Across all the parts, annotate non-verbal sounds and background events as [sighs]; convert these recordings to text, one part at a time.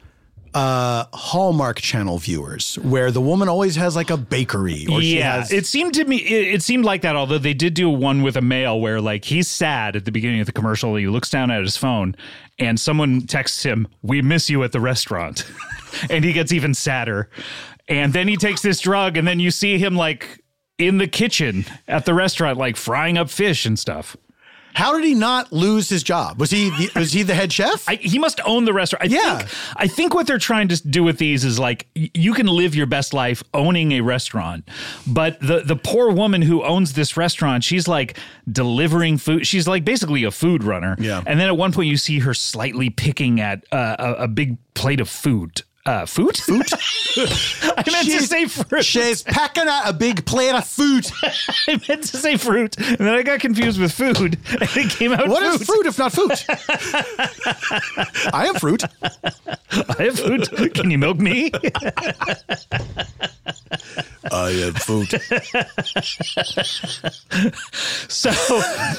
uh, Hallmark Channel viewers, where the woman always has like a bakery? Or she yeah, has, it seemed to me it, it seemed like that. Although they did do one with a male where like he's sad at the beginning of the commercial. He looks down at his phone, and someone texts him, "We miss you at the restaurant," [laughs] and he gets even sadder. And then he takes this drug, and then you see him like in the kitchen at the restaurant, like frying up fish and stuff. How did he not lose his job? Was he the, was he the head chef? I, he must own the restaurant. I Yeah. think I think what they're trying to do with these is like y- you can live your best life owning a restaurant, but the the poor woman who owns this restaurant, she's like delivering food. She's like basically a food runner. Yeah. And then at one point you see her slightly picking at uh, a, a big plate of food. Uh, food? Food? [laughs] I meant to say fruit. She's packing out a big plate of food. [laughs] I meant to say fruit, and then I got confused with food, [laughs] and it came out What fruit. is fruit if not [laughs] food? I am fruit. [laughs] I have food. Can you milk me? [laughs] I am food. [laughs] So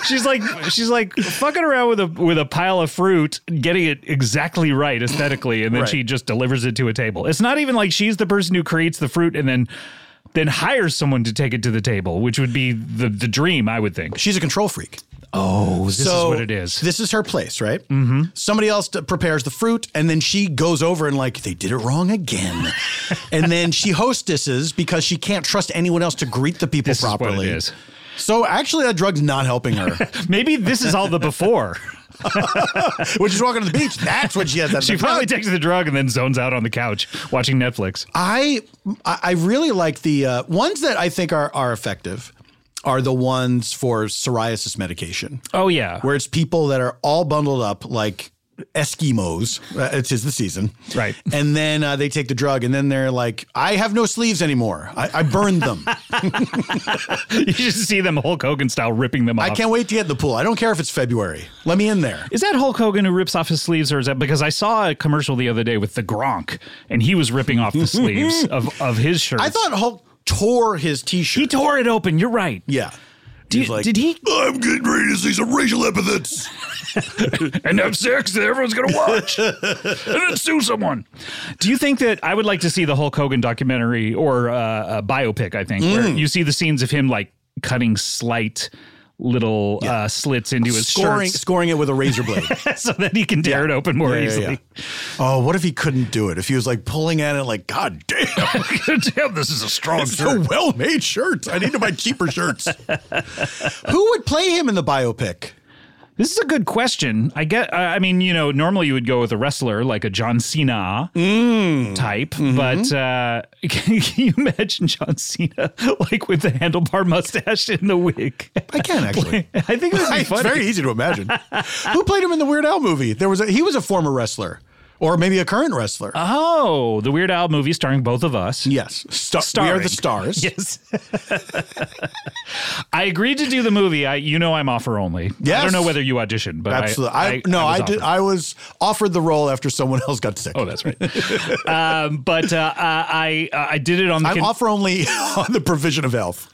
she's like she's like fucking around with a with a pile of fruit, getting it exactly right aesthetically, and then Right. she just delivers it to a table. It's not even like she's the person who creates the fruit and then then hires someone to take it to the table, which would be the the dream, I would think. She's a control freak. Oh, this so is what it is. This is her place, right? Mm-hmm. Somebody else t- prepares the fruit, and then she goes over and like they did it [laughs] wrong again, and then she hostesses because she can't trust anyone else to greet the people This is what it properly. is. So actually, that drug's not helping her. [laughs] Maybe this is all the before. [laughs] when she's walking to the beach, that's what she has. That she finally takes the drug and then zones out on the couch watching Netflix. I I I really like the uh, ones that I think are are effective are the ones for psoriasis medication. Oh yeah. where it's people that are all bundled up like Eskimos. Uh, it's just the season, Right. And then uh, they take the drug, and then they're like, "I have no sleeves anymore. I, I burned them. [laughs] you just see them Hulk Hogan style ripping them off. I can't wait to get in the pool. I don't care if it's February. Let me in there." Is that Hulk Hogan who rips off his sleeves, or is that because I saw a commercial the other day with the Gronk, and he was ripping off the [laughs] sleeves of, of his shirt. I thought Hulk tore his he t-shirt. tore it open. You're right. yeah. Do you- He's like, did [laughs] he? I'm getting ready to see some racial epithets. And have sex that everyone's gonna [laughs] watch, and then sue someone. Do you think that I would like to see the Hulk Hogan documentary or uh, a biopic? I think Mm. where you see the scenes of him like cutting slight little uh, slits into his Scoring, shirts scoring it with a razor blade. [laughs] so that he can tear it open more Yeah, yeah, easily. yeah. Oh, what if he couldn't do it? If he was like pulling at it, like, God [laughs] damn. Damn, this is a strong It's a well made shirt. I need to buy cheaper [laughs] shirts. Who would play him in the biopic? This is a good question. I get. I I mean, you know, normally you would go with a wrestler like a John Cena Mm. type, Mm-hmm. but uh, [laughs] can, can you imagine John Cena like with the handlebar mustache and the wig? I can actually. [laughs] I think it would be it's funny. very easy to imagine. Who played him in the Weird Al movie? There was a, he was a former wrestler, or maybe a current wrestler. oh, the Weird Al movie starring both of us. yes, Star- we Starring. are the [laughs] stars. Yes. [laughs] I agreed to do the movie. I, you know, I'm offer only. I Yes. don't know whether you auditioned, but Absolutely. I, I, I, no, I, was did. offered. I was offered the role after someone else got sick. Oh, [laughs] that's right. [laughs] um, but uh, uh, I I did it on the I'm con- offer only [laughs] on the provision of health.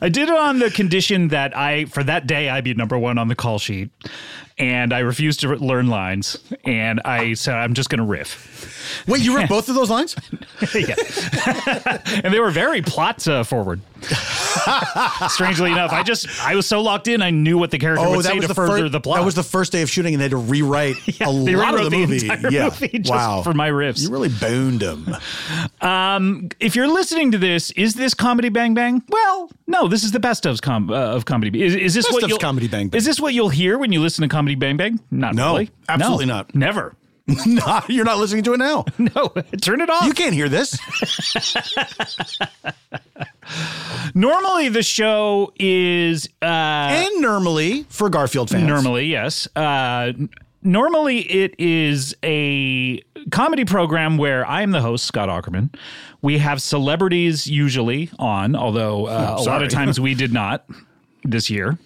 I did it on the condition that I, for that day, I'd be number one on the call sheet. And I refused to learn lines. And I said, I'm just going to riff. Wait, you [laughs] read both of those lines? Yeah. [laughs] and they were very plot uh, forward. [laughs] Strangely enough, I just, I was so locked in, I knew what the character would say to further fir- the plot. That was Oh, the first day of shooting, and they had [laughs] to rewrite a they lot of rewrote the, the movie. entire Yeah, movie just wow. for my riffs. you really boned him. Um, if you're listening to this, is this comedy Bang Bang? Well, no, this is the best of's com- uh, of comedy. Is, is this Best what of's you'll, Comedy Bang Bang. Is this what you'll hear when you listen to Comedy Bang Bang? Not No, really. absolutely not. Never. [laughs] no, you're not listening to it now. [laughs] No, turn it off. You can't hear this. Normally, the show is uh, and normally for Garfield fans, normally yes. Uh, n- normally, it is a comedy program where I am the host, Scott Ackerman. We have celebrities usually on, although uh, a lot sorry. of [laughs] times we did not this year.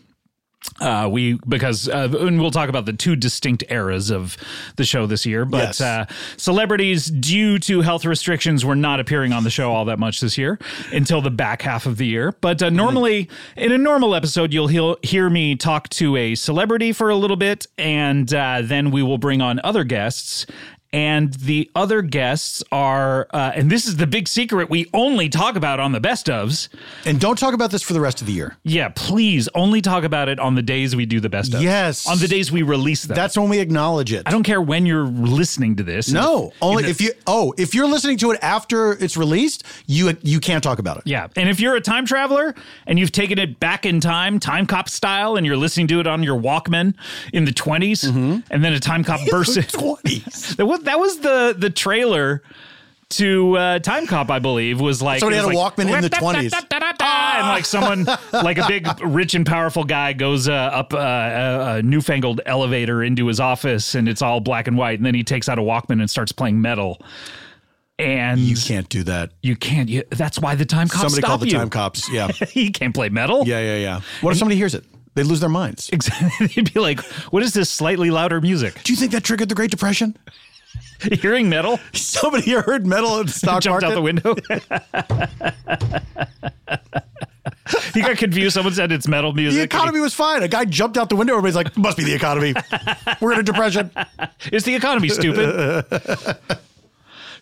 Uh, we because uh, and we'll talk about the two distinct eras of the show this year, but Yes. uh, celebrities due to health restrictions were not appearing on the show all that much this year until the back half of the year. But Mm-hmm. uh, normally, in a normal episode, you'll hear, hear me talk to a celebrity for a little bit, and uh, then we will bring on other guests. And the other guests are, uh, and this is the big secret we only talk about on the best ofs. And don't talk about this for the rest of the year. Yeah, please only talk about it on the days we do the best ofs. Yes. On the days we release them. That's when we acknowledge it. I don't care when you're listening to this. No, only if you. Oh, if you're listening to it after it's released, you you can't talk about it. Yeah. And if you're a time traveler and you've taken it back in time, time cop style, and you're listening to it on your Walkman in the 20s, and then a time [laughs] cop bursts in. Mm-hmm. Twenties. [laughs] That was, that was the, the trailer to uh, Time Cop, I believe, was like Somebody it was had a like, Walkman [laughs] in the 20s. And like someone, like a big, rich and powerful guy, goes uh, up uh, a, a newfangled elevator into his office, and it's all black and white. And then he takes out a Walkman and starts playing metal. And You you, can't do that. can't. You, that's why the time cops Somebody stop called the you. time cops. [laughs] Yeah, he can't play metal. yeah, yeah, yeah. What if somebody hears it? They lose their minds. [laughs] Exactly. They'd be like, what is this slightly louder music? Do you think that triggered the Great Depression? [laughs] Hearing metal? Somebody heard metal [laughs] in the stock Jumped out market. the [laughs] window. [laughs] he got confused. Someone said it's metal music. the economy was fine. A guy jumped out the window. Everybody's like, "Must be the [laughs] economy. We're in a depression." It's the economy, [laughs] stupid.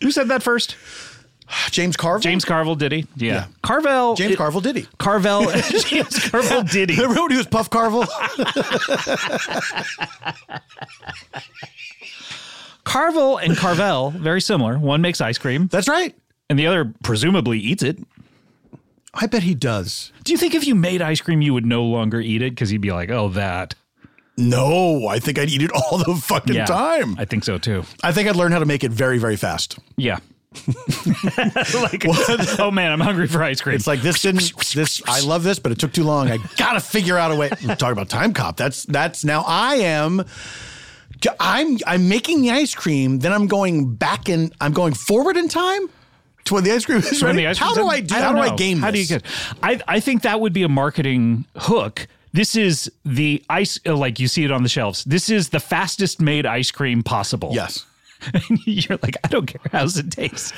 Who said that first? [sighs] James Carville. James Carville, did he? Yeah. Yeah. Carvel. James it- Carville. Did he? [laughs] Carvel. [laughs] James Carville, did he? Remember when he was Puff Carville? [laughs] Carvel and Carvel, very similar. One makes ice cream That's right. and the other presumably eats it. I bet he does. Do you think if you made ice cream, you would no longer eat it? Because you'd be like, oh, that. No, I think I'd eat it all the fucking time. I think so too. I think I'd learn how to make it very, very fast. [laughs] Yeah. [laughs] like, oh man, I'm hungry for ice cream. It's like this didn't this I love this, but it took too long. I gotta figure out a way. Talk about time cop. That's that's now I am I'm I'm making the ice cream, then I'm going back in I'm going forward in time to when the ice cream is When ready. the ice how cream's do in- I do don't how do I know. game this? How do you get? I I think that would be a marketing hook. This is the ice, uh, like you see it on the shelves. This is the fastest made ice cream possible. Yes. And [laughs] you're like, I don't care how it tastes.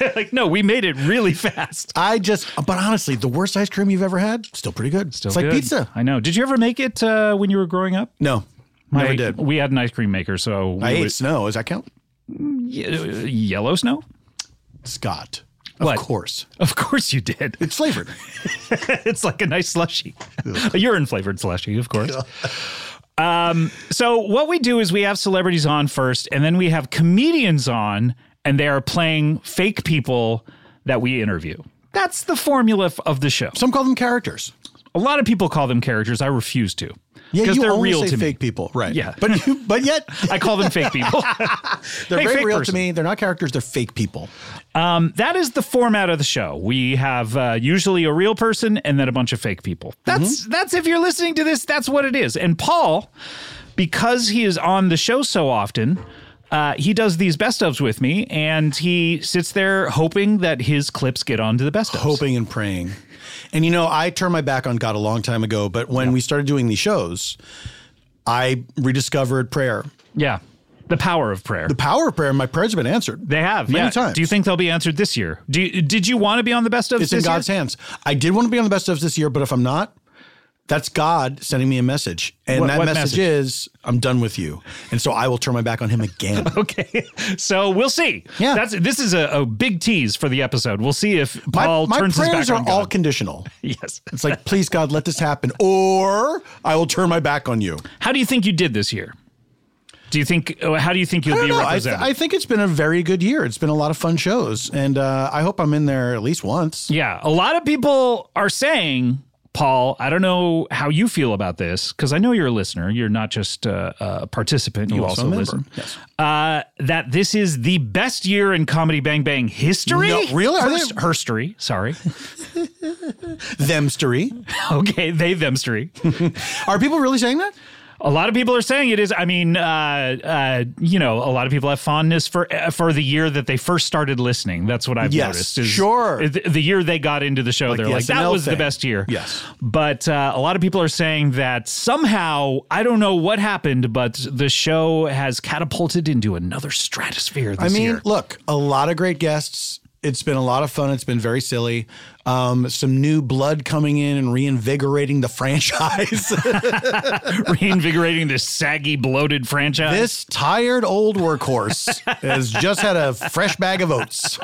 [laughs] like, no, we made it really fast. I just but honestly, the worst ice cream you've ever had, still pretty good. Still it's like Good. pizza. I know. Did you ever make it uh, when you were growing up? No. Never I- did. We had an ice cream maker, so we I ate would- snow. Does that count? Ye- uh, yellow snow. Scott. What? Of course. Of course you did. [laughs] It's flavored. it's like a nice slushy, a urine flavored slushy, of course. um, so what we do is we have celebrities on first, and then we have comedians on, and they are playing fake people that we interview. That's the formula f- of the show. Some call them characters. A lot of people call them characters. I refuse to. Yeah, 'Cause you they're only real say to me. fake people, right? Yeah. but you, but yet [laughs] I call them fake [laughs] people. They're Hey, very fake real person. Um, to me. They're not characters. They're fake people. that is the format of the show. We have uh, usually a real person and then a bunch of fake people. That's Mm-hmm. that's if you're listening to this, that's what it is. And Paul, because he is on the show so often, uh, he does these best ofs with me, and he sits there hoping that his clips get onto the best ofs. Hoping and praying. And you know, I turned my back on God a long time ago. But when we started doing these shows, I rediscovered prayer, yeah, the power of prayer. the power of prayer. and My prayers have been answered. they have many yeah. times. Do you think they'll be answered this year? Do you, did you want to be on the best ofs? it's in this year? God's hands? I did want to be on the best of this year, but if I'm not. That's God sending me a message. And What- that what message, message? is, I'm done with you. And so I will turn my back on him again. [laughs] Okay, so we'll see. Yeah. that's this is a, a big tease for the episode. We'll see if My, Paul my turns his prayers back are on God. all conditional. [laughs] Yes. It's like, please, God, let this happen, or I will turn my back on you. How do you think you did this year? Do you think? uh, How do you think you'll I don't be know. I, th- represented? I think it's been a very good year. It's been a lot of fun shows, and uh, I hope I'm in there at least once. yeah, a lot of people are saying, Paul. I don't know how you feel about this because I know you're a listener. You're not just uh, a participant. You also also a member. listen. Yes. Uh, that this is the best year in comedy Bang Bang history. No, really? Are they- Hurst- herstory. Sorry. Themstery. [laughs] okay, they themstery. [laughs] Are people really saying that? A lot of people are saying it is. I mean, uh, uh, you know, a lot of people have fondness for uh, for the year that they first started listening. That's what I've Yes, noticed. is- sure. is The, the year they got into the show, they're the like, that SNL was the thing." best year. Yes. But uh, a lot of people are saying that somehow, I don't know what happened, but the show has catapulted into another stratosphere this I mean, year. look, a lot of great guests. It's been a lot of fun. It's been very silly. um, some new blood coming in and reinvigorating the [laughs] franchise. [laughs] Reinvigorating this saggy, bloated franchise. this tired old [laughs] workhorse has just had a fresh bag of oats.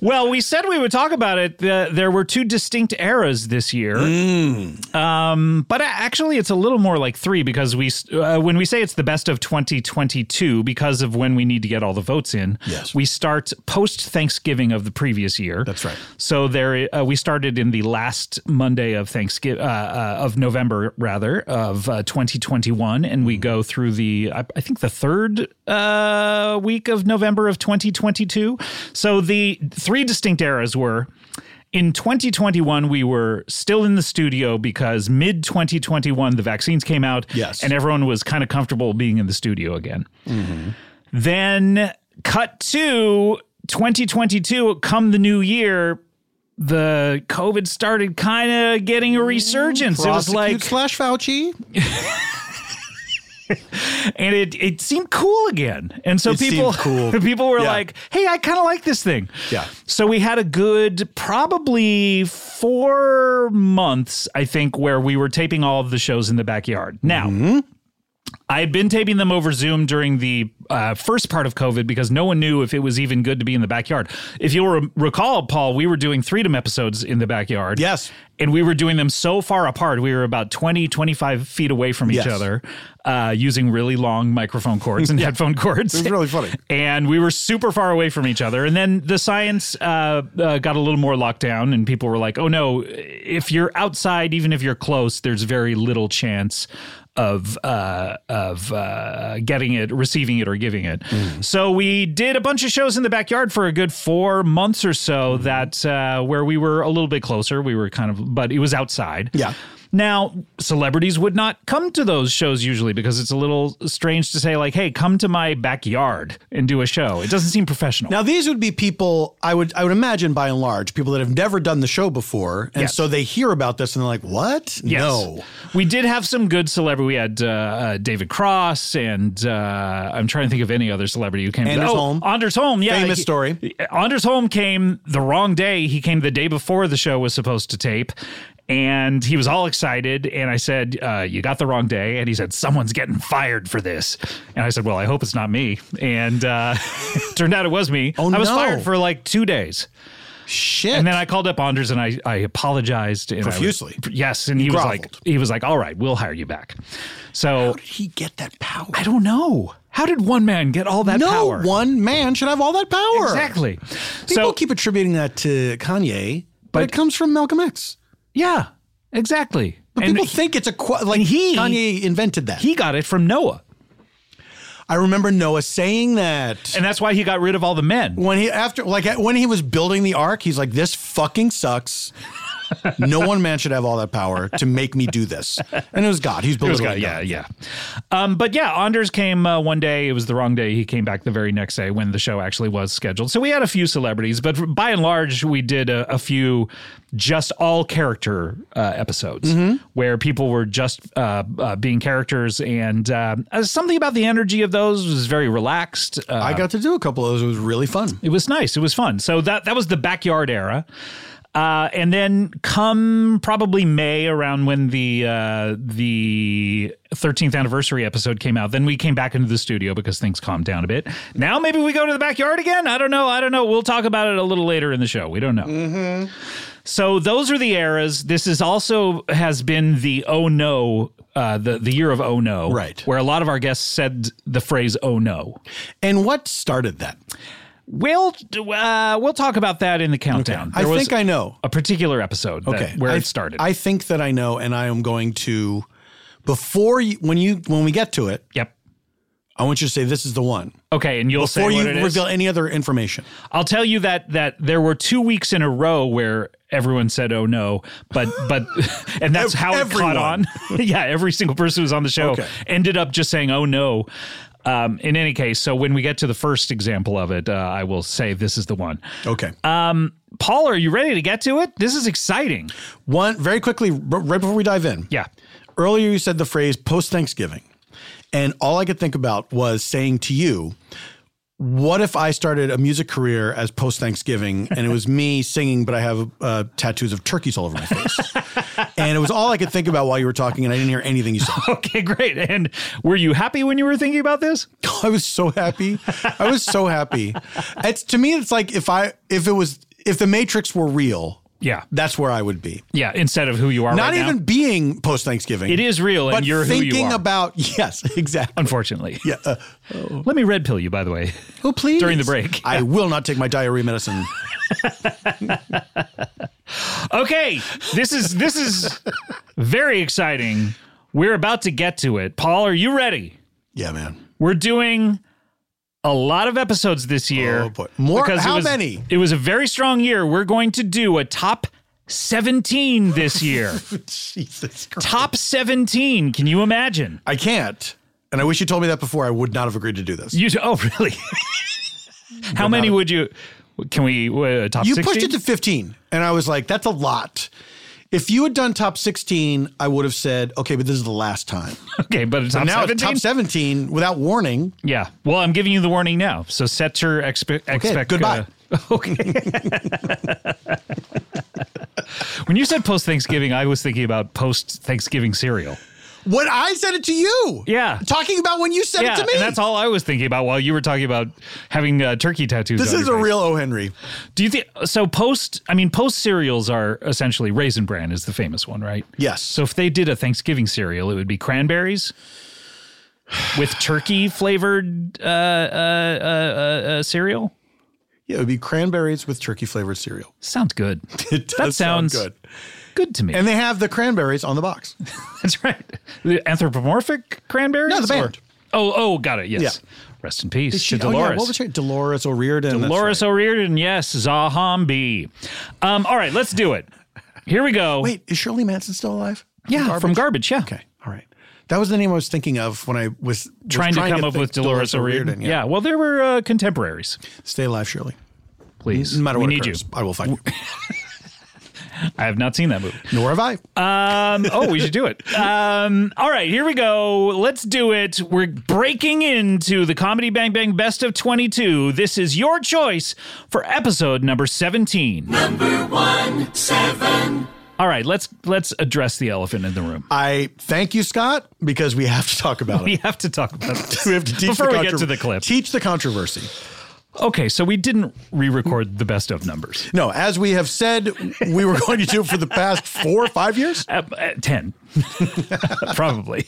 Well, we said we would talk about it. Uh, there were two distinct eras this year, Mm. um, but a- actually, it's a little more like three because we, s- uh, when we say it's the best of 2022, because of when we need to get all the votes in. Yes. we start post Thanksgiving of the previous year. That's right. So there, uh, we started in the last Monday of Thanksgiving uh, uh, of November, rather of uh, 2021, and we go through the I, I think the third uh, week of November of 2022. So the three distinct eras were. In 2021, we were still in the studio because mid 2021, the vaccines came out. Yes. And everyone was kind of comfortable being in the studio again. Mm-hmm. Then cut to 2022, come the new year, the COVID started kind of getting a resurgence. It was Prosecute like, slash Fauci. [laughs] and it it seemed cool again. And so It people seemed [laughs] cool. people were Yeah. like, "Hey, I kind of like this thing." Yeah. So we had a good probably 4 months, I think, where we were taping all of the shows in the backyard. Now, Mm-hmm. I had been taping them over Zoom during the uh, first part of COVID because no one knew if it was even good to be in the backyard. If you'll re- recall, Paul, we were doing Freedom episodes in the backyard. Yes. And we were doing them so far apart. We were about 20, 25 feet away from each Yes. other uh, using really long microphone cords [laughs] and headphone cords. It was really funny. [laughs] And we were super far away from each other. And then the science uh, uh, got a little more locked down, and people were like, oh no, if you're outside, even if you're close, there's very little chance of uh of uh getting it receiving it or giving it Mm. so we did a bunch of shows in the backyard for a good four months or so that uh where we were a little bit closer we were kind of but it was outside Yeah. now, celebrities would not come to those shows usually because it's a little strange to say, like, hey, come to my backyard and do a show. It doesn't seem professional. Now these would be people I would I would imagine by and large people that have never done the show before, and Yes. so they hear about this and they're like, "What? Yes. No." We did have some good celebrity. We had uh, uh, David Cross, and uh, I'm trying to think of any other celebrity who came. Anders oh, Holm. Anders Holm, yeah. Famous story. Anders Holm came the wrong day. He came the day before the show was supposed to tape. And he was all excited. And I said, uh, You got the wrong day. And he said, Someone's getting fired for this. And I said, Well, I hope it's not me. And uh, [laughs] turned out it was me. Oh, I was no. fired for like two days. Shit. And then I called up Anders and I, I apologized and I was- Profusely. yes, and he was like groveled. he was like, "All right, we'll hire you back." So he get that power. I don't know. How did one man get all that no power? one man should have all that power. exactly. People so keep attributing that to Kanye, but, But- it comes from Malcolm X. yeah, exactly. But and people think it's a qu- like and he- Kanye invented that. he got it from Noah, I remember Noah saying that. and that's why he got rid of all the men. when he after like when he was building the ark, he's like, "This [laughs] fucking sucks. no one man should have all that power to make me do this." And it was God. He's belittling. God, yeah, yeah. Um, but yeah, Anders came uh, one day. It was the wrong day. He came back the very next day when the show actually was scheduled. So we had a few celebrities, but by and large, we did a, a few just all character uh, episodes Mm-hmm. where people were just uh, uh, being characters, and uh, uh, something about the energy of those was very relaxed. Uh, I got to do a couple of those. It was really fun. it was nice. It was fun. So that that was the backyard era. Uh, and then come probably May around when the uh, the 13th anniversary episode came out, then we came back into the studio because things calmed down a bit. Now maybe we go to the backyard again. I don't know. I don't know. We'll talk about it a little later in the show. We don't know. Mm-hmm. So those are the eras. This is also has been the oh no, uh, the the year of oh no, Right. Where a lot of our guests said the phrase oh no. And what started that? We'll uh, we'll talk about that in the countdown. I There was think I know. a particular episode that- Okay, where I, it started. I think that I know, and I am going to before you when you when we get to it. yep. I want you to say this is the one Okay, and you'll say before what you it is. reveal any other information. I'll tell you that that there were two weeks in a row where everyone said "oh no," but but [laughs] and that's Ev- how it caught everyone. on. [laughs] yeah, every single person who was on the show Okay. ended up just saying "oh no." Um, in any case, so when we get to the first example of it, uh, I will say this is the one. Um, Okay. Paul, are you ready to get to it? This is exciting. one very quickly, r- right before we dive in. Yeah. Earlier, you said the phrase post Thanksgiving. And all I could think about was saying to you, what if I started a music career as post Thanksgiving and it was me [laughs] singing, but I have uh, tattoos of turkeys all over my face? and it was all I could think about while you were talking, and I didn't hear anything you said. [laughs] Okay, great. And were you happy when you were thinking about this? [laughs] I was so happy. I was so happy. It's to me, it's like if I if it was if the Matrix were real, Yeah. that's where I would be. Yeah, instead of who you are Not right even now. being post Thanksgiving. It is real and but you're who thinking you are. about [laughs] yes, exactly. unfortunately. Yeah. uh, [laughs] Let me red pill you, by the way. oh, please. During the break. I will not take my [laughs] diarrhea medicine. Okay, this is this is very exciting. We're about to get to it. Paul, are you ready? Yeah, man. We're doing a lot of episodes this year. Oh, boy. More- because it how was- many? It was a very strong year. We're going to do a top 17 this year. [laughs] Jesus Christ. top 17. Can you imagine? I can't. And I wish you told me that before. I would not have agreed to do this. You oh [laughs] really? How many would you can we uh, top You 16? pushed it to 15. And I was like, that's a lot. If you had done top 16, I would have said, okay, but this is the last time. [laughs] Okay, but top now 17? it's top 17 without warning. Yeah. Well, I'm giving you the warning now. So set your expe- expect. goodbye. uh, [laughs] okay. when you said post Thanksgiving, I was thinking about post Thanksgiving cereal. What I said it to you. Yeah. Talking about when you said yeah, it to me. and that's all I was thinking about Uh, while you were talking about having uh, turkey tattoos. This on is a your face. real O. Henry. Do you think so? Post, I mean, post cereals are essentially raisin bran is the famous one, right? Yes. So if they did a Thanksgiving cereal, it would be cranberries with turkey flavored uh, uh, uh, uh, uh, cereal. Yeah, it would be cranberries with turkey flavored cereal. Sounds good. [laughs] It does That sounds sound good. good to me. And they have the cranberries on the box. [laughs] That's right. The anthropomorphic cranberries? No, the or- band. Oh, oh, got it. Yes. Yeah. Rest in peace She- to oh, yeah, Dolores. what was her? Dolores O'Riordan. that's Dolores right. O'Riordan, yes, Zahambi. Um, all right, let's do it. Here we go. Wait, is Shirley Manson still alive? Oh. yeah, from garbage. Yeah, Okay, all right. That was the name I was thinking of when I was was trying, to come up think with Dolores, O'Riordan. yeah. yeah. well, there were uh, contemporaries. stay alive, Shirley. Please, No matter we what need occurs, you. I will find you. I have not seen that movie. Nor have I. Um, oh, we should do [laughs] it. Um, all right, here we go. Let's do it. We're breaking into the Comedy Bang Bang Best of 22. This is your choice for episode number 17. Number 1 7. All right, let's let's address the elephant in the room. I thank you, Scott, because we have to talk about We it. have to talk [laughs] about this We have to teach before we the get contro- to the clip. Teach the controversy. Okay, so we didn't re-record the best of numbers. [laughs] No, as we have said, we were going to do for the past four or five years. Uh, uh, 10 probably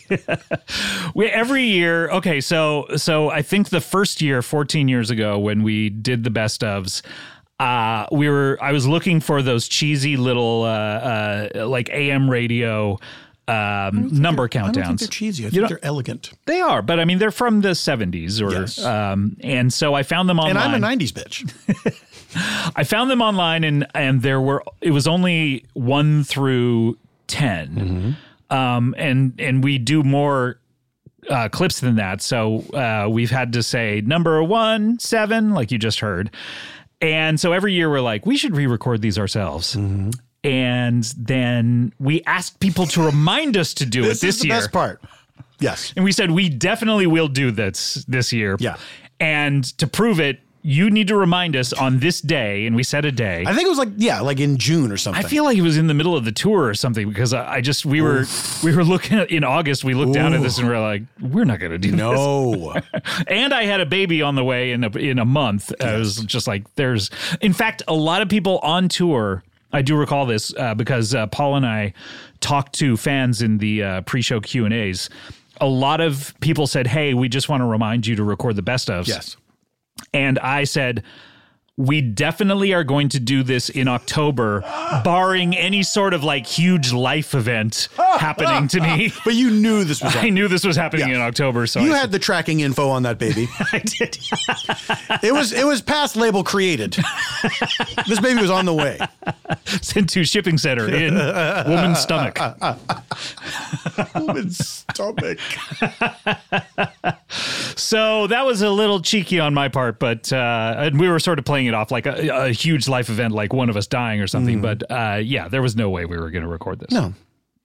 [laughs] we, every year okay so so i think the first year 14 years ago when we did the best ofs uh, we were i was looking for those cheesy little uh, uh, like am radio um, number I don't think countdowns they're cheesy. I You think don't- they're elegant. they are but i mean they're from the 70s or Yes. um, and so i found them online And I'm a '90s bitch. I found them online, and and there were it was only one through 10 Mm-hmm. um, and and we do more uh, clips than that, so uh, we've had to say number one seven, like you just heard, and so every year we're like, we should re-record these ourselves. Mm-hmm. And then we asked people to remind us to do This, it this is the year best part. Yes. and we said we definitely will do this this year. Yeah. And to prove it, you need to remind us on this day, and we set a day. I I, think it was like yeah, like in June or something. feel like it was in the middle of the tour or something because I, I just we were we were looking at, in August. We looked down at this and we are like, we're not going to do no. this. [laughs] And I had a baby on the way in a, in a month. I was just like, there's. In fact, a lot of people on tour. I do recall this uh, because uh, Paul and I talked to fans in the uh, pre-show Q and A's. A lot of people said, "Hey, we just want to remind you to record the best ofs." yes. and I said, we definitely are going to do this in October, barring any sort of like huge life event happening to me. [laughs] But you knew this [laughs] was. I on. knew this was happening Yeah. in October, [laughs] so You I, had the tracking info on that baby. [laughs] I did. It was it was past label created. this baby was on the way. Sent to shipping center [laughs] in woman's stomach. Woman's stomach. So that was a little cheeky on my part, but uh, and we were sort of playing it off like a, a huge life event, like one of us dying or something. But uh, yeah, there was no way we were going to record this. Hmm.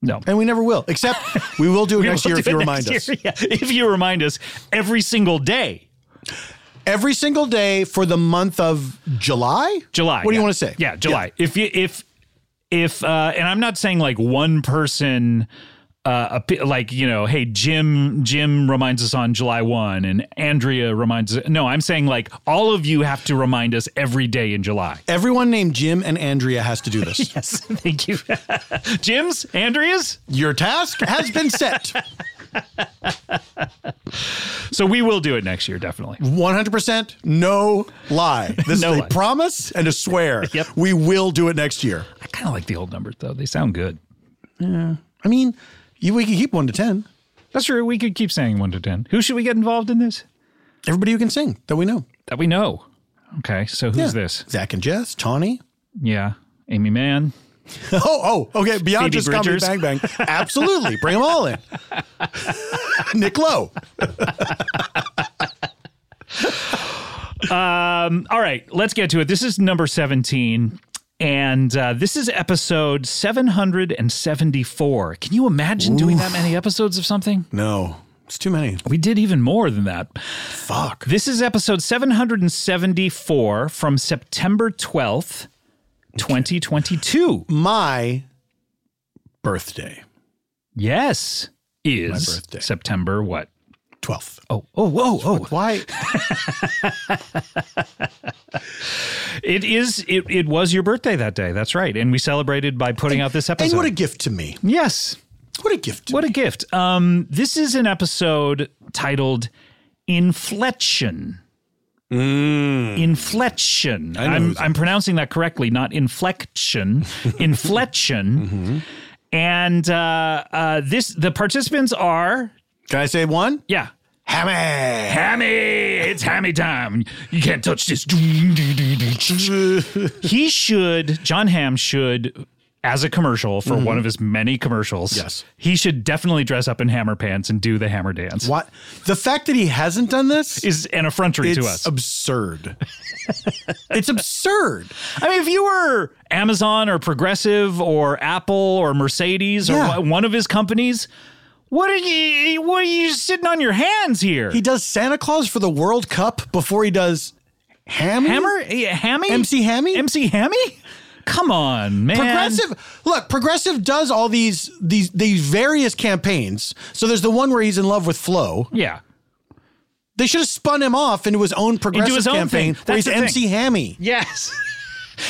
No. no. And we never will. Except we will do it [laughs] We next will year do if it you next remind year. us. Yeah, if you remind us every single day. every single day for the month of July? July. What do yeah. you want to say? Yeah, July. If you if if uh and I'm not saying like one person uh a pi- like you know, hey Jim Jim reminds us on July 1 and Andrea reminds us No, I'm saying like all of you have to remind us every day in July. Everyone named Jim and [laughs] Andrea has to do this. Yes, thank you. [laughs] Jim's, Andrea's. Your task has been set. [laughs] So we will do it next year definitely. 100% no [laughs] lie. This No is a lie. promise and a swear. [laughs] Yep. We will do it next year. I kind of like the old numbers though. They sound good. I mean, you, we can keep one to 10. That's true. We could keep saying 1 to 10. Who should we get involved in this? Everybody who can sing that we know. That we know. Okay, so who's Yeah. this? Zach and Jess, Tawny. Yeah. Amy Mann. [laughs] Oh, oh, okay. Beyond Phoebe just comedy Bridgers. bang bang. Absolutely. Bring [laughs] them all in. Nick Lowe. Um, All right, let's get to it. This is number 17, and uh, this is episode 774. Can you imagine doing that many episodes of something? No, it's too many. We did even more than that. Fuck. This is episode 774 from September 12th, 2022. My birthday, Yes, is birthday. September what? 12th. Oh, oh, whoa, oh. Why? [laughs] It is, it, it was your birthday that day. That's right. And we celebrated by putting out this episode. And what a gift to me. yes. What a gift to What a gift. Um, this is an episode titled Inflection. Inflection. Mm. know who I'm, that I'm pronouncing that correctly, not [laughs] inflection. inflection. Mm-hmm. And uh, uh, this, the participants are, Can I say one? yeah, Hammy. Hammy. It's Hammy time. You can't touch [laughs] this. he should, John Hamm should, as a commercial for one of his many commercials, Mm-hmm. Yes. he should definitely dress up in hammer pants and do the hammer dance. What? The fact that he hasn't done this Is an effrontery to us. [laughs] it's absurd. it's absurd. I mean, if you were Amazon or Progressive or Apple or Mercedes Yeah. or wh- one of his companies, what are you? What are you sitting on your hands here? He does Santa Claus for the World Cup before he does Hammy. hammer, Yeah, hammy, MC Hammy? MC Hammy. Come on, man. Progressive. Look, Progressive does all these these these various campaigns. So there's the one where he's in love with Flo. Yeah. They should have spun him off into his own Progressive his own campaign thing. where That's he's the thing. MC Hammy. Yes.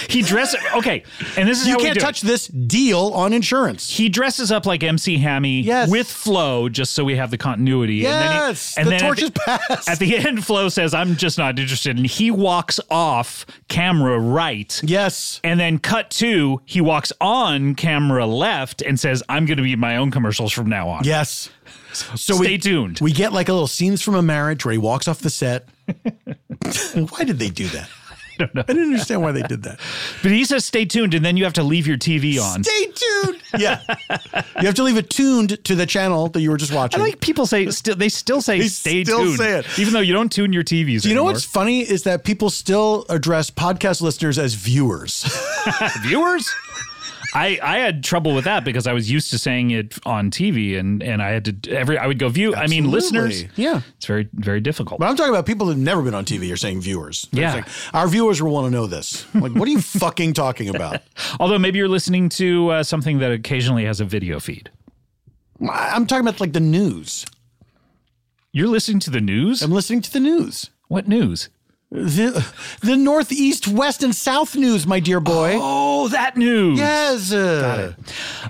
he dresses okay, and this is You how we can't do it. touch this deal on insurance. He dresses up like MC Hammy Yes. with Flo, just so we have the continuity. Yes, and the then, he, and torch then is at, the, passed. at the end, Flo says, "I'm just not interested," and he walks off camera right. yes. And then cut to he walks on camera left and says, "I'm going to be in my own commercials from now on." Yes. So Stay tuned. We get like a little scenes from a marriage where he walks off [laughs] the set. why did they do that? I don't know. I didn't understand why they did that. But he says, "Stay tuned," and then you have to leave your TV on. Stay tuned. Yeah. [laughs] you have to leave it tuned to the channel that you were just watching. I like people say still they still say They stay still tuned, say it. even though you don't tune your TVs. you know anymore. what's funny is that people still address podcast listeners as viewers. [laughs] viewers. I, I had trouble with that because I was used to saying it on TV and, and I had to every I would go view I mean listeners Absolutely. Yeah. it's very very difficult But I'm talking about people who've never been on TV. You're saying viewers. They're Yeah. saying, Our viewers will want to know this. I'm like, what [laughs] are you fucking talking about? although maybe you're listening to uh, something that occasionally has a video feed I- I'm talking about like the news. you're listening to the news I'm listening to the news. what news The, the Northeast, West, and South news, my dear boy. oh that news Yes. uh,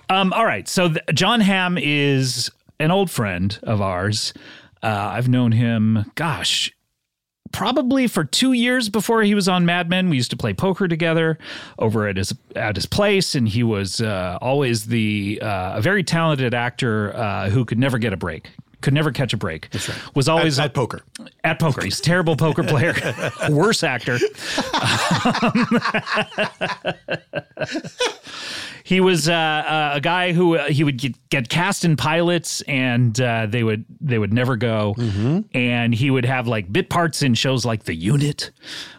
um all right so th- John Hamm is an old friend of ours uh, I've known him gosh probably for two years before he was on Mad Men. We used to play poker together over at his at his place, and he was uh, always the uh, a very talented actor uh, who could never get a break. Could never catch a break. That's right. Was always At- at poker. At poker, he's a terrible poker [laughs] player, worse actor. He was uh, uh, a guy who uh, he would get, get cast in pilots, and uh, they would they would never go. Mm-hmm. And he would have like bit parts in shows like The Unit.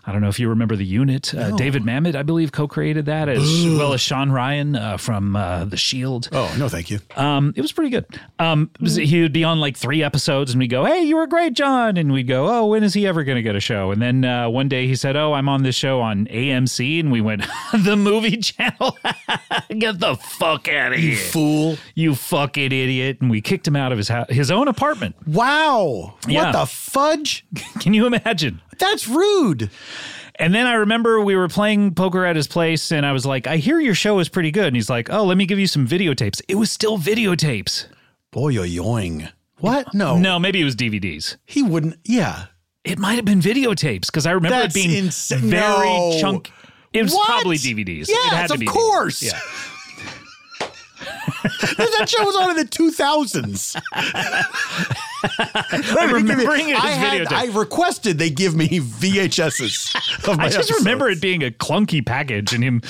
I don't know if you remember The Unit. Uh, David Mamet, I believe, co-created that as well as Sean Ryan uh, from uh, The Shield. Oh no, thank you. Um, it was pretty good. Um, he would be on like three episodes, and we would go, "Hey, you were great, John," and we'd go, "Oh, when is he ever going to get a show?" And then uh, one day he said, "Oh, I'm on this show on AMC," and we went, [laughs] "The movie channel, [laughs] get the fuck out of here, Fool! you fucking idiot!" And we kicked him out of his house, his own apartment. Wow, Yeah. what the fudge? [laughs] Can you imagine? That's rude. And then I remember we were playing poker at his place, and I was like, "I hear your show is pretty good," and he's like, "Oh, let me give you some videotapes." It was still videotapes. Boy, you're yoing. What? No, No, maybe it was DVDs. he wouldn't. Yeah, It might have been videotapes because I remember That's it being insa- very No. chunk. It was What? probably DVDs. Yes, it had to of be DVDs. course. Yeah. [laughs] that show was on in the two [laughs] thousands. I'm remembering it as I had videotape. I requested they give me VHSs. [laughs] Of my I just episodes. remember it being a clunky package and him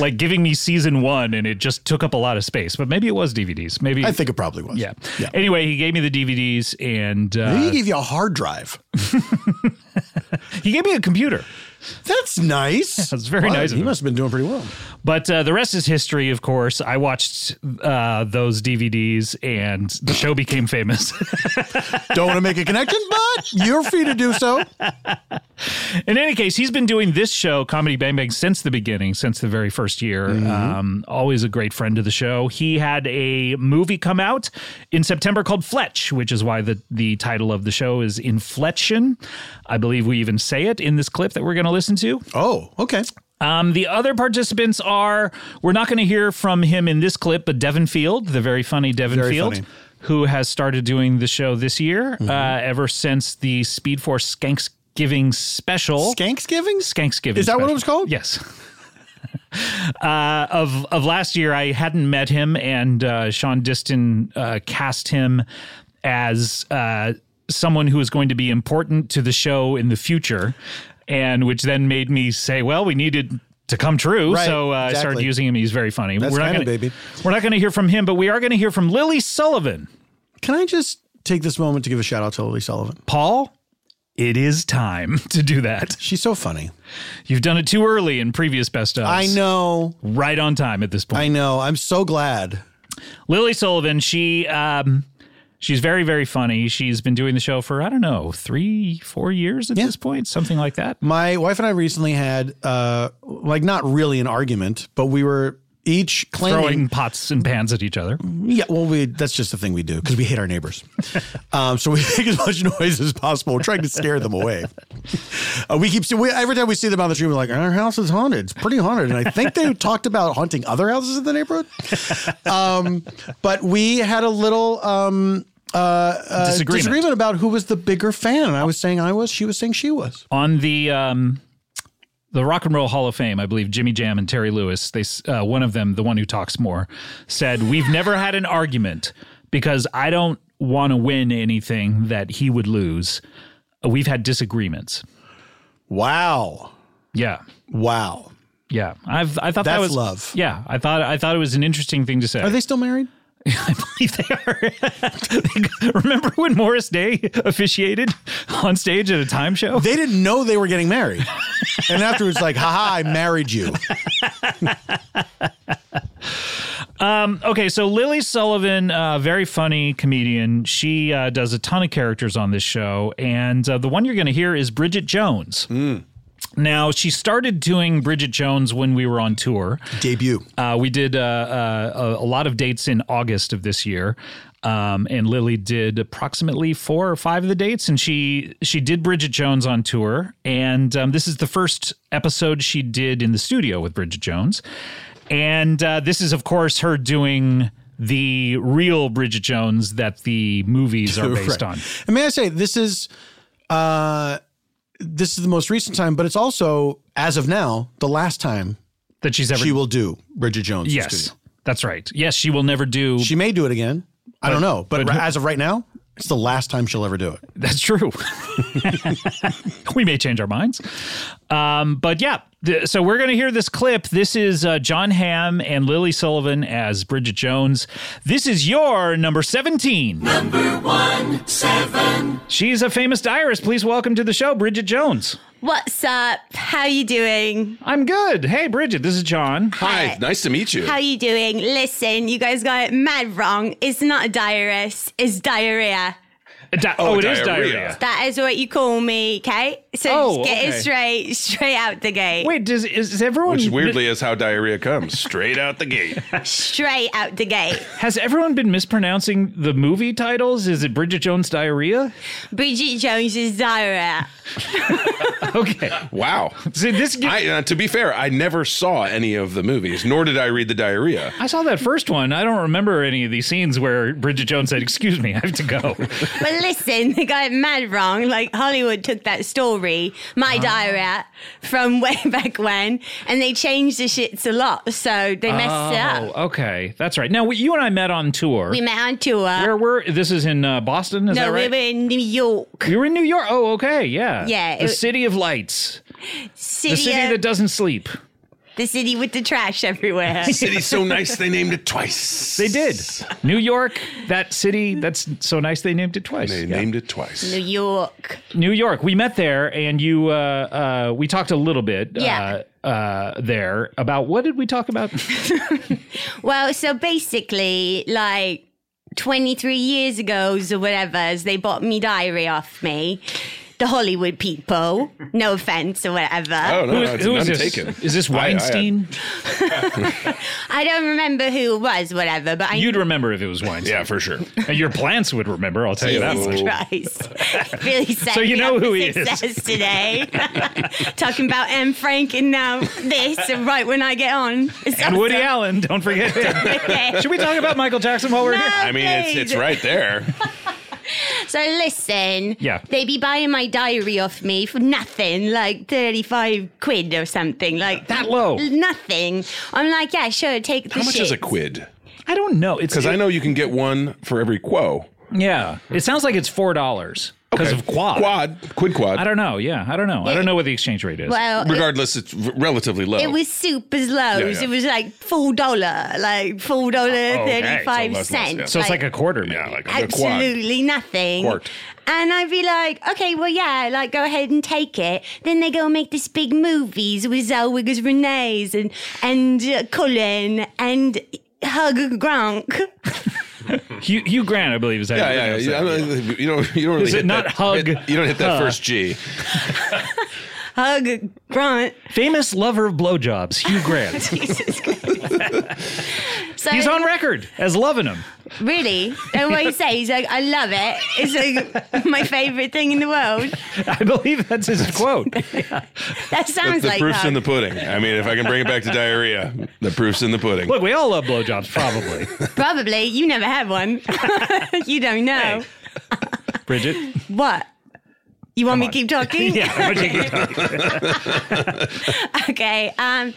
like giving me season one, and it just took up a lot of space. But maybe it was DVDs. Maybe I think it probably was. Yeah. yeah. Anyway, he gave me the DVDs, and he uh, gave you a hard drive. [laughs] he gave me a computer. That's nice. [laughs] That's very nice of He him. must have been doing pretty well. But uh, the rest is history, of course. I watched uh, those DVDs, and the show became famous. [laughs] Don't want to make a connection, but you're free to do so. In any case, he's been doing this show, Comedy Bang Bang, since the beginning, since the very first year. Mm-hmm. Um, always a great friend of the show. He had a movie come out in September called Fletch, which is why the, the title of the show is Inflection. I believe we even say it in this clip that we're going to listen to. Oh, okay. Um, the other participants are, we're not going to hear from him in this clip, but Devin Field, the very funny Devin Very Field. funny. Who has started doing the show this year? Mm-hmm. Uh, ever since the Speed Force Skanksgiving special, Skanksgiving? Skanksgiving. Is that what special. it was called? Yes. [laughs] uh, of of last year, I hadn't met him, and uh, Sean Distin uh, cast him as uh, someone who is going to be important to the show in the future, and which then made me say, "Well, we needed." To come true, Right, so uh, I started exactly. using him. He's very funny. That's we're not kinda gonna, baby. We're not going to hear from him, but we are going to hear from Lily Sullivan. Can I just take this moment to give a shout out to Lily Sullivan? Paul, it is time [laughs] to do that. She's so funny. You've done it too early in previous best ofs. I know. right on time at this point. I know. I'm so glad. Lily Sullivan, she um she's very very funny. She's been doing the show for I don't know, 3 4 years at this point, something like that. My wife and I recently had, uh, like, not really an argument, but we were each claiming. Throwing pots and pans at each other. Yeah, well, we that's just the thing we do because we hate our [laughs] neighbors. um, so we make as much noise as possible, trying to scare them away. Uh, we keep we, every time we see them on the street, we're like, "Our house is haunted. It's pretty haunted." And I think [laughs] they talked about haunting other houses in the neighborhood. Um, but we had a little um, uh, Disagreement. disagreement about who was the bigger fan, and I was saying I was. She was saying she was. On the um the Rock and Roll Hall of Fame, I believe Jimmy Jam and Terry Lewis, they s- uh, one of them, the one who talks more, said, "We've never had an argument because I don't want to win anything that he would lose. We've had disagreements." Wow, Yeah. wow. Yeah, I've I thought that That's was love. Yeah, I thought I thought it was an interesting thing to say. Are they still married? [laughs] I believe they are. [laughs] Remember when Morris Day officiated on stage at a time show? They didn't know they were getting married, [laughs] and afterwards, like, haha, I married you. Um, Okay, so Lily Sullivan, uh, very funny comedian. She uh, does a ton of characters on this show, and uh, the one you're going to hear is Bridget Jones. Now, she started doing Bridget Jones when we were on tour. Debut. Uh, we did uh, uh, a- a lot of dates in August of this year, um, and Lily did approximately four or five of the dates, and she she did Bridget Jones on tour, and um, this is the first episode she did in the studio with Bridget Jones, and uh, this is of course her doing the real Bridget Jones that the movies are based [laughs] Right. on. And may I say, this is uh, this is the most recent time, but it's also, as of now, the last time That she's ever she will do Bridget Jones. in yes, studio. that's right. Yes, she will never do. she may do it again. I don't know, but, but ri- who- as of right now, it's the last time she'll ever do it. [laughs] That's true. we may change our minds. Um, but yeah, The- so we're going to hear this clip. This is uh, John Hamm and Lily Sullivan as Bridget Jones. This is your number 17. She's a famous diarist. Please welcome to the show, Bridget Jones. What's up? How you doing? I'm good. Hey, Bridget, this is John. Hi, nice to meet you. How you doing? Listen, you guys got it mad wrong. It's not a diarist, it's diarrhea. Di- oh, it is diarrhea. diarrhea. That is what you call me, okay? So Oh, just get okay. it straight, straight out the gate. Wait, does is, is everyone Which weirdly is how diarrhea comes straight out [laughs] the gate. Straight out the gate. has everyone been mispronouncing the movie titles? Is it Bridget Jones diarrhea? Bridget Jones's diarrhea. Okay, Wow. see this. gi- I, uh, to be fair, I never saw any of the movies, nor did I read the diarrhea. I saw that first one. I don't remember any of these scenes where Bridget Jones said, "Excuse me, I have to go." But listen, they got it mad wrong. Like Hollywood took that story, my Uh-huh. diarrhea, from [laughs] way back when, and they changed the shits a lot, so [laughs] they messed it up. oh, okay, that's right. Now you and I met on tour. We met on tour. where were this? Is in uh, Boston? Is that no, right? we were in New York. You were in New York. Oh, okay, yeah, Yeah, The it- city of lights, City the city of- that doesn't sleep. the city with the trash everywhere. City's so nice they named it twice. They did New York, that city. That's so nice. They named it twice. They Yeah. named it twice. New York. New York. We met there, and you. Uh, uh, we talked a little bit. Yeah. Uh, uh, there about what did we talk [laughs] about? [laughs] Well, so basically, like 23 years ago or whatever's, they bought me diary off me. The Hollywood people, no offense or whatever. Oh, Who no, no, is, it's who none is this? taken. Is this I- I- Weinstein? [laughs] I don't remember who it was, whatever, but I You'd remember if it was Weinstein. yeah, for sure. And your plants would remember. I'll tell you that. Jesus much. Christ. [laughs] really set So you me know up for who he is. success today. [laughs] Talking about M. Frank and now this, and right when I get on. It's And Woody awesome. Allen. Don't forget. him. [laughs] Okay. Should we talk about Michael Jackson while we're No, here? I mean, it's, it's please. right there. So listen, Yeah. they be buying my diary off me for nothing, like thirty-five quid or something, like That low? Nothing. I'm like, yeah, sure, take the How much is a shits. quid? I don't know. It's Because I know you can get one for every quo. Yeah, it sounds like it's four dollars because of quad. Quad, quid quad. I don't know. Yeah, I don't know. I don't know what the exchange rate is. Well, it- Regardless, it's v- relatively low. it, was super low. yeah. It was like four dollar, like four Oh, dollar okay. thirty-five So less, less, yeah. cents. so it's like a quarter. Maybe. yeah, like a quad. absolutely nothing. Quart. And I'd be like, okay, well, yeah, like go ahead and take it. Then they go and make these big movies with Zellweger's Renee's and and uh, Cullen and Hug Gronk. Hugh, Hugh Grant, I believe, is that. Yeah, yeah, yeah. I don't- You don't, you don't really Is it hit not that, hug? hit- you don't hit that Huh. [laughs] first G. Hug Grunt. Famous lover of blowjobs, Hugh [laughs] Grant. So He's on record as loving him. really, and what he says, he's like, I love it. It's like [laughs] my favorite thing in the world. I believe that's his [laughs] quote. That sounds the like proof's Hug. in the pudding. I mean, if I can bring it back to diarrhea, the proof's in the pudding. Look, we all love blowjobs, probably. Probably you never had one. [laughs] you don't know [laughs] Bridget. what. You want me on. to keep [laughs] talking? I'm gonna take it. [laughs] okay. Um,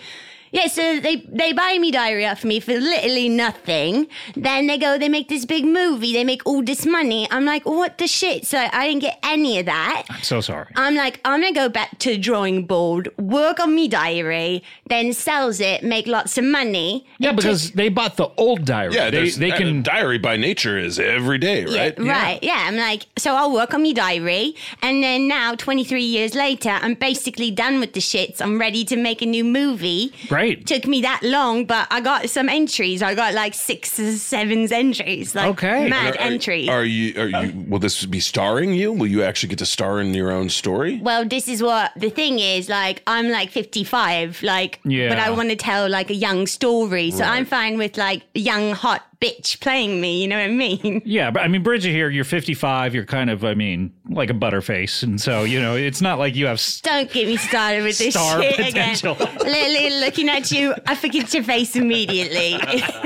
yeah, so they, they buy me diarrhea for me for literally nothing. Then they go, they make this big movie, they make all this money. I'm like, what the shit? So I didn't get any of that. so sorry. I'm like, I'm gonna go back to the drawing board, work on me diary, then sells it, make lots of money. Yeah, because they bought the old diary. yeah, they there's- they uh, can. diary by nature is every day, right? Yeah, right. Yeah. I'm like, so I'll work on my diary. And then now, 23 years later, I'm basically done with the shits. I'm ready to make a new movie. Great. Took me that long, but I got some entries. I got like six or seven entries. Like Okay. Mad Are- entries. Are you? Are you? Will this be starring you? Will you actually get to star in your own story? well, this is what the thing is. Like, I'm like 55, like, Yeah. but I want to tell like a young story. So I'm fine with like a young hot bitch playing me. You know what I mean? [laughs] Yeah, but I mean, Bridget here, you're 55. You're kind of, I mean, like a butterface, and so you know, it's not like you have. s- Don't get me started with this Star shit [laughs] potential. again. Literally looking at you, I forget your face immediately.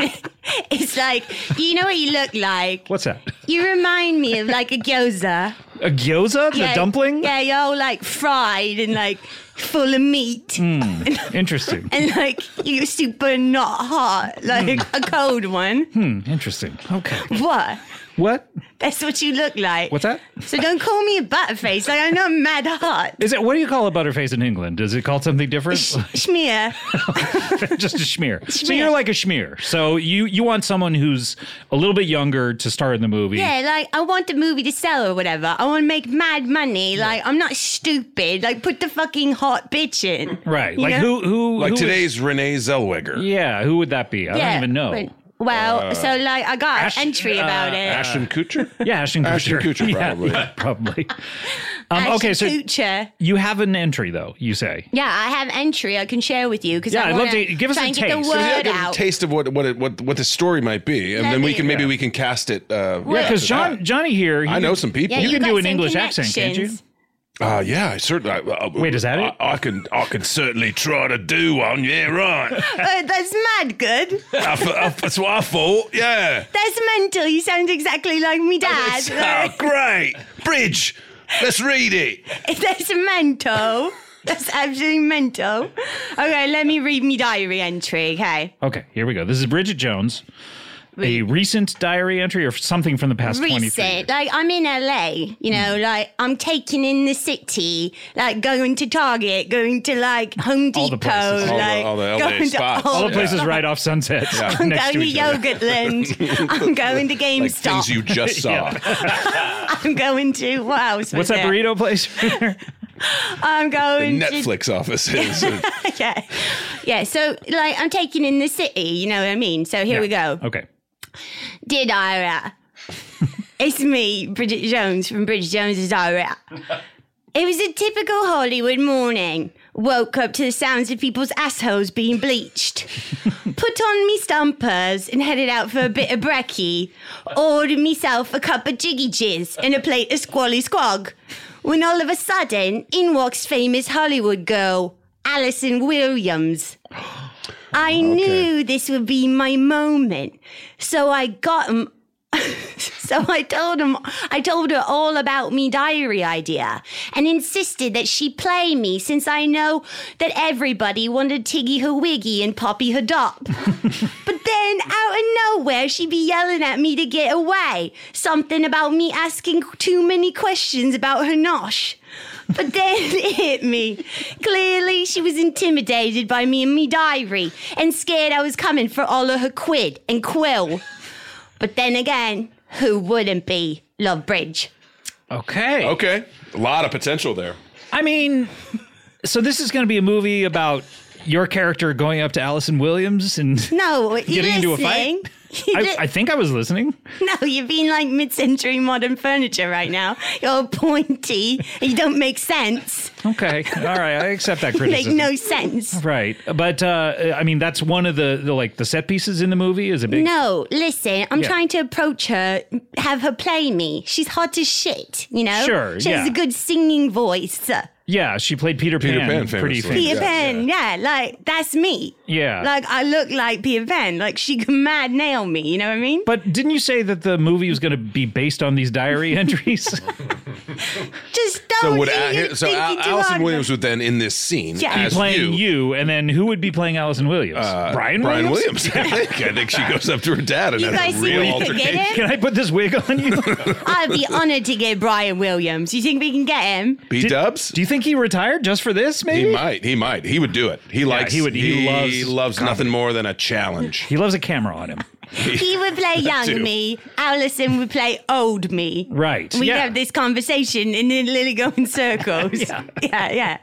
[laughs] it's like, you know what you look like? What's that? You remind me of like a gyoza. A gyoza, the dumpling. [laughs] Yeah, you're all like fried and like full of meat Hmm, Interesting. and like you're super not hot, like a cold one. Hmm, Interesting. Hmm. Okay. What? What? That's what you look like. What's that? So don't call me a butterface. Like I'm not mad hot. Is it what do you call a butterface in England? Is it called something different? Schmear. [laughs] Just a schmear. So Schmear. you're like a schmear. So you you want someone who's a little bit younger to star in the movie. Yeah, like I want the movie to sell or whatever. I want to make mad money. Like I'm not stupid. Like put the fucking hot bitch in. Right. You Like know? who who Like who is- today's Renee Zellweger. Yeah, who would that be? I Yeah, don't even know. Uh, but- Well, so like I got Ash- an entry uh, about it. Ashton Kutcher? Yeah, Ashton Kutcher. [laughs] Ashton Kutcher, Yeah, probably. yeah, [laughs] probably. Um, okay, so Ashton Kutcher. you have an entry though. You say Yeah, I have entry I can share with you because Yeah, I I'd love wanna to- give us try a and get the taste. So, yeah, word give a out. taste of what what it, what what the story might be, and Let then we me- can maybe we can cast it. Uh, Yeah, because after John that. Johnny here. he I know can- some people. Yeah, You you can got do an some English accent, can't you? connections. Uh, yeah, I certainly. I, I, Wait, is that it? I, I can I can certainly try to do one. Yeah, [laughs] right. [laughs] Uh, Oh, that's mad good. Ah, I f- I f- that's what I thought. Yeah. That's mental. You sound exactly like me That's- [laughs] dad. oh, great bridge. Let's read it. [laughs] That's mental. That's absolutely mental. Okay, let me read me diary entry. Okay. Okay, here we go. This is Bridget Jones. A recent diary entry or something from the past 23 years. Recent. Like I'm in LA, you Hmm. know, like I'm taking in the city, like going to Target, going to like Home Depot, All the places. All the- like all the LA going spots. to all, All the Yeah. places right off Sunset I'm next to going each to other. [laughs] [laughs] Yogurtland. I'm going to Like GameStop. things you just [laughs] saw. I'm going to what else? What's was that it? burrito [laughs] place? I'm going to Netflix offices. [laughs] yeah. Yeah. So, like, I'm taking in the city, you know what I mean? So, here we go. Okay. Dear Ira, it's me, Bridget Jones from Bridget Jones's Ira. It was a typical Hollywood morning. Woke up to the sounds of people's assholes being bleached. Put on me stumpers and headed out for a bit of brekkie. Ordered myself a cup of jiggy jizz and a plate of squally squog. When all of a sudden, in walks famous Hollywood girl, Alison Williams. I knew this would be my moment. So I got him. [laughs] so I told him, I told her all about me diary idea and insisted that she play me since I know that everybody wanted Tiggy her wiggy and Poppy her dop. but then out of nowhere, she'd be yelling at me to get away. Something about me asking too many questions about her nosh. But then [laughs] it hit me. Clearly, she was intimidated by me and me diary and scared I was coming for all of her quid and quill. But then again, who wouldn't be? Love Bridge. Okay. okay, a lot of potential there. I mean, so this is going to be a movie about your character going up to Allison Williams and [laughs] No, you're Getting into a fight? listening. [laughs] You I, li- I think I was listening. [laughs] no, you're being like mid-century modern furniture right now. You're all pointy. and you don't make sense. Okay. All right. I accept that You [laughs] make criticism. no sense. Right. But uh, I mean, that's one of the, the like the set pieces in the movie is a big. No, listen, I'm Yeah. trying to approach her, have her play me. She's hot as shit, you know? Sure, She has yeah. a good singing voice. Yeah, she played Peter, Peter Pan. Pan pretty famously. famous. Peter Yeah, Pan, yeah. like that's me. Yeah. Like I look like Peter Pan. Like she can mad nail me, you know what I mean? But didn't you say that the movie was going to be based on these [laughs] diary entries? Just don't So would think Al- you're so thinking Al- too Allison hard. Williams would then in this scene Yeah. Be as playing you. and then who would be playing Allison Williams? uh, Brian, Brian Williams? Williams. [laughs] I think I think she goes up to her dad and You has guys a think we real could get altercation. him? Can I put this wig on [laughs] you? [laughs] I'd be honored to get Brian Williams. You think we can get him? B Dubs. Do you think he retired just for this? Maybe He might. He might. He would do it. He likes. he would- he He loves loves nothing more than a challenge. [laughs] He loves a camera on him. He would play young Two. me. Allison would play old me. Right. We'd yeah. have this conversation and then Lily go [laughs] in circles. yeah. yeah,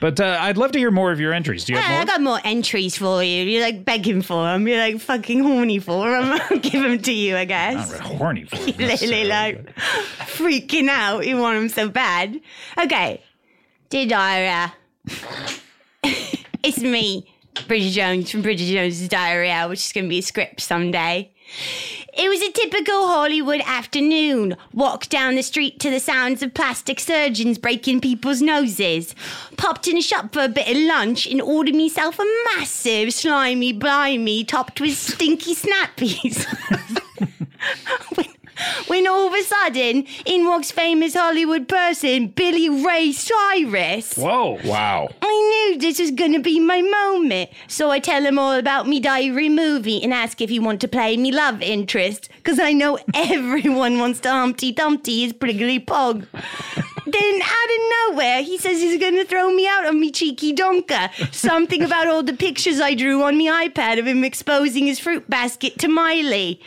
But uh, I'd love to hear more of your entries. Do you Oh, I have more? got more entries for you. You're like begging for them. You're like fucking horny for them. [laughs] I'll give them to you, I guess. I'm horny for [laughs] it. Literally, like freaking out. You want him so bad. Okay. uh, Dear Diarrhea. [laughs] it's me, Bridget Jones from Bridget Jones's Diarrhea, which is going to be a script someday. It was a typical Hollywood afternoon. Walked down the street to the sounds of plastic surgeons breaking people's noses. Popped in a shop for a bit of lunch and ordered myself a massive slimy blimey topped with stinky snappies. [laughs] when all of a sudden in walks famous Hollywood person Billy Ray Cyrus. Whoa. Wow. I knew this was gonna be my moment. So I tell him all about me diary movie and ask if he want to play me love interest, because I know [laughs] everyone wants to Humpty Dumpty his priggly pog. Then out of nowhere, he says he's gonna throw me out on me cheeky donker. Something about all the pictures I drew on me iPad of him exposing his fruit basket to Miley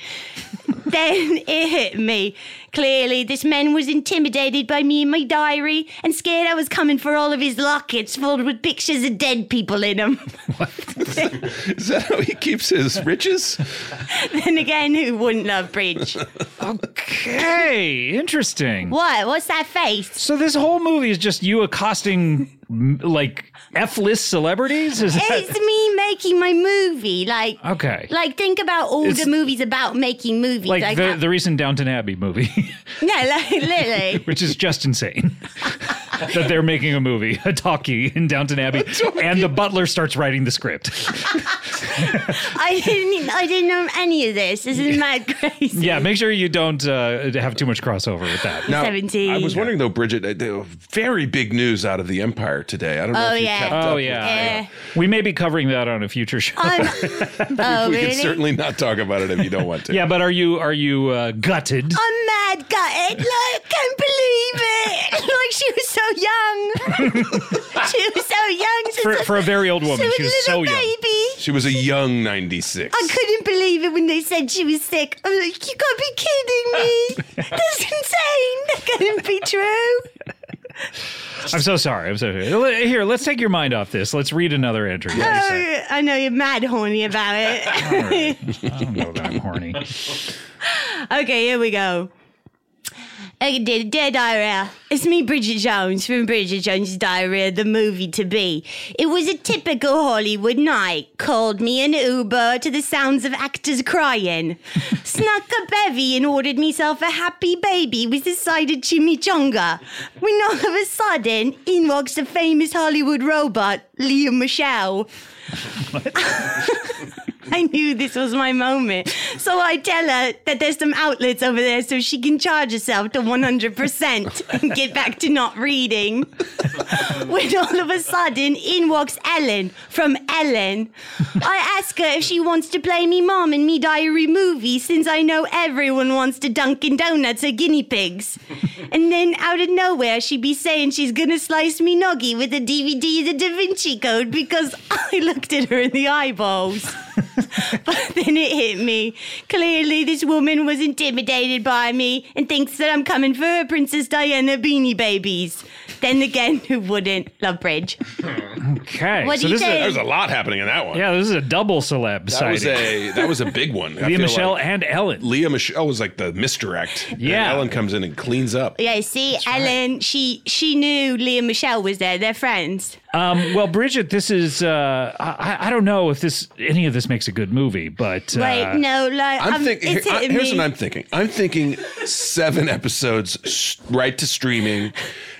[laughs] then it hit me. Clearly, this man was intimidated by me and my diary and scared I was coming for all of his lockets filled with pictures of dead people in them. Is that how he keeps his riches? [laughs] then again, who wouldn't [laughs] love Bridge? Okay. Interesting. What? What's that face? So this whole movie is just you accosting m- like F-list celebrities? Is that It's me making my movie. Like, Okay. Like, think about all It's- the movies about making movies. like, the, that. the recent Downton Abbey movie, [laughs] [laughs] no, like, literally. which is just [laughs] insane. that they're making a movie, a talkie in Downton Abbey, and the butler starts writing the script. I didn't. I didn't know any of this. This is mad crazy. [laughs] Yeah, make sure you don't uh, have too much crossover with that. Now, Seventeen. I was wondering though, Bridget, uh, there were very big news out of the Empire today. I don't know Oh, if you yeah. kept up. Oh with- yeah. Yeah. we may be covering that on a future [laughs] show. I'm, oh, We really? can certainly not talk about it if you don't want to. yeah, but are you are you uh, gutted? I'm mad gutted. Like, can't believe it. [laughs] Like, she was so [laughs] young. she was so young. She For, was for a very old so, woman, she was so little young. baby. She was a young 96. I couldn't believe it when they said she was sick. I'm like, you gotta be kidding [laughs] me. That's insane. That couldn't be true. I'm so sorry. I'm so sorry. L- Here, let's take your mind off this. Let's read another entry. What do you say? Oh, I know you're mad horny about it. All [laughs] right. I don't know that I'm [laughs] horny. Okay, here we go. I did Dear Diarrhea. It's me, Bridget Jones, from Bridget Jones' Diarrhea, the movie to be. It was a typical Hollywood night. Called me an Uber to the sounds of actors crying. Snuck a bevy and ordered myself a happy baby with a side of chimichanga. When all of a sudden, in walks the famous Hollywood robot, Liam Michelle. [laughs] I knew this was my moment. So I tell her that there's some outlets over there so she can charge herself to 100% and get back to not reading. [laughs] when all of a sudden in walks Ellen from Ellen. I ask her if she wants to play me mom in me diary movie since I know everyone wants to Dunkin' Donuts or guinea pigs. And then out of nowhere, she be saying she's gonna slice me noggy with a DVD, The Da Vinci Code, because I looked at her in the eyeballs. But [laughs] then it hit me. Clearly, this woman was intimidated by me and thinks that I'm coming for her Princess Diana beanie babies. Then again, [laughs] who wouldn't? Love Bridge. Okay. What so do you this is a- think? There's a lot happening in that one. yeah, this is a double celeb That was sighting. a that was a big one. [laughs] I Leah feel Michelle like and Ellen. Leah Michelle was like the misdirect. and Yeah. Ellen comes in and cleans up. Yeah, see, Ellen, she she knew Leah Michelle was there. They're friends. Um, well, Bridget, this is uh, I, I- I don't know if this any of this makes a good movie, but uh, Wait, no, like I'm I'm thinking. um, It's here- I- hitting here's me. what I'm thinking. I'm thinking seven episodes s- right to streaming,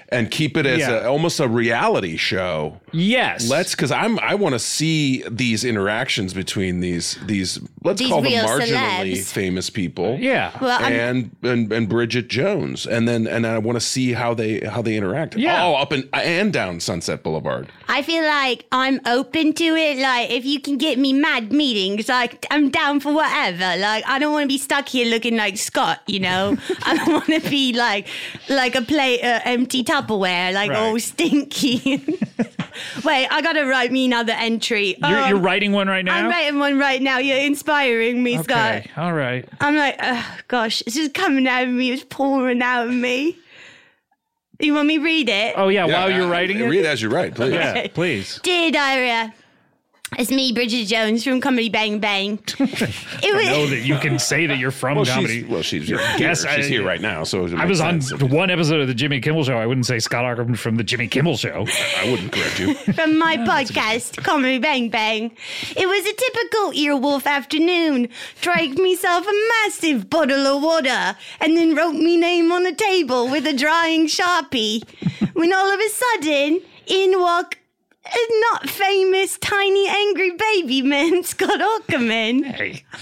and keep it as Yeah. a, almost a reality show. yes, Let's, because I'm I want to see these interactions between these these let's These call them real marginally celebs. famous people. yeah. well, I'm, and, and and Bridget Jones, and then and I want to see how they how they interact. Yeah. Oh, up and and down Sunset Boulevard. I feel like I'm open to it. Like, if you can get me mad meetings, like, I'm down for whatever. Like, I don't want to be stuck here looking like Scott, [laughs] you know? I don't want to be like, like a plate of empty Tupperware, like Right. all stinky. [laughs] Wait, I gotta write me another entry. You're, Oh, you're writing one right now. I'm writing one right now. You're inspiring me, Scott. Okay. All right. I'm like, oh gosh, it's just coming out of me. It's pouring out of me. You want me to read it? Oh yeah. Yeah, while you're I- writing it. read as you write, please. Yeah. Please. Dear Diarrhea, it's me, Bridget Jones from Comedy Bang Bang. it was, Know that [laughs] you can say that you're from Well, comedy. she's well, she's here. Yes, I- she's here right now. So it I makes was on sense. one episode of the Jimmy Kimmel Show. I wouldn't say Scott Ackerman from the Jimmy Kimmel Show. I wouldn't correct you. from my podcast, Comedy Bang Bang. It was a typical earwolf afternoon. Drank myself a massive bottle of water and then wrote me name on a table with a drying sharpie. when all of a sudden, in walk a not [laughs] famous tiny angry baby man, Scott Ackerman. Hey. [laughs]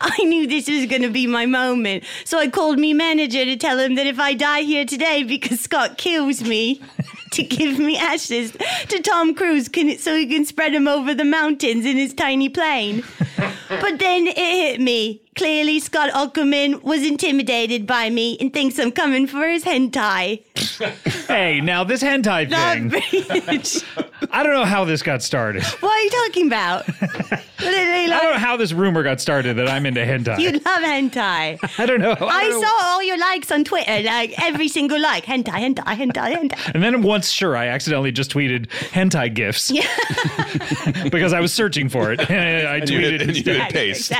I knew this was going to be my moment. So I called me manager to tell him that if I die here today because Scott kills me, [laughs] to give me ashes to Tom Cruise can, so he can spread them over the mountains in his tiny plane. [laughs] but then it hit me. Clearly, Scott Ackerman was intimidated by me and thinks I'm coming for his [laughs] hentai. [laughs] Hey, now this hentai thing. [laughs] I don't know how this got [laughs] started. what are you talking about? Literally, I don't know like, how this rumor got started that I'm into hentai. you love hentai. [laughs] I don't know. I don't know. saw all your likes on Twitter, like every single like. Hentai, hentai, hentai, hentai. And then once, sure, I accidentally just tweeted hentai gifs [laughs] Yeah. [laughs] because I was searching for it. [laughs] And I you hit- tweeted and you instead. hit paste. [laughs]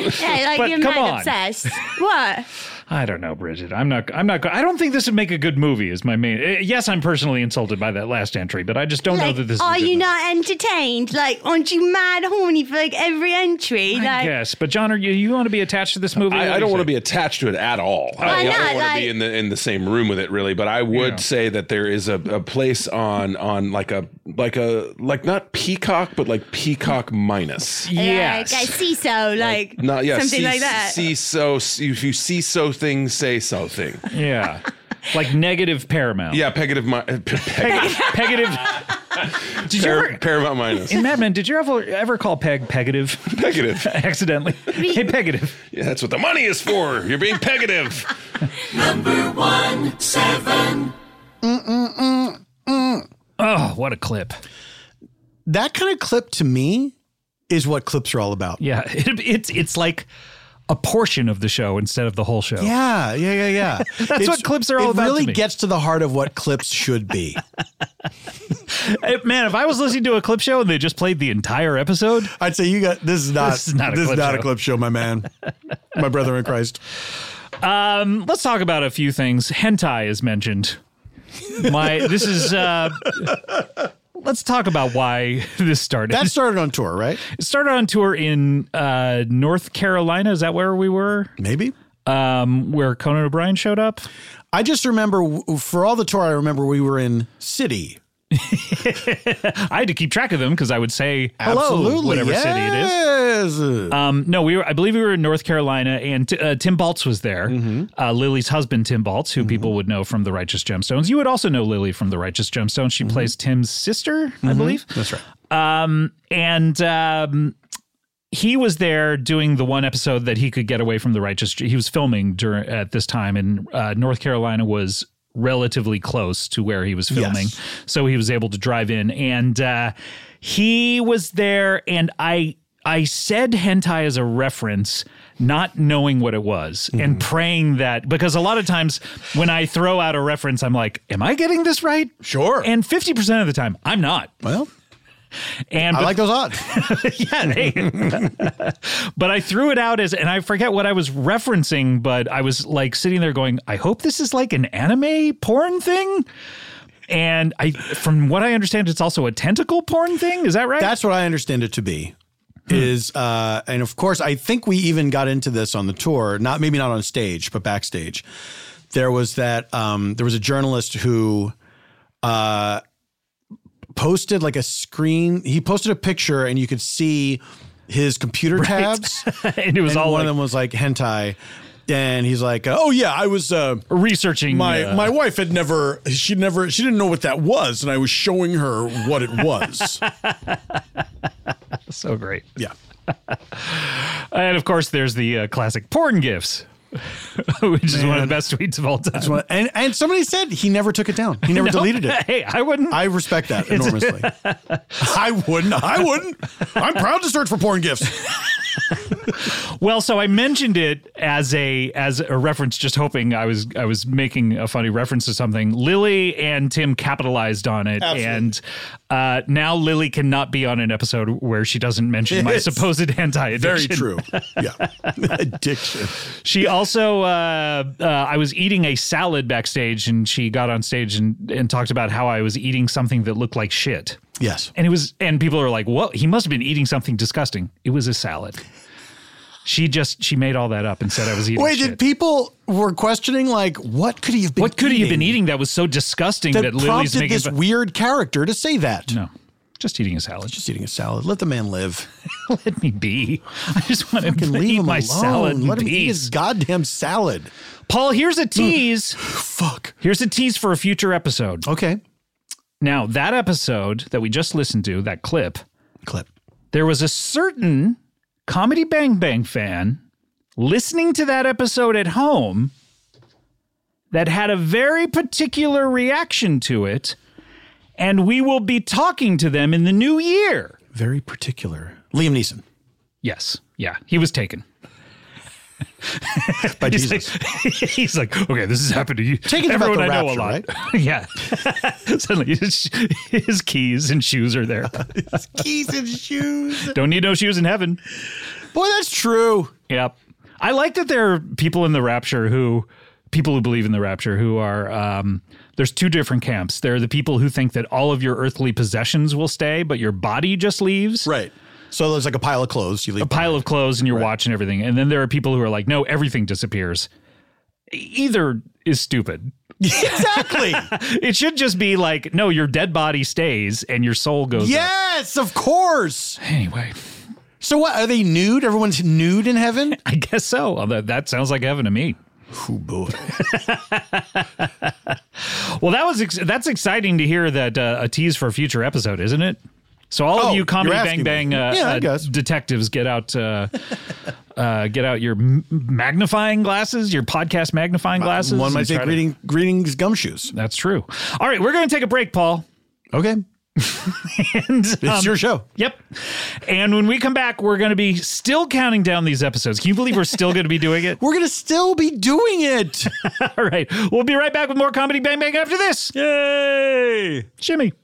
Exactly. Yeah, like But you're come mad on. [laughs] obsessed. What? I don't know, Bridget. I'm not. I'm not. I don't think this would make a good movie. Is my main. eh, Yes, I'm personally insulted by that last entry, but I just don't know Like, oh, that this. are is a good you movie. not entertained? Like, aren't you mad horny for like every entry? I like, guess. But John, are you, you want to be attached to this movie? What I, do I you don't want to say? be attached to it at all. I, Why I not? don't want to Like- be in the in the same room with it really. But I would Yeah. say that there is a, a place on on like a like a like not peacock but like peacock minus. Yes. like I see so, like, Not yeah, something see, like that. See so if you see so thing, say so thing. yeah. Like negative Paramount. Yeah, pegative. Mi- [laughs] pe- pe- Peg- Pegative. Did you par- ever, paramount minus. in Mad Men? Did you ever ever call Peg Pegative Pegative. [laughs] accidentally? hey, Pegative. Yeah, that's what the money is for. You're being pegative. Mm, Oh, what a clip! That kind of clip to me is what clips are all about. Yeah, [laughs] it, it's it's like a portion of the show instead of the whole show. Yeah, yeah, yeah, [laughs] yeah. That's what clips are all it about to really me. gets to the heart of what clips should be. Eh, man, if I was listening to a clip show and they just played the entire episode, I'd say you got this is not This is not a clip show. show, my man, my brother in Christ. Um, let's talk about a few things. Hentai is mentioned. My this is. Uh, let's talk about why [laughs] this started. That started on tour, right? it started on tour in uh, North Carolina. Is that where we were? Maybe. Um, [laughs] where Conan O'Brien showed up. I just remember w- for all the tour, I remember we were in City. I had to keep track of them because I would say hello, Absolutely, whatever yes. city it is. city it is. Um, no, we were. I believe we were in North Carolina, and t- uh, Tim Baltz was there. Uh, Lily's husband, Tim Baltz, who people would know from The Righteous Gemstones. You would also know Lily from The Righteous Gemstones. She plays Tim's sister, I believe. Mm-hmm. That's right. Um, and um, he was there doing the one episode that he could get away from The Righteous. He was filming during at this time, and uh, North Carolina was relatively close to where he was filming Yes. so he was able to drive in and uh, he was there and i i said hentai as a reference not knowing what it was Mm-hmm. and praying that because a lot of times when i throw out a reference i'm like am i getting this right sure. and 50% of the time i'm not well, and I but- like those odds. [laughs] yeah, hey. but I threw it out as, and I forget what I was referencing, but I was like sitting there going, I hope this is like an anime porn thing. And I, from what I understand, [laughs] it's also a tentacle porn thing. Is that right? That's what I understand it to be. Is uh, and of course, I think we even got into this on the tour. Not maybe not on stage, but backstage. There was that. Um, there was a journalist who uh, posted like a screen. He posted a picture, and you could see his computer tabs. [laughs] and it was and all like one of them was like hentai, and he's like, "Oh yeah, I was." Uh, researching my uh, my wife had never she never she didn't know what that was and i was showing her what it was so great. yeah. [laughs] And of course, there's the uh, classic porn gifs, [laughs] which is one of the Man. best tweets of all time. Well, And and somebody said he never took it down. He never deleted it. Hey, I wouldn't. I respect that enormously. i wouldn't [laughs] i wouldn't i'm proud to search for porn gifts Well, so I mentioned it as a as a reference, just hoping I was I was making a funny reference to something. Lily and Tim capitalized on it, and uh, now Lily cannot be on an episode where she doesn't mention my Yes. supposed anti addiction. very true yeah [laughs] addiction She also, uh, uh, I was eating a salad backstage, and she got on stage and and talked about how I was eating something that looked like shit. Yes. And it was, and people are like, "Whoa, he must have been eating something disgusting." It was a salad. She just she made all that up and said I was eating. Wait, shit. did people were questioning like what could he have been? what could he have been eating that was so disgusting that, that Lily's prompted making? this fun- weird character to say that? no, Just eating a salad. Just Just eating a salad. Let the man live. let me be. I just want to Fucking leave eat him my alone. salad in Let him eat peace. his goddamn salad. Paul, here's a tease. [sighs] Fuck. here's a tease for a future episode. Okay. Now, that episode that we just listened to, that clip, Clip. there was a certain Comedy Bang Bang fan listening to that episode at home that had a very particular reaction to it. And we will be talking to them in the new year. Very particular. Liam Neeson Yes. Yeah. He was taken. by He's like, [laughs] Jesus. he's like, okay, this has happened to you. Taken's about Everyone the I know rapture, a lot. [laughs] yeah. Suddenly his, his keys and shoes [laughs] are there. Keys and shoes. Don't need no shoes in heaven. Boy, that's true. Yep. I like that there are people in the rapture who people who believe in the rapture who are um there's two different camps. There are the people who think that all of your earthly possessions will stay, but your body just leaves. Right. So there's like a pile of clothes you leave. A pile of clothes and your watch and everything. And then there are people who are like, no, everything disappears. Either is stupid. [laughs] exactly. [laughs] It should just be like, no, your dead body stays and your soul goes. up. yes, of course. Anyway, So what are they nude? Everyone's nude in heaven? [laughs] I guess so. Although that sounds like heaven to me. Oh boy. [laughs] Well, that was ex- that's exciting to hear that uh, a tease for a future episode, isn't it? So all Oh, of you comedy you're bang asking bang me. uh, Yeah, I uh, guess. detectives, get out uh, [laughs] uh, get out your m- magnifying glasses, your podcast magnifying glasses. One might and say Uh, try to- greeting, greetings gumshoes. That's true. All right, we're going to take a break, Paul. Okay. [laughs] And, It's um, your show. Yep. And when we come back, we're going to be still counting down these episodes. Can you believe we're still going to be doing it? [laughs] We're gonna still be doing it. [laughs] All right. We'll be right back with more comedy bang bang after this. Yay! Jimmy. [laughs]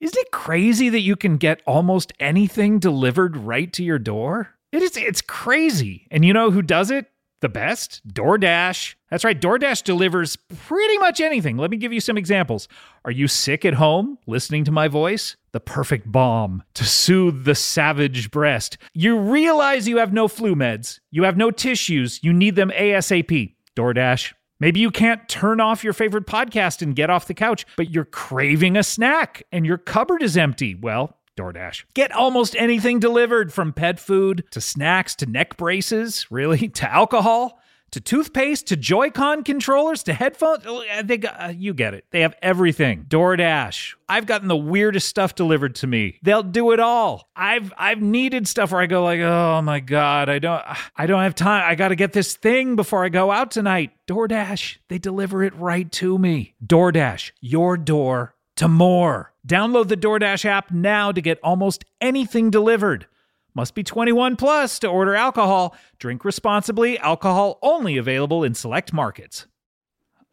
Isn't it crazy that you can get almost anything delivered right to your door? It is it's crazy. And you know who does it? The best? DoorDash. That's right, DoorDash delivers pretty much anything. Let me give you some examples. Are you sick at home listening to my voice? The perfect balm to soothe the savage breast. You realize you have no flu meds, you have no tissues, you need them ASAP. DoorDash. Maybe you can't turn off your favorite podcast and get off the couch, but you're craving a snack and your cupboard is empty. Well, DoorDash. Get almost anything delivered from pet food to snacks to neck braces, really, [laughs] to alcohol to toothpaste to Joy-Con controllers to headphones. Oh, I think uh, you get it. They have everything. DoorDash. I've gotten the weirdest stuff delivered to me. They'll do it all. I've I've needed stuff where I go like, oh my god, I don't I don't have time. I got to get this thing before I go out tonight. DoorDash. They deliver it right to me. DoorDash. Your door to more. Download the DoorDash app now to get almost anything delivered. Must be 21 plus to order alcohol. Drink responsibly. Alcohol only available in select markets.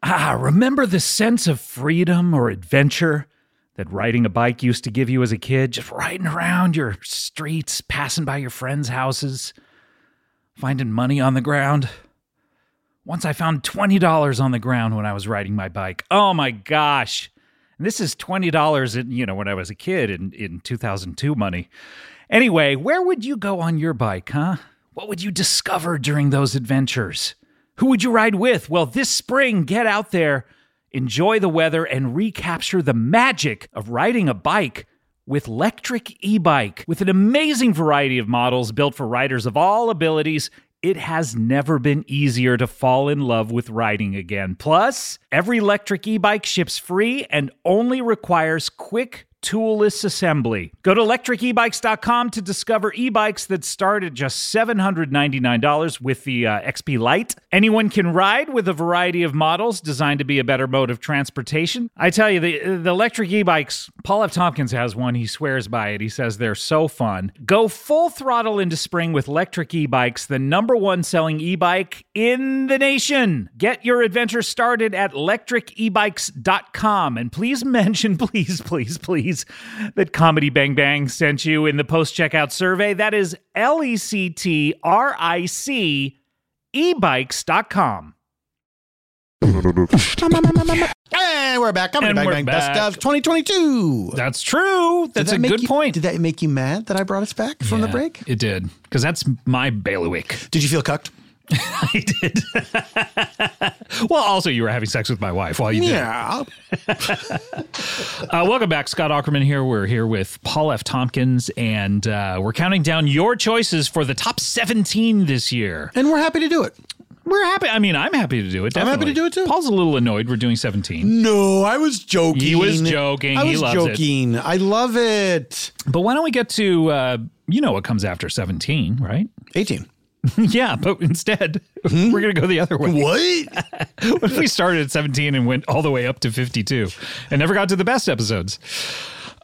Ah, remember the sense of freedom or adventure that riding a bike used to give you as a kid? Just riding around your streets, passing by your friends' houses, finding money on the ground. Once I found $20 on the ground when I was riding my bike. Oh my gosh. And this is $20 in, you know, when I was a kid in, in 2002 money. Anyway, where would you go on your bike, huh? What would you discover during those adventures? Who would you ride with? Well, this spring, get out there, enjoy the weather, and recapture the magic of riding a bike with Electric E Bike. With an amazing variety of models built for riders of all abilities, it has never been easier to fall in love with riding again. Plus, every electric e bike ships free and only requires quick toolless assembly. Go to electricebikes.com to discover e-bikes that start at just $799 with the uh, XP Lite. Anyone can ride with a variety of models designed to be a better mode of transportation. I tell you, the, the electric e-bikes, Paul F. Tompkins has one. He swears by it. He says they're so fun. Go full throttle into spring with electric e-bikes, the number one selling e-bike in the nation. Get your adventure started at electricebikes.com and please [laughs] mention, please, please, please, that Comedy Bang Bang sent you in the post checkout survey. That is L E C T R I C E ebikes.com. And we're back. Comedy And Bang we're Bang back. Best of 2022. Did That's true. That's that a make good you- point. Did that make you mad that I brought us back from the break? It did, because that's my bailiwick. Did you feel cucked? [laughs] I did. [laughs] well, also, you were having sex with my wife Oh, while you did. it. Yeah. Uh, welcome back, Scott Ackerman. Here we're here with Paul F. Tompkins, and uh, we're counting down your choices for the top 17 this year. And we're happy to do it. We're happy. I mean, I'm happy to do it. I'm happy definitely. to do it, too. Paul's a little annoyed. We're doing 17, No, Oh, I was joking. He was joking. I He was loves it. joking. I love it. but why don't we get to uh, you know what comes after 17, right? 18. [laughs] yeah, but instead we're gonna go the other way. Hmm? What? [laughs] What if we started at 17 and went all the way up to 52 and never got to the best episodes?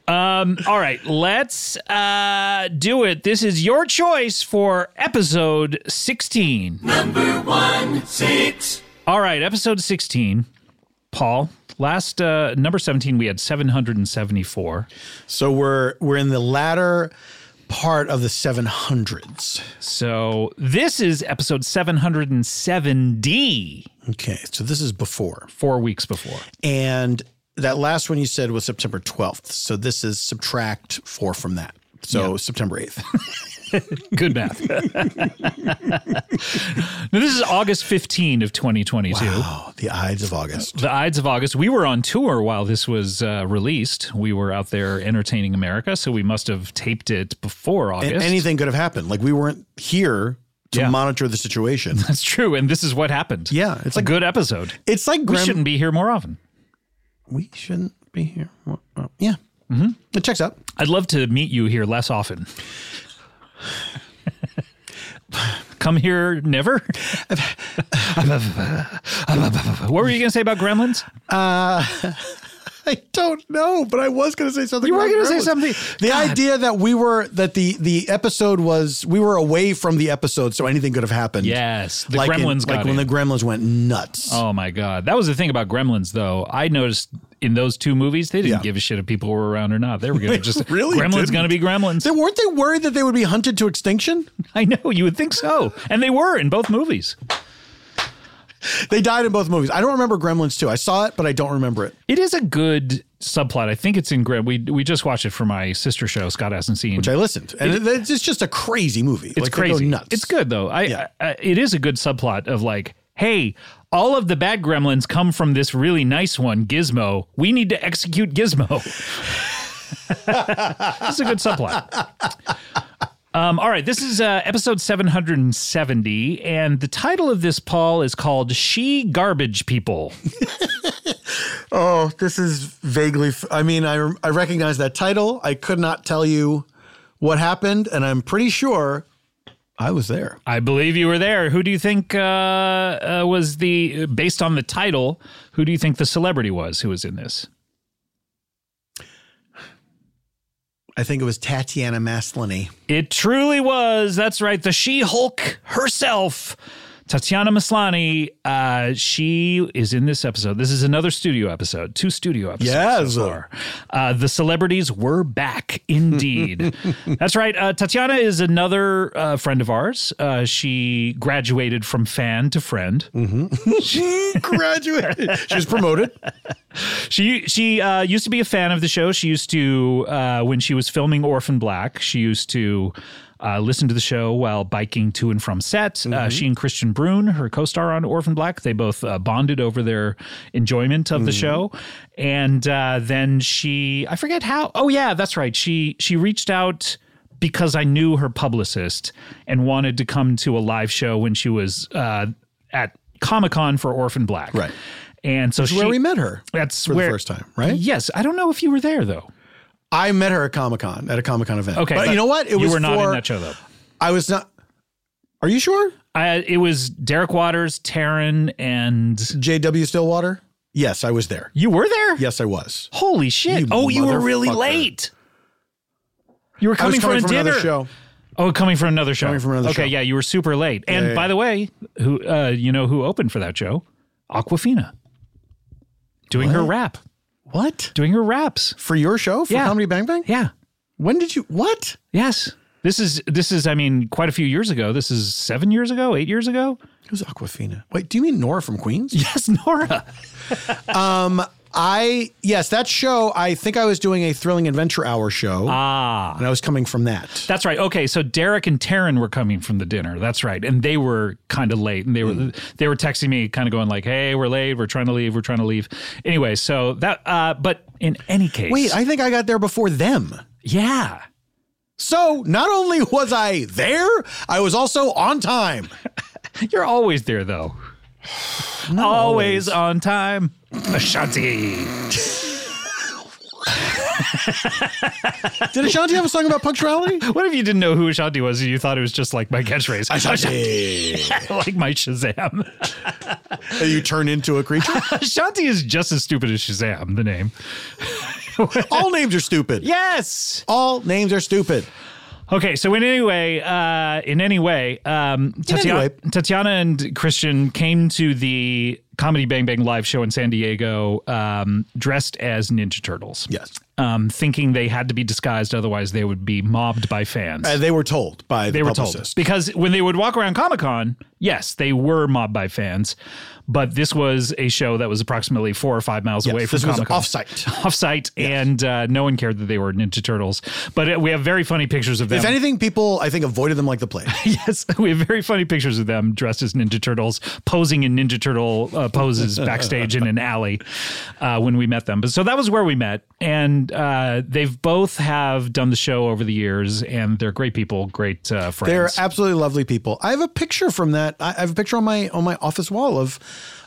Um, all right, let's uh, do it. This is your choice for episode 16. Number one, six. All right, episode 16. Paul, last uh, number 17, we had 774. so we're we're in the latter part of the 700s. So this is episode 707D, Okay. So this is before. four weeks before. And that last one you said was September 12th. So this is subtract 4 from that. So September 8th. [laughs] Good math. now, this is August 15 of 2022. oh, the Ides of August. The Ides of August. We were on tour while this was uh, released. We were out there entertaining America, so we must have taped it before August. And anything could have happened. Like we weren't here to Yeah. monitor the situation. [laughs] That's true. And this is what happened. Yeah, It's it's a like- good episode. It's like We Grim- shouldn't be here more often. we shouldn't be here. Well, uh, Yeah. Mm-hmm. It checks out. I'd love to meet you here less often. Come here, never. what were you going to say about gremlins? Uh, [laughs] I don't know, but I was going to say something. You were gonna about say Gremlins. something. The idea that we were that the the episode was we were away from the episode, so anything could have happened. Yes, the like in- gremlins like got when in. the Gremlins went nuts. Oh my god, that was the thing about Gremlins, though. I noticed in those two movies, they didn't Yeah. give a shit if people were around or not. They were [laughs] [laughs] gonna just really Gremlins didn't. gonna be Gremlins. They weren't they worried that they would be hunted to extinction? [laughs] I know you would think so, and they were in both movies. They died in both movies. I don't remember Gremlins too. I saw it, but I don't remember it. It is a good subplot. I think it's in Grem. We we just watched it for my sister show. Scott hasn't seen. Which I listened, and it, it's just a crazy movie. it's like, they go crazy. nuts. It's good though. I, Yeah. I, I it is a good subplot of like, hey. All of the bad gremlins come from this really nice one, Gizmo. We need to execute Gizmo. [laughs] this is a good subplot. Um, all right, this is uh, episode 770, and the title of this, Paul, is called She Garbage People. [laughs] Oh, this is vaguely. f- I mean, I I recognize that title. I could not tell you what happened, and I'm pretty sure I was there. I believe you were there. Who do you think uh, uh, was the, based on the title, who do you think the celebrity was who was in this? I think it was Tatiana Maslany. It truly was. That's right. The She Hulk herself, Tatiana Maslany. Uh, she is in this episode. This is another studio episode, two studio episodes. Yes. So far. Uh, the celebrities were back [laughs] indeed. That's right. Uh, Tatiana is another uh, friend of ours. Uh, she graduated from fan to friend. Mm-hmm. [laughs] Graduated. she was promoted. She she uh, used to be a fan of the show. She used to uh, when she was filming Orphan Black. She used to uh, listen to the show while biking to and from set. Uh, she and Christian Brune, her co-star on Orphan Black, they both uh, bonded over their enjoyment of the show. And uh, then she, I forget how. Oh yeah, that's right. She she reached out because I knew her publicist and wanted to come to a live show when she was uh, at Comic Con for Orphan Black. Right. And so she, Where we met her. that's for the where, first time, right? Yes, I don't know if you were there though. I met her at Comic Con at a Comic Con event. Okay, but, you know what? It you was were not in for- that show though. I was not. Are you sure? I, it was Derek Waters, Taryn, and J.W. Stillwater. Yes, I was there. you were there. Yes, I was. Holy shit! You oh, you were really motherfucker. late. You were I was coming, coming from, from, a another dinner. show. Oh, coming from another show. Coming from another okay, show. yeah, you were super late. And Yeah, yeah, by yeah. the way, who uh, you know who opened for that show? Aquafina, doing her rap, What doing her raps. for your show for Yeah. Comedy Bang Bang? Yeah. When did you? What? Yes. This is this is I mean quite a few years ago. This is seven years ago, eight years ago. [laughs] Who's Aquafina? Wait, do you mean Nora from Queens? Yes, Nora. Um, I yes, that show. I think I was doing a thrilling adventure hour show. Ah, and I was coming from that. That's right. Okay, so Derek and Taryn were coming from the dinner. That's right, and they were kind of late, and they were Hmm. they were texting me, kind of going like, "Hey, we're late. We're trying to leave. We're trying to leave." Anyway, so that. Uh, but in any case, Wait, I think I got there before them. yeah, So not only was I there, I was also on time. [laughs] you're always there [sighs] though. always on time, Ashanti. Did Ashanti have a song about punctuality? [laughs] What if you didn't know who Ashanti was and you thought it was just like my catchphrase? Ashanti. [laughs] like my Shazam. you [laughs] turn into a [laughs] creature. Ashanti is just as stupid as Shazam, the name. [laughs] All names are stupid. Yes. All names are stupid. Okay, so in any way, uh, in any way, um, Tatiana, way. Tatiana and Christian came to the Comedy Bang Bang live show in San Diego um, dressed as Ninja Turtles. Yes. Um, thinking they had to be disguised, otherwise they would be mobbed by fans. Uh, they were told by the they were told publicist. because when they would walk around Comic Con, yes, they were mobbed by fans, but this was a show that was approximately four or five miles away Yes, from this was Comic Con. offsite. [laughs] Offsite, and uh, no one cared that they were Ninja Turtles. But uh, we have very funny pictures of them. If anything, people I think avoided them like the plague. [laughs] Yes, we have very funny pictures of them dressed as Ninja Turtles, posing in Ninja Turtle uh, [laughs] poses backstage in an alley uh, when we met them. But so that was where we met, and uh, they've both have done the show over the years, and they're great people, great uh, They're friends. absolutely lovely people. I have a picture from that. I I have a picture on my on my office wall of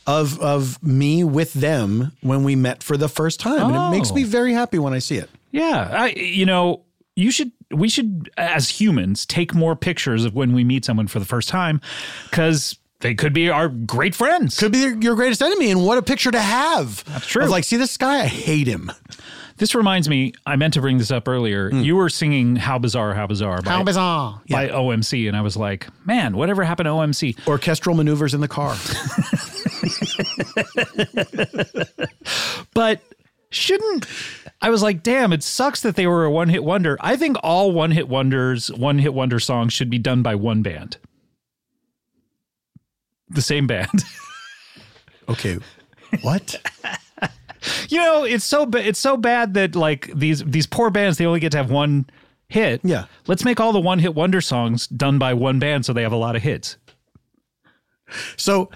of of me with them when we met for the first time, and it makes Oh. me very happy when I see it. yeah, I, you know, you should. We should, as humans, take more pictures of when we meet someone for the first time, because they could be our great friends. Could be your- your greatest enemy, and what a picture to have. That's true. like, see this guy, I hate him. Hmm. This reminds me, I meant to bring this up earlier. You were singing "How Bizarre, How Bizarre" by bizarre! Yeah. by OMC, and I was like, man, whatever happened to OMC? Orchestral maneuvers in [laughs] the car. But shouldn't I was like, damn, it sucks that they were a one hit wonder. I think all one hit wonders, one hit wonder songs should be done by one band, the same band. [laughs] okay, what? you know, it's so ba- it's so bad that like these these poor bands they only get to have one hit. Yeah. let's make all the one hit wonder songs done by one band so they have a lot of hits. So,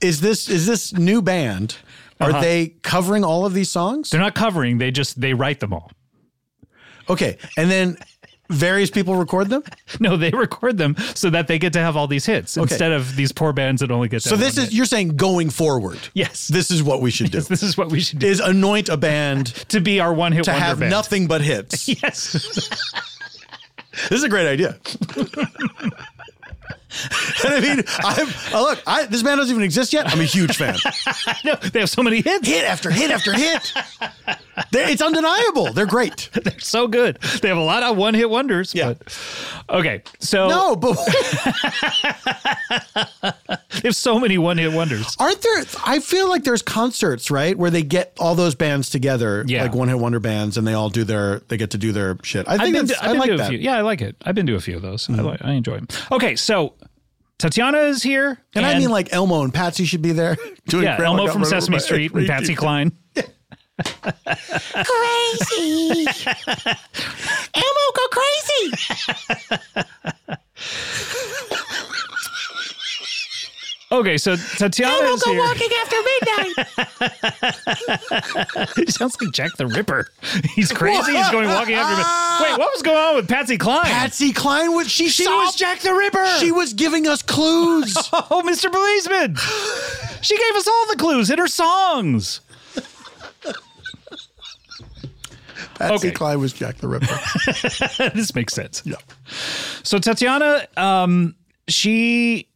is this is this new band? Are they covering all of these songs? Uh-huh. They're not covering; they just they write them all. Okay, and then various people record them. [laughs] No, they record them so that they get to have all these hits instead of these poor bands that only get. To So have this one is you're saying going forward. [laughs] Yes. This is what we should do. hit. this is what we should do is anoint a band to be our one hit to wonder have band. nothing but hits. [laughs] this [laughs] Yes, is a great idea. [laughs] and I mean, I'm, oh, look, I, this band doesn't even exist yet. I'm a huge fan. [laughs] no, they have so many hits. hit after hit after hit. They're- it's undeniable. They're great. [laughs] They're so good. They have a lot of one hit wonders. Yeah. But, okay, so No, but [laughs] [laughs] they have so many one hit wonders. aren't there? I feel like there's concerts, right, where they get all those bands together, Yeah. like one hit wonder bands, and they all do their, they get to do their shit. I I've think been, that's, to, I've I been like to a that. Mm-hmm. few. Yeah, I like it. I've been to a few of those. I, like, I enjoy them. Okay, so Oh, Tatiana is here, And, I mean, like Elmo and Patsy should be there. [laughs] Doing yeah, Grandma Elmo Got from Run Over by Sesame a Street and Reindeer. Patsy Cline. Crazy. Elmo go crazy. Okay, so Tatiana Elmo is go here. walking [laughs] after [laughs] midnight. It sounds like Jack the Ripper. He's crazy. He's going walking [laughs] after me. Wait, what was going on with Patsy Cline? Patsy Cline was she, She saw- was Jack the Ripper. She was giving us clues. [laughs] oh, Mr. Policeman. [laughs] she gave us all the clues in her songs. Patsy Okay. Cline was Jack the Ripper. [laughs] this makes sense. Yeah. So Tatiana, um, she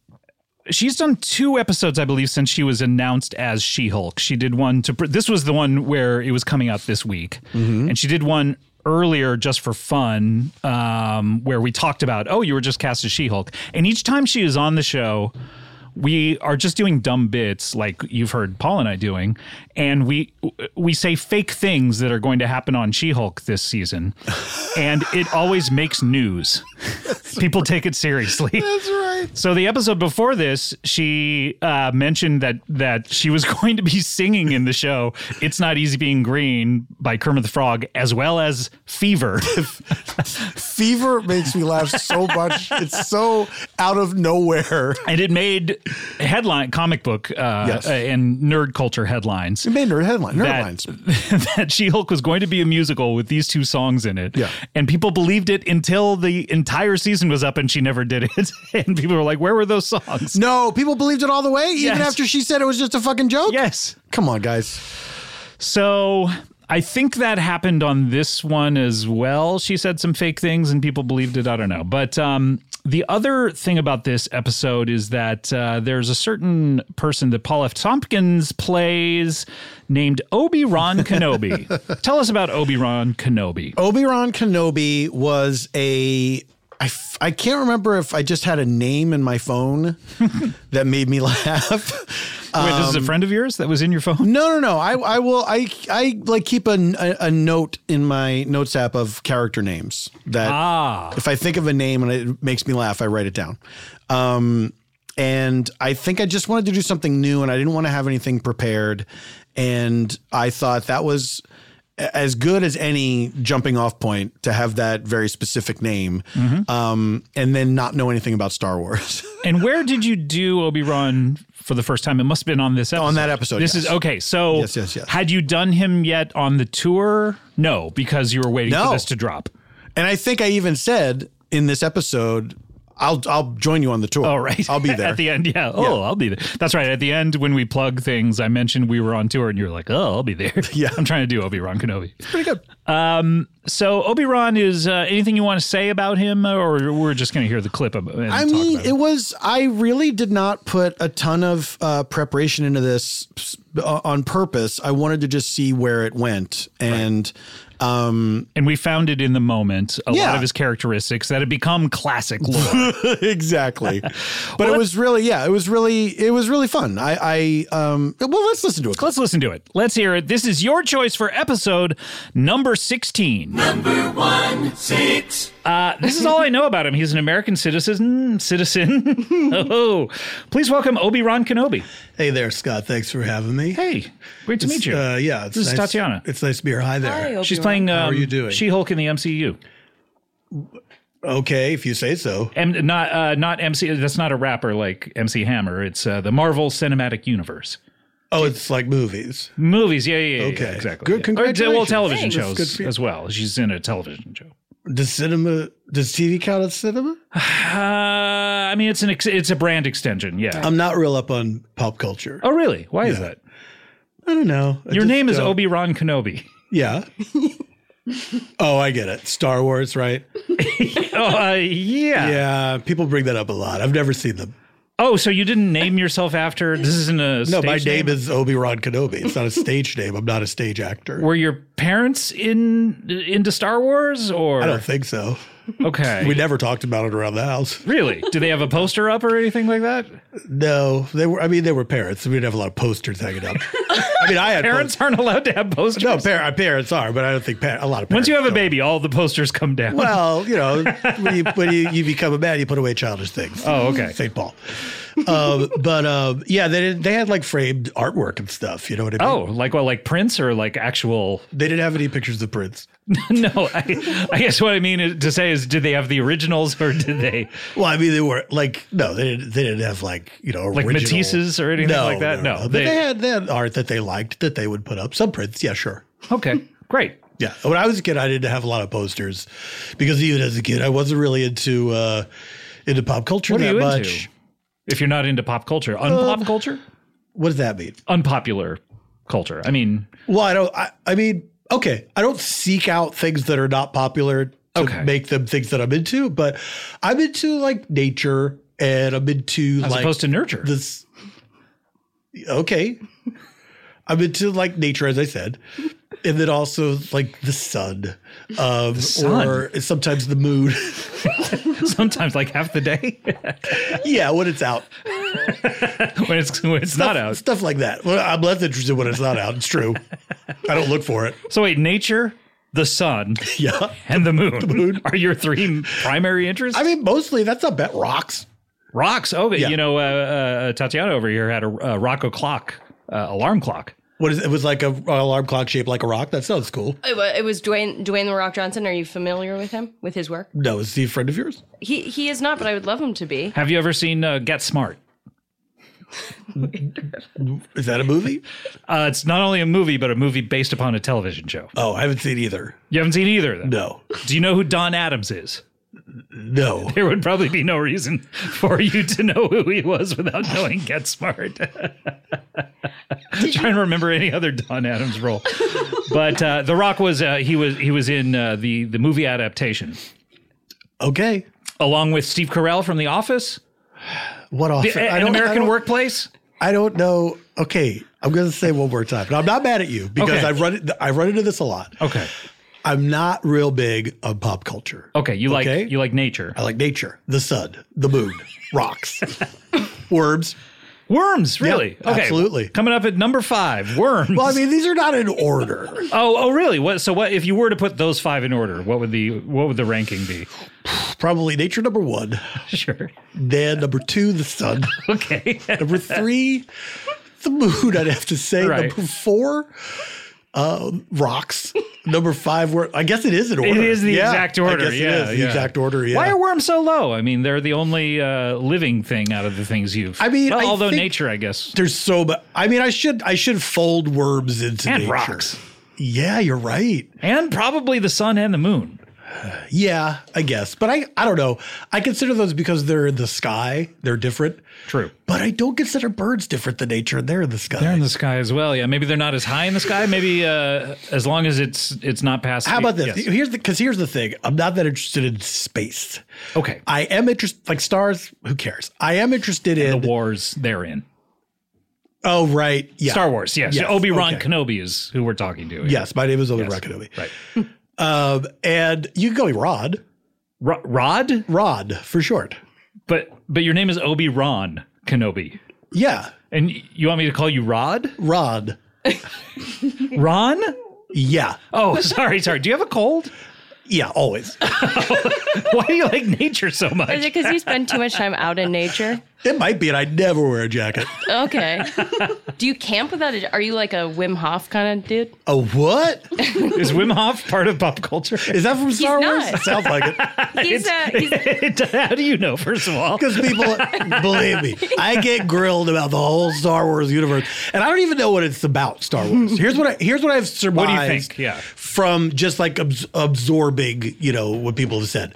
she's done two episodes, I believe, since she was announced as She-Hulk. She did one to. pr- This was the one where it was coming out this week, and she did one earlier just for fun, um, where we talked about, oh, you were just cast as She-Hulk, and each time she is on the show. We are just doing dumb bits like you've heard Paul and I doing, and we we say fake things that are going to happen on She-Hulk this season, and it always makes news. people take it seriously. That's right. So the episode before this, she uh, mentioned that that she was [laughs] going to be singing in the show "It's Not Easy Being Green" by Kermit the Frog, as well as "Fever." [laughs] Fever makes me laugh so much. It's so out of nowhere. and it made headline comic book uh, Yes. and nerd culture headlines. It made nerd headline, nerd lines. That, [laughs] that She Hulk was going to be a musical with these two songs in it. Yeah. And people believed it until the entire season was up and she never did it. [laughs] and people were like, where were those songs? No, people believed it all the way, even Yes. after she said it was just a fucking joke. Yes. Come on, guys. So I think that happened on this one as well. She said some fake things and people believed it. I don't know. But um, the other thing about this episode is that uh, there's a certain person that Paul F. Tompkins plays named Obi Wan [laughs] Kenobi. Tell us about Obi Wan Kenobi. Obi-Wan Kenobi was a I, f- I can't remember if I just had a name in my phone [laughs] that made me laugh. Um, Wait, this is a friend of yours that was in your phone? No, no, no. I, I will. I, I like keep a, a, a note in my notes app of character names that Ah. if I think of a name and it makes me laugh, I write it down. Um, and I think I just wanted to do something new and I didn't want to have anything prepared. And I thought that was a- as good as any jumping off point to have that very specific name Mm-hmm. um, and then not know anything about Star Wars. [laughs] And where did you do Obi Wan for the first time? It must have been on this episode. On that episode, This yes. is okay. So, Yes, yes, yes. had you done him yet on the tour? No, because you were waiting No. for this to drop. And I think I even said in this episode, I'll I'll join you on the tour. All right. I'll be [laughs] there. At the end, yeah. Oh, I'll be there. That's right. At the end, when we plug things, I mentioned we were on tour and you were like, oh, I'll be there. Yeah. I'm trying to do Obi Wan Kenobi. Pretty good. Um, so, Obi Wan is uh, anything you want to say about him, uh, or we're just going to hear the clip? Of, and I talk mean, about it was. I really did not put a ton of uh, preparation into this s- uh, on purpose. I wanted to just see where it went, and um, and we found it in the moment a Yeah. lot of his characteristics that had become classic lore. [laughs] [laughs] exactly. But it was really, yeah, it was really, it was really fun. I, I, um, well, let's listen to it. Let's listen to it. Let's hear it. This is your choice for episode number 16. Uh, this is all I know about him. He's an American citizen. Citizen. [laughs] oh, please welcome Obi Wan Kenobi. Hey there, Scott. Thanks for having me. Hey, great to meet you. Uh, yeah, it's this nice. is Tatiana. It's nice to be here. Hi there. She's playing. Um, are you doing? She Hulk in the MCU, Okay, if you say so. and not uh, not MC. That's not a rapper like MC Hammer. It's uh, the Marvel Cinematic Universe. Oh, it's like movies. Movies, yeah, yeah, yeah, yeah, Okay. exactly. Good, yeah. Or, congratulations. well, television Thanks. Good shows for you. as well. She's in a television show. Does cinema? Does TV count as cinema? Uh, I mean, it's an ex- it's a brand extension. Yeah. I'm not real up on pop culture. oh, really? Why is Yeah. that? I don't know. I Your just name is don't- Obi Wan Kenobi. Yeah. oh, I get it. Star Wars, right? [laughs] oh, uh, yeah. Yeah. People bring that up a lot. I've never seen them. Oh, so you didn't name yourself after? This isn't a No, stage my name, name is Obi Wan Kenobi. It's not a [laughs] stage name. I'm not a stage actor. Were your parents in into Star Wars or I don't think so. okay? We never talked about it around the house. really? Do they have a poster up or anything like that? No, they were. I mean, they were parents. We didn't have a lot of posters hanging [laughs] up. I mean, I had Parents posters. aren't allowed to have posters. No, par- uh, parents are, but I don't think par- a lot of parents Once you have a don't. baby, all the posters come down. Well, you know, when you, when you, you become a man, you put away childish things. Oh, okay. St. Paul. Um, but um, yeah, they didn't, they had like framed artwork and stuff. You know what I mean? oh, like well, like prints or like actual? They didn't have any pictures of Prince. no, [laughs] I, I guess what I mean is- to say is, did they have the originals [laughs] or did they Well, I mean, they were like no, they didn't. They didn't have like you know like original- Matisse's or anything like that? No, But they, had they had art that they liked that they would put up. Some prints, yeah, sure. okay, great. Yeah, when I was a kid, I didn't have a lot of posters because even as a kid, I wasn't really into uh, into pop culture What are that you into? much. If you're not into pop culture, Uh, unpop culture, What does that mean? unpopular culture. I mean, Well, I don't. I, I mean, okay, I don't seek out things that are not popular to Okay. make them things that I'm into, but I'm into like nature and I'm into as like opposed to nurture. this. Okay, I'm into like nature, as I said. And then also like the sun, um, sun. or sometimes the moon. [laughs] Sometimes like half the day [laughs] yeah, when it's out. when it's when it's not out. stuff like that. Well, I'm less interested when it's not out. It's true. I don't look for it. So wait, nature, [laughs] the sun, Yeah. and the moon, are your three primary interests. I mean, mostly that's a bet rocks. Rocks. Oh, Yeah. you know, uh, uh, Tatiana over here had a, uh Rocco clock, uh, alarm clock. What is it? was like a an alarm clock shaped like a rock. That sounds cool. It wa- Oh, it was Dwayne Dwayne the Rock Johnson. Are you familiar with him? With his work? No, is he a friend of yours? He he is not, but I would love him to be. Have you ever seen uh, Get Smart? [laughs] Is that a movie? Uh, it's not only a movie, but a movie based upon a television show. Oh, I haven't seen either. You haven't seen either of them. No, Do you know who Don Adams is? no. [laughs] There would probably be no reason for you to know who he was without knowing Get Smart. [laughs] trying to remember any other Don Adams role, but uh, The Rock was uh, he was he was in uh, the the movie adaptation Okay. along with Steve Carell from The Office, What off? an American Workplace. I don't know. Okay, I'm going to say one more time, and I'm not mad at you because Okay. I've run it, I run into this a lot. Okay, I'm not real big on pop culture. okay, you like Okay. you like nature. I like nature, the sun, the moon, [laughs] rocks, worms. Worms, really? okay, absolutely. Coming up at number five, worms. Well, I mean, these are not in order. [laughs] oh, oh, really? What? So, what if you were to put those five in order? What would the what would the ranking be? Probably nature number one, [laughs] Sure. then number two, the sun, [laughs] Okay. number three, the moon. I'd have to say Right. number four, uh, rocks. Number five, where I guess it is in order. is the Yeah, exact I order, guess yeah, it is the yeah. exact order. Yeah. Why are worms so low? I mean, they're the only uh, living thing out of the things you've. I mean, Well, I although think- nature, I guess. There's so much. I mean, I should I should fold worms into And nature. rocks. Yeah, you're right. And probably the sun and the moon. [sighs] Yeah, I guess. But I I don't know. I consider those because they're in the sky. They're different. True. But I don't consider birds different than nature. They're in the sky. They're in the sky as well. Yeah, maybe they're not as high in the sky. Maybe uh, as long as it's it's not past. How about this? Yes. Here's the because here's the thing. I'm not that interested in space. Okay. I am interested like stars. Who cares? I am interested The in. wars therein. oh right, yeah. Star Wars. Yes. Yes, Obi Wan okay. Kenobi is who we're talking to. Yes, my name is Obi Wan Yes. Kenobi. Right. Um, and you can call me Rod. Ro- Rod, Rod for short. but but your name is Obi Ron Kenobi, Yeah, and y- you want me to call you Rod? Rod. [laughs] Ron? Yeah, Oh, sorry, sorry. Do you have a cold? yeah, always. [laughs] Why do you [laughs] like nature so much? Is it because you spend too much time out in nature? [laughs] It might be, and I never wear a jacket. [laughs] Okay. Do you camp without a? Are you like a Wim Hof kind of dude? A what? [laughs] Is Wim Hof part of pop culture? Is that from Star Wars? not. It sounds like it. [laughs] He's a. He's, [laughs] How do you know? First of all, Because people, believe [laughs] me, I get grilled about the whole Star Wars universe, and I don't even know what it's about. Star Wars. Here's what I here's what I've what surmised do you think? Yeah, from just like abs- absorbing, you know, what people have said.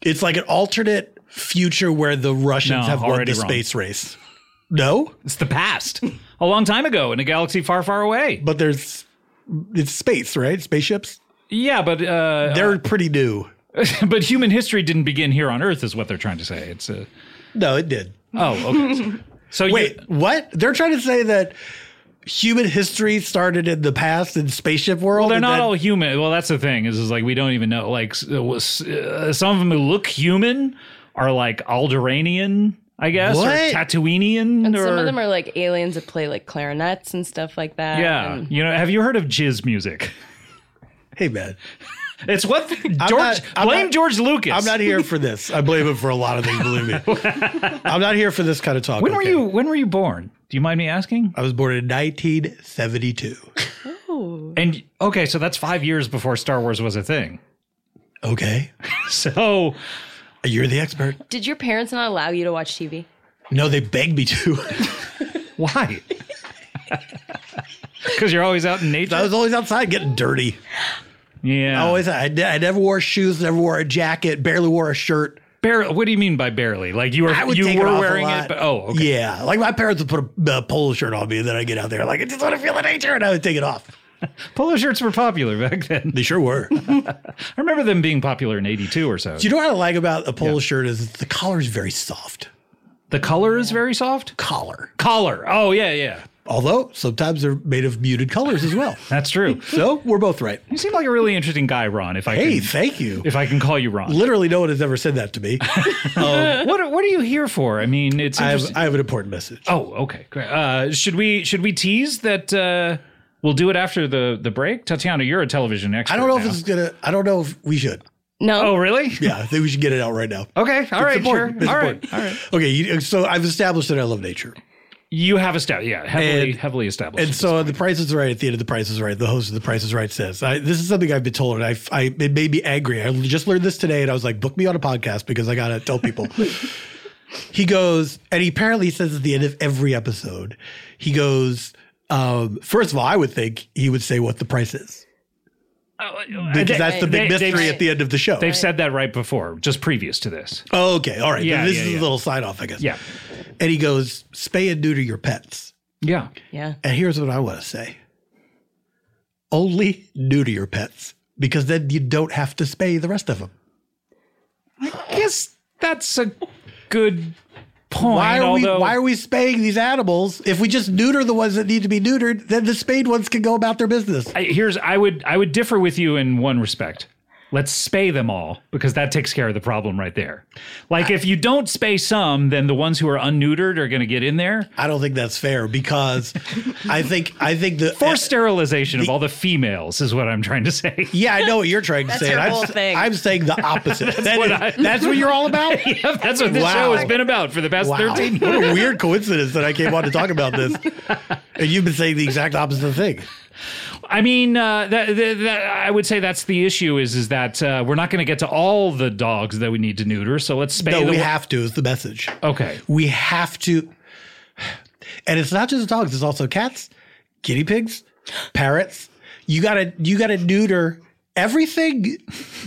It's like an alternate future where the Russians No, have won already the wrong. space race. No, it's the past, a long time ago in a galaxy far, far away. but there's it's space, right? Spaceships. Yeah, but uh, They're pretty new. [laughs] but human history didn't begin here on Earth, is what they're trying to say. It's a No, it did. oh [laughs] okay. So Wait, you, what? They're trying to say that human history started in the past in spaceship world. Well, they're and not then- all human. Well, that's the thing is, is like we don't even know. Like s- uh, was- uh, some of them who look human are like Alderanian, I guess, or What? Tatooinian, and or some of them are like aliens that play like clarinets and stuff like that. yeah. and- You know, have you heard of jizz music? Hey, man, It's what George not- [laughs] I'm blame not- George Lucas. I'm not here for this. I blame him for a lot of things. Believe me, [laughs] I'm not here for this kind of talk. When were okay? you When were you born? Do you mind me asking? I was born in 1972. And okay, so that's five years before Star Wars was a thing. Okay, [laughs] So you're the expert. Did your parents not allow you to watch TV? No, they begged me to. [laughs] why? [laughs] Because you're always out in nature. I was always outside getting dirty. yeah. Always, I, ne- I never wore shoes, never wore a jacket, barely wore a shirt. Barely. What do you mean by barely? Like you were I would you take were it off wearing a it, lot. but oh, okay. yeah. Like my parents would put a, a polo shirt on me, and then I get out there like I just want to feel the nature, and I would take it off. Polo shirts were popular back then. They sure were. [laughs] I remember them being popular in '82 or so. Do you know what I like about a polo shirt is the collar is very soft. the color is very soft. Collar. Collar. Oh yeah, yeah. Although sometimes they're made of muted colors as well. [laughs] That's true. so we're both right. You seem like a really interesting guy, Ron. If I Hey, can, thank you. if I can call you Ron. Literally no one has ever said that [laughs] to me. what are, what are you here for? I mean, it's I interesting. have I have an important message. Oh, okay. Great. Uh, should we should we tease that? Uh, We'll do it after the the break. Tatiana, you're a television expert. I don't know if now. Uh, it's gonna. I don't know if we should. No. Oh, really? Yeah, I think we should get it out right now. Okay. All right. Sure. important. It's All right. important. All right. Okay, you, so I've established that I love nature, You have established. Yeah. Heavily, And- heavily established. and so the Price is Right at the end of the Price is Right, the host of the Price is Right says, I, "This is something I've been told, and I, I it made me angry. I just learned this today, and I was like, book me on a podcast because I gotta tell people." [laughs] he goes, and he apparently says at the end of every episode, he goes, um, first of all, I would think he would say what the price is Oh, because they- that's the big they- they've- mystery at the end of the show. They've said that right before, just previous to this. Oh, okay, all right. Yeah, this yeah, is yeah. a little sign off, I guess. Yeah. And he goes, spay and neuter your pets. Yeah. Yeah. And here's what I want to say only neuter your pets because then you don't have to spay the rest of them. I guess that's a good point. Why are, although, we, why are we spaying these animals? If we just neuter the ones that need to be neutered, then the spayed ones can go about their business. I, here's I would I would differ with you in one respect. Let's spay them all because that takes care of the problem right there. Like if you don't spay some, then the ones who are unneutered are going to get in there. I don't think that's [laughs] fair because I think I think the eh, Forced sterilization of all the females is what I'm trying to say. yeah, I know what you're trying to That's say. your and I'm, whole s- thing. I'm saying [laughs] the opposite. that's, what what I- that's what you're all about. [laughs] [laughs] Yep, that's what this Wow. show has been about for the past 13 [laughs] years. What a weird coincidence that I came on to talk about [laughs] this. And you've been saying the exact opposite thing. I mean, uh, that, that, that, I would say that's the issue is is that uh, we're not going to get to all the dogs that we need to neuter. So let's spay No, the we one- have to, is the message. Okay. We have to. And it's not just dogs, it's also cats, guinea pigs, parrots. You gotta you gotta neuter everything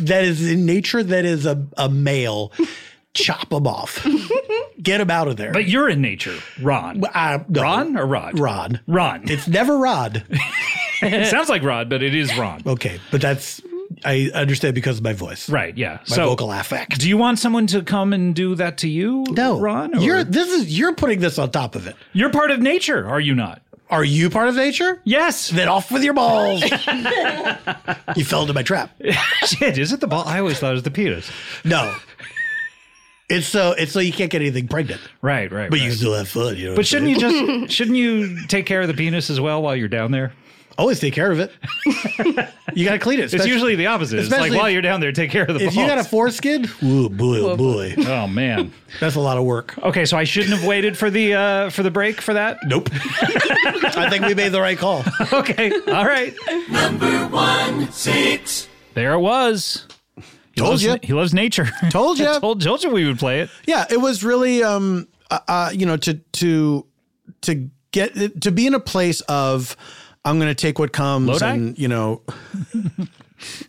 that is in nature that is a, a male. Chop them [laughs] off. Get them out of there. But you're in nature, Ron. I, no. Ron or Rod? Rod. Ron. It's never Rod. [laughs] It sounds like Rod, but it is Ron. Okay, but that's I understand because of my voice. Right. Yeah. My so, vocal affect. do you want someone to come and do that to you? No, Ron. Or? you're this is you're putting this on top of it. you're part of nature, are you not? Are you part of nature? Yes. Then off with your balls. you fell into my trap. [laughs] Shit, is it the ball? I always thought it was the penis. No, it's so it's so you can't get anything pregnant, Right. Right. but right. you can still have fun. You [laughs] know, But shouldn't you just shouldn't you take care of the penis as well while you're down there? always take care of it? [laughs] you got to clean it. It's especially- usually the opposite. It's like especially while if- you're down there, take care of the if you got a foreskin. Ooh boy, oh boy, Oh man. that's a lot of work. Okay, so I shouldn't have waited for the uh, for the break for that. Nope. I think we made the right call. [laughs] Okay, [laughs] all right. Six. There it was. He Told loves, ya. he loves nature. [laughs] Told [laughs] ya. told, told you we would play it. yeah, it was really um uh, uh you know to to to get to be in a place of I'm going to take what comes Lodi? and you know [laughs]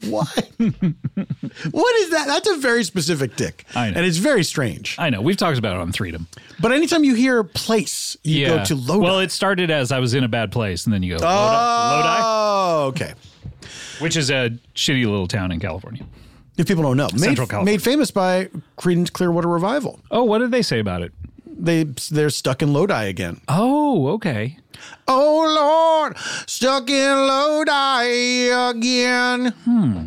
what what is that? That's a very specific dick, I know. and it's very strange. I know we've talked about it on Freedom. But anytime you hear place, you go to Uh, Lodi. Well, it started as I was in a bad place, and then you go Lodi, Lodi, oh, okay. which is a shitty little town in California. If people don't know, made, Central California. made famous by Creedence Clearwater Revival. Oh, what did they say about it? They they're stuck in Lodi again. Oh, okay. Oh Lord, stuck in Lodi again. Hmm.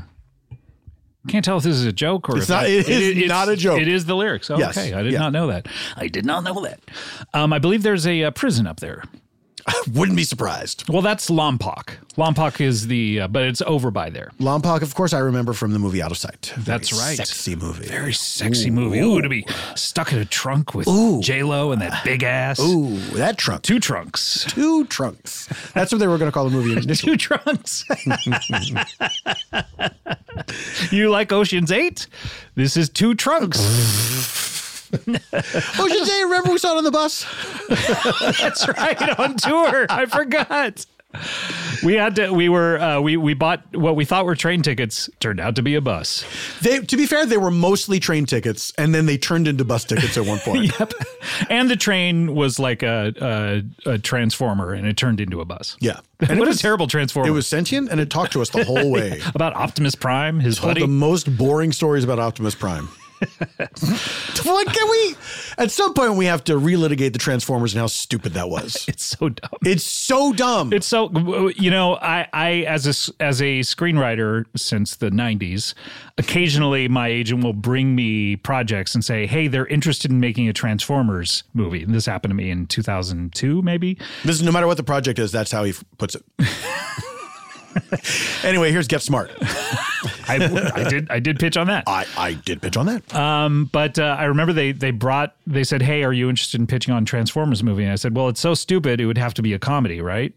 Can't tell if this is a joke or It's if not- I- it is it's- not a joke. It is the lyrics. Oh, Yes. Okay, I did Yeah. not know that. I did not know that. Um, I believe there's a uh, prison up there. [laughs] Wouldn't be surprised. Well, that's Lompoc. Lompoc is the, uh, but it's over by there. Lompoc, of course, I remember from the movie Out of Sight. Very That's right. Sexy movie. Very sexy movie. Ooh, to be stuck in a trunk with J Lo and that big ass. Ooh, that trunk. Two trunks. [laughs] Two trunks. That's what they were going to call the [laughs] movie initially. Two trunks. you like Ocean's Eight? This is two trunks. [laughs] Ocean's Eight. Remember we saw it on the bus? [laughs] That's right on tour. I forgot. We had to. We were. Uh, we we bought what we thought were train tickets. Turned out to be a bus. They, to be fair, they were mostly train tickets, and then they turned into bus tickets at one [laughs] point. And the train was like a, a a transformer, and it turned into a bus. [laughs] Yeah. What And it a was- terrible transformer. It was sentient, and it talked to us the whole way. [laughs] about Optimus Prime, his Told buddy. [laughs] the most boring stories about Optimus Prime. What can we? At some point, we have to relitigate the Transformers and how stupid that was. [laughs] It's so dumb. It's so dumb. It's so you know, I I as a s- as a screenwriter since the 90s, occasionally my agent will bring me projects and say, "Hey, they're interested in making a Transformers movie." And this happened to me in 2002 maybe. this is no matter what the project is. That's how he f- puts it. anyway, here's Get Smart. I, I did I did pitch on that. I, I did pitch on that. But uh, I remember they they brought they said, "Hey, are you interested in pitching on Transformers movie?" And I said, "Well, it's so stupid, it would have to be a comedy, right?"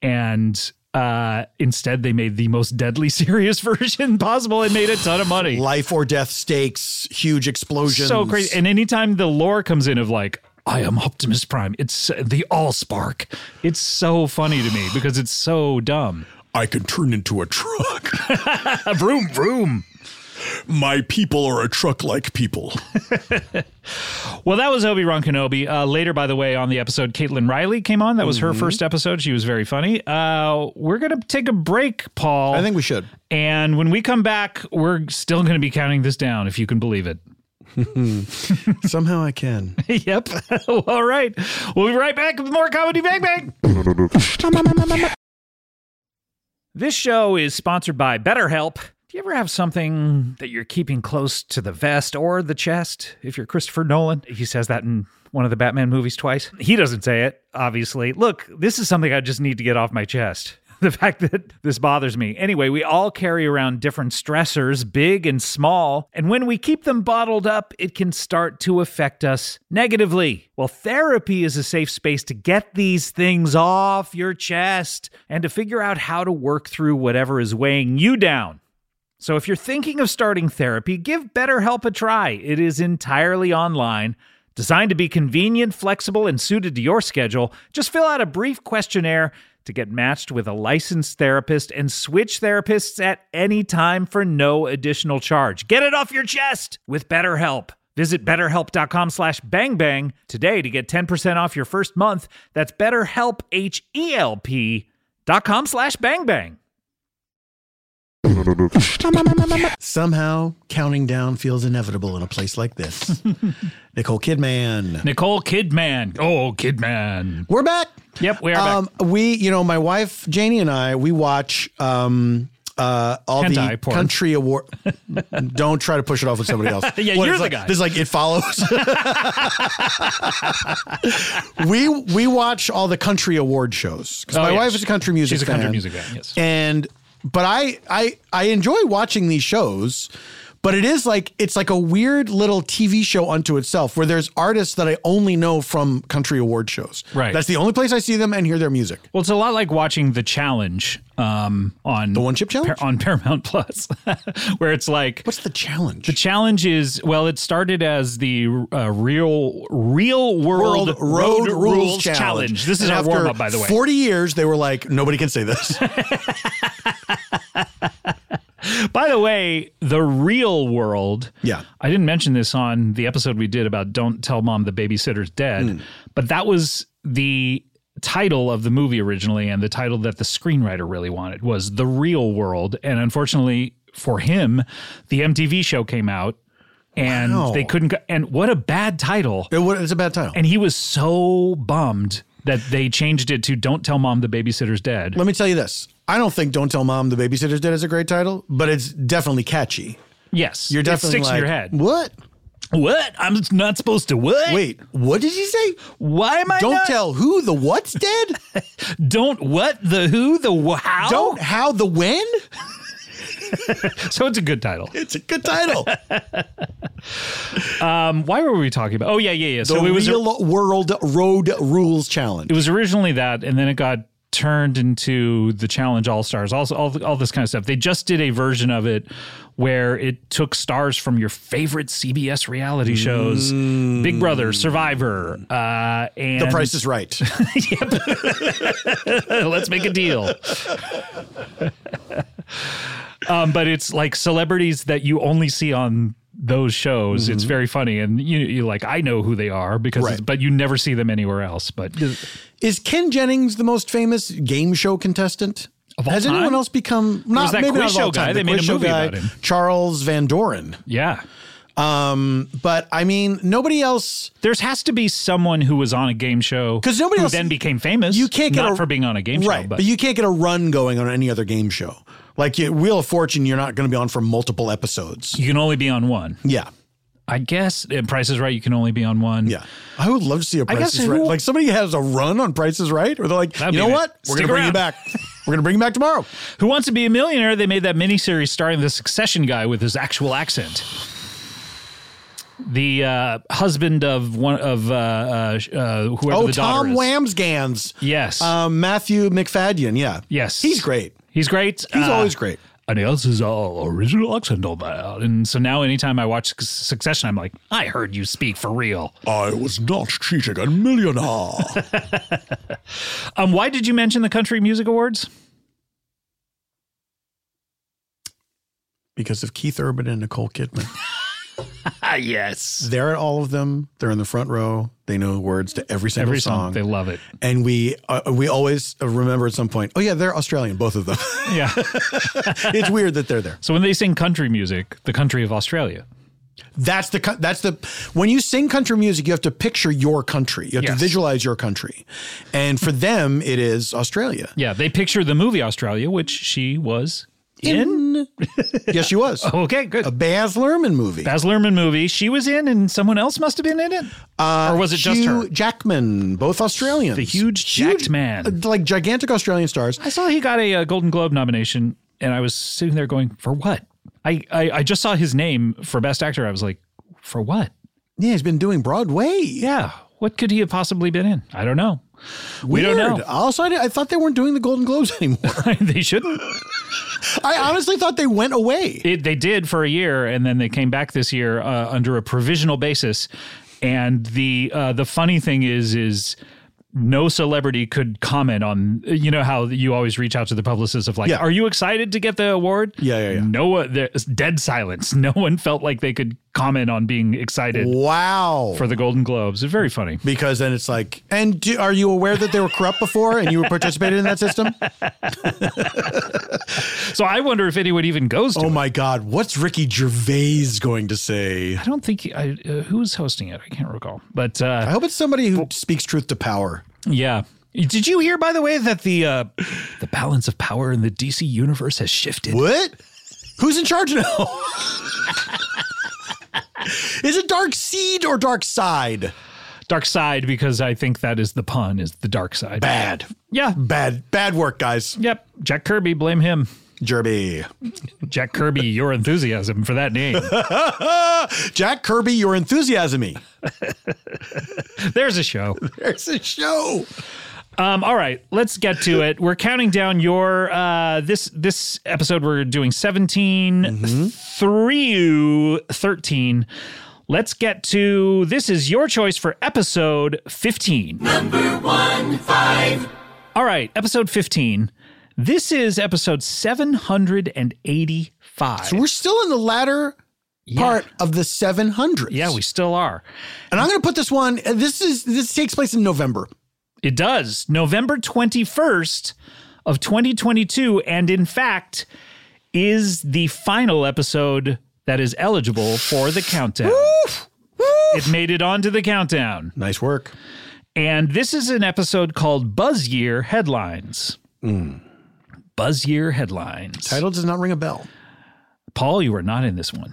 And uh, instead, they made the most deadly [laughs] serious version possible and made a ton of money. Life or death stakes, huge explosions. So crazy. And anytime the lore comes in of like, I am Optimus Prime, it's uh, the All Spark. It's so funny [sighs] to me because it's so dumb. I can turn into a [laughs] truck. Vroom vroom. My people are a truck like people. Well, that was Obi Wan Kenobi. Uh, later, by the way, on the episode, Caitlin Riley came on. That was Mm-hmm. her first episode. She was very funny. Uh, we're gonna take a break, Paul. I think we should. And when we come back, we're still gonna be counting this down, if you can believe it. [laughs] [laughs] Somehow I can. yep. [laughs] All right. We'll be right back with more comedy bang bang. This show is sponsored by BetterHelp. Do you ever have something that you're keeping close to the vest or the chest? If you're Christopher Nolan, he says that in one of the Batman movies twice. He doesn't say it, obviously. Look, this is something I just need to get off my chest. [laughs] The fact that this bothers me. Anyway, we all carry around different stressors, big and small, and when we keep them bottled up, it can start to affect us negatively. Well, therapy is a safe space to get these things off your chest and to figure out how to work through whatever is weighing you down. So if you're thinking of starting therapy, give BetterHelp a try. It is entirely online, designed to be convenient, flexible, and suited to your schedule. Just fill out a brief questionnaire to get matched with a licensed therapist and switch therapists at any time for no additional charge. Get it off your chest with BetterHelp. Visit betterhelp.com slash bangbang today to get 10% off your first month. That's betterhelp, H-E-L-P dot com slash bangbang. [laughs] Somehow counting down feels inevitable in a place [laughs] like this. Nicole Kidman. Nicole Kidman. Oh, Kidman. We're back. Yep, we are back. Um, we, you know, my wife Janie and I, we watch um, uh, all the Hentai porn. country award. [laughs] Don't try to push it off on somebody else. Yeah, you're it's the like, guy. This is like it [laughs] follows. we we watch all the country award shows because Oh, my yeah. wife is a country music. She's a country fan. music fan, yes. And but I I I enjoy watching these shows. But it is like it's like a weird little TV show unto itself, where there's artists that I only know from country award shows. Right. That's the only place I see them and hear their music. Well, it's a lot like watching the challenge um, on the One Chip Challenge? on Paramount Plus, [laughs] where it's like What's the challenge? the challenge is well, it started as the uh, real real world, This is And our after warm up, by the way. Forty years, they were like, nobody can say this. by the way, the real world. Yeah. I didn't mention this on the episode we did about "Don't Tell Mom the Babysitter's Dead," Hmm. but that was the title of the movie originally, and the title that the screenwriter really wanted was "The Real World." And unfortunately for him, the MTV show came out, and Wow. they couldn't. Go- and what a bad title! It wa- it's a bad title. And he was so bummed that they changed it to "Don't Tell Mom the Babysitter's Dead." Let me tell you this: I don't think "Don't Tell Mom the Babysitter's Dead" is a great title, but it's definitely catchy. yes, You're it definitely sticks like, in your head. What? What? I'm not supposed to what? Wait, what did you say? Why am I Don't not- tell who the what's dead. [laughs] Don't what the who the wh- how? don't how the when. [laughs] So it's a good title. It's a good title. [laughs] Um, why were we talking about? [laughs] Oh yeah, yeah, yeah. the So it was Real World Road [laughs] Rules Challenge. it was originally that, and then it got turned into the Challenge All Stars. Also, all all this kind of stuff. They just did a version of it where it took stars from your favorite CBS reality shows, Big Brother, Survivor, uh, and Mm. the Price is Right. [laughs] Let's make a deal. um, but it's like celebrities that you only see on those shows. It's very funny, and you you like I know who they are because, it's, Mm-hmm. Right. but you never see them anywhere else. But Is Ken Jennings the most famous game show contestant? Of all Has anyone time? else become not that maybe quiz not of all show guy. time, They the made quiz a show movie guy, about him. Charles Van Doren. yeah, Um, but I mean, nobody else. There has to be someone who was on a game show 'Cause nobody who else- then became famous. You can't get not a- for being on a game right, show, but. you can't get a run going on any other game show. Like you, Wheel of Fortune, you're not going to be on for multiple episodes. you can only be on one. Yeah, I guess and Price is Right. You can only be on one. yeah. I would love to see a Price guess is Right. who- Like somebody has a run on Prices Right, or they're like, That'd you know be it. what? We're Stick going to bring you around." back. We're going to bring you back tomorrow. Who Wants to Be a Millionaire? They made that miniseries starring the Succession guy with his actual accent. The uh, husband of one of uh, uh, sh- uh, whoever Oh, the daughter Tom is. Wamsgans. Yes. Um, Matthew McFadden. Yeah. Yes. He's great. He's great. He's Uh, always great. And he else is all original accent all that. And so now, anytime I watch Suc- Succession, I'm like, I heard you speak for real. I was not cheating a millionaire. [laughs] Um, why did you mention the Country Music Awards? Because of Keith Urban and Nicole Kidman. Ah, [laughs] yes. They're at all of them. They're in the front row. They know the words to every single Every song. song, they love it. and we uh, we always remember at some point. Oh yeah, they're Australian, both [laughs] of them. Yeah. [laughs] it's [laughs] weird that they're there. so when they sing country music, the country of Australia. That's the co- that's the when you sing country music, you have to picture your country. You have to Yes. visualize your country, and for them, it is Australia. Yeah, they picture the movie Australia, which she was in. yes, she was [laughs] Okay, good. a Baz Luhrmann movie. Baz Luhrmann movie. She was in, and someone else must have been in it. or was it just Uh, Hugh her? Jackman, both Australians. The huge jacked man. uh, like gigantic Australian stars. I saw he got a, uh Golden Globe nomination, and I was sitting there going, "For what?" I, I I just saw his name for Best Actor. I was like, "For what?" Yeah, he's been doing Broadway. Yeah, what could he have possibly been in? I don't know. We don't Weird. know. Also, I, di- I thought they weren't doing the Golden Globes [laughs] anymore. [laughs] they shouldn't. I honestly thought they went away. It, they did for a year, and then they came back this year uh, under a provisional basis. And the uh, the funny thing is, is no celebrity could comment on. You know how you always reach out to the publicist of like, Yeah. "Are you excited to get the award?" Yeah, yeah, yeah. No one, there's dead silence. [laughs] No one felt like they could comment on being excited Wow. for the Golden Globes. It's very funny. because then it's like, and do, are you aware that they were corrupt before and you were participated in [laughs] that system? Uh, So I wonder if anyone even goes to. Oh it. my God, what's Ricky Gervais going to say? I don't think I, uh, who's hosting it. I can't recall, but uh, I hope it's somebody who speaks truth to power. Yeah. Did you hear, by the way, that the uh, [laughs] the balance of power in the DC universe has shifted? What? Who's in charge now? [laughs] Is it Dark Seed or Dark Side? Dark side, because I think that is the pun, is the dark side. Bad, Yeah. bad, bad work, guys. Yep. Jack Kirby, blame him. Jerby. Jack Kirby, your enthusiasm for that name. [laughs] Jack Kirby, your enthusiasm me. [laughs] There's a show. [laughs] There's a show. Um, all right, let's get to it. We're counting down your uh, this this episode. We're doing 17 Mm-hmm. through thirteen. Let's get to this is your choice for episode fifteen. Number one five. All right, episode fifteen. This is episode seven hundred and eighty-five. We're still in the latter part of the 700s. yeah, we still are. and I'm going to put this one. uh, This is this takes place in November. It does. November 21st of 2022 and in fact is the final episode that is eligible for the countdown. It made it onto the countdown. Nice work. And this is an episode called Buzz Year Headlines. Buzz Year Headlines. Hmm. Title does not ring a bell. Paul, you were not in this one.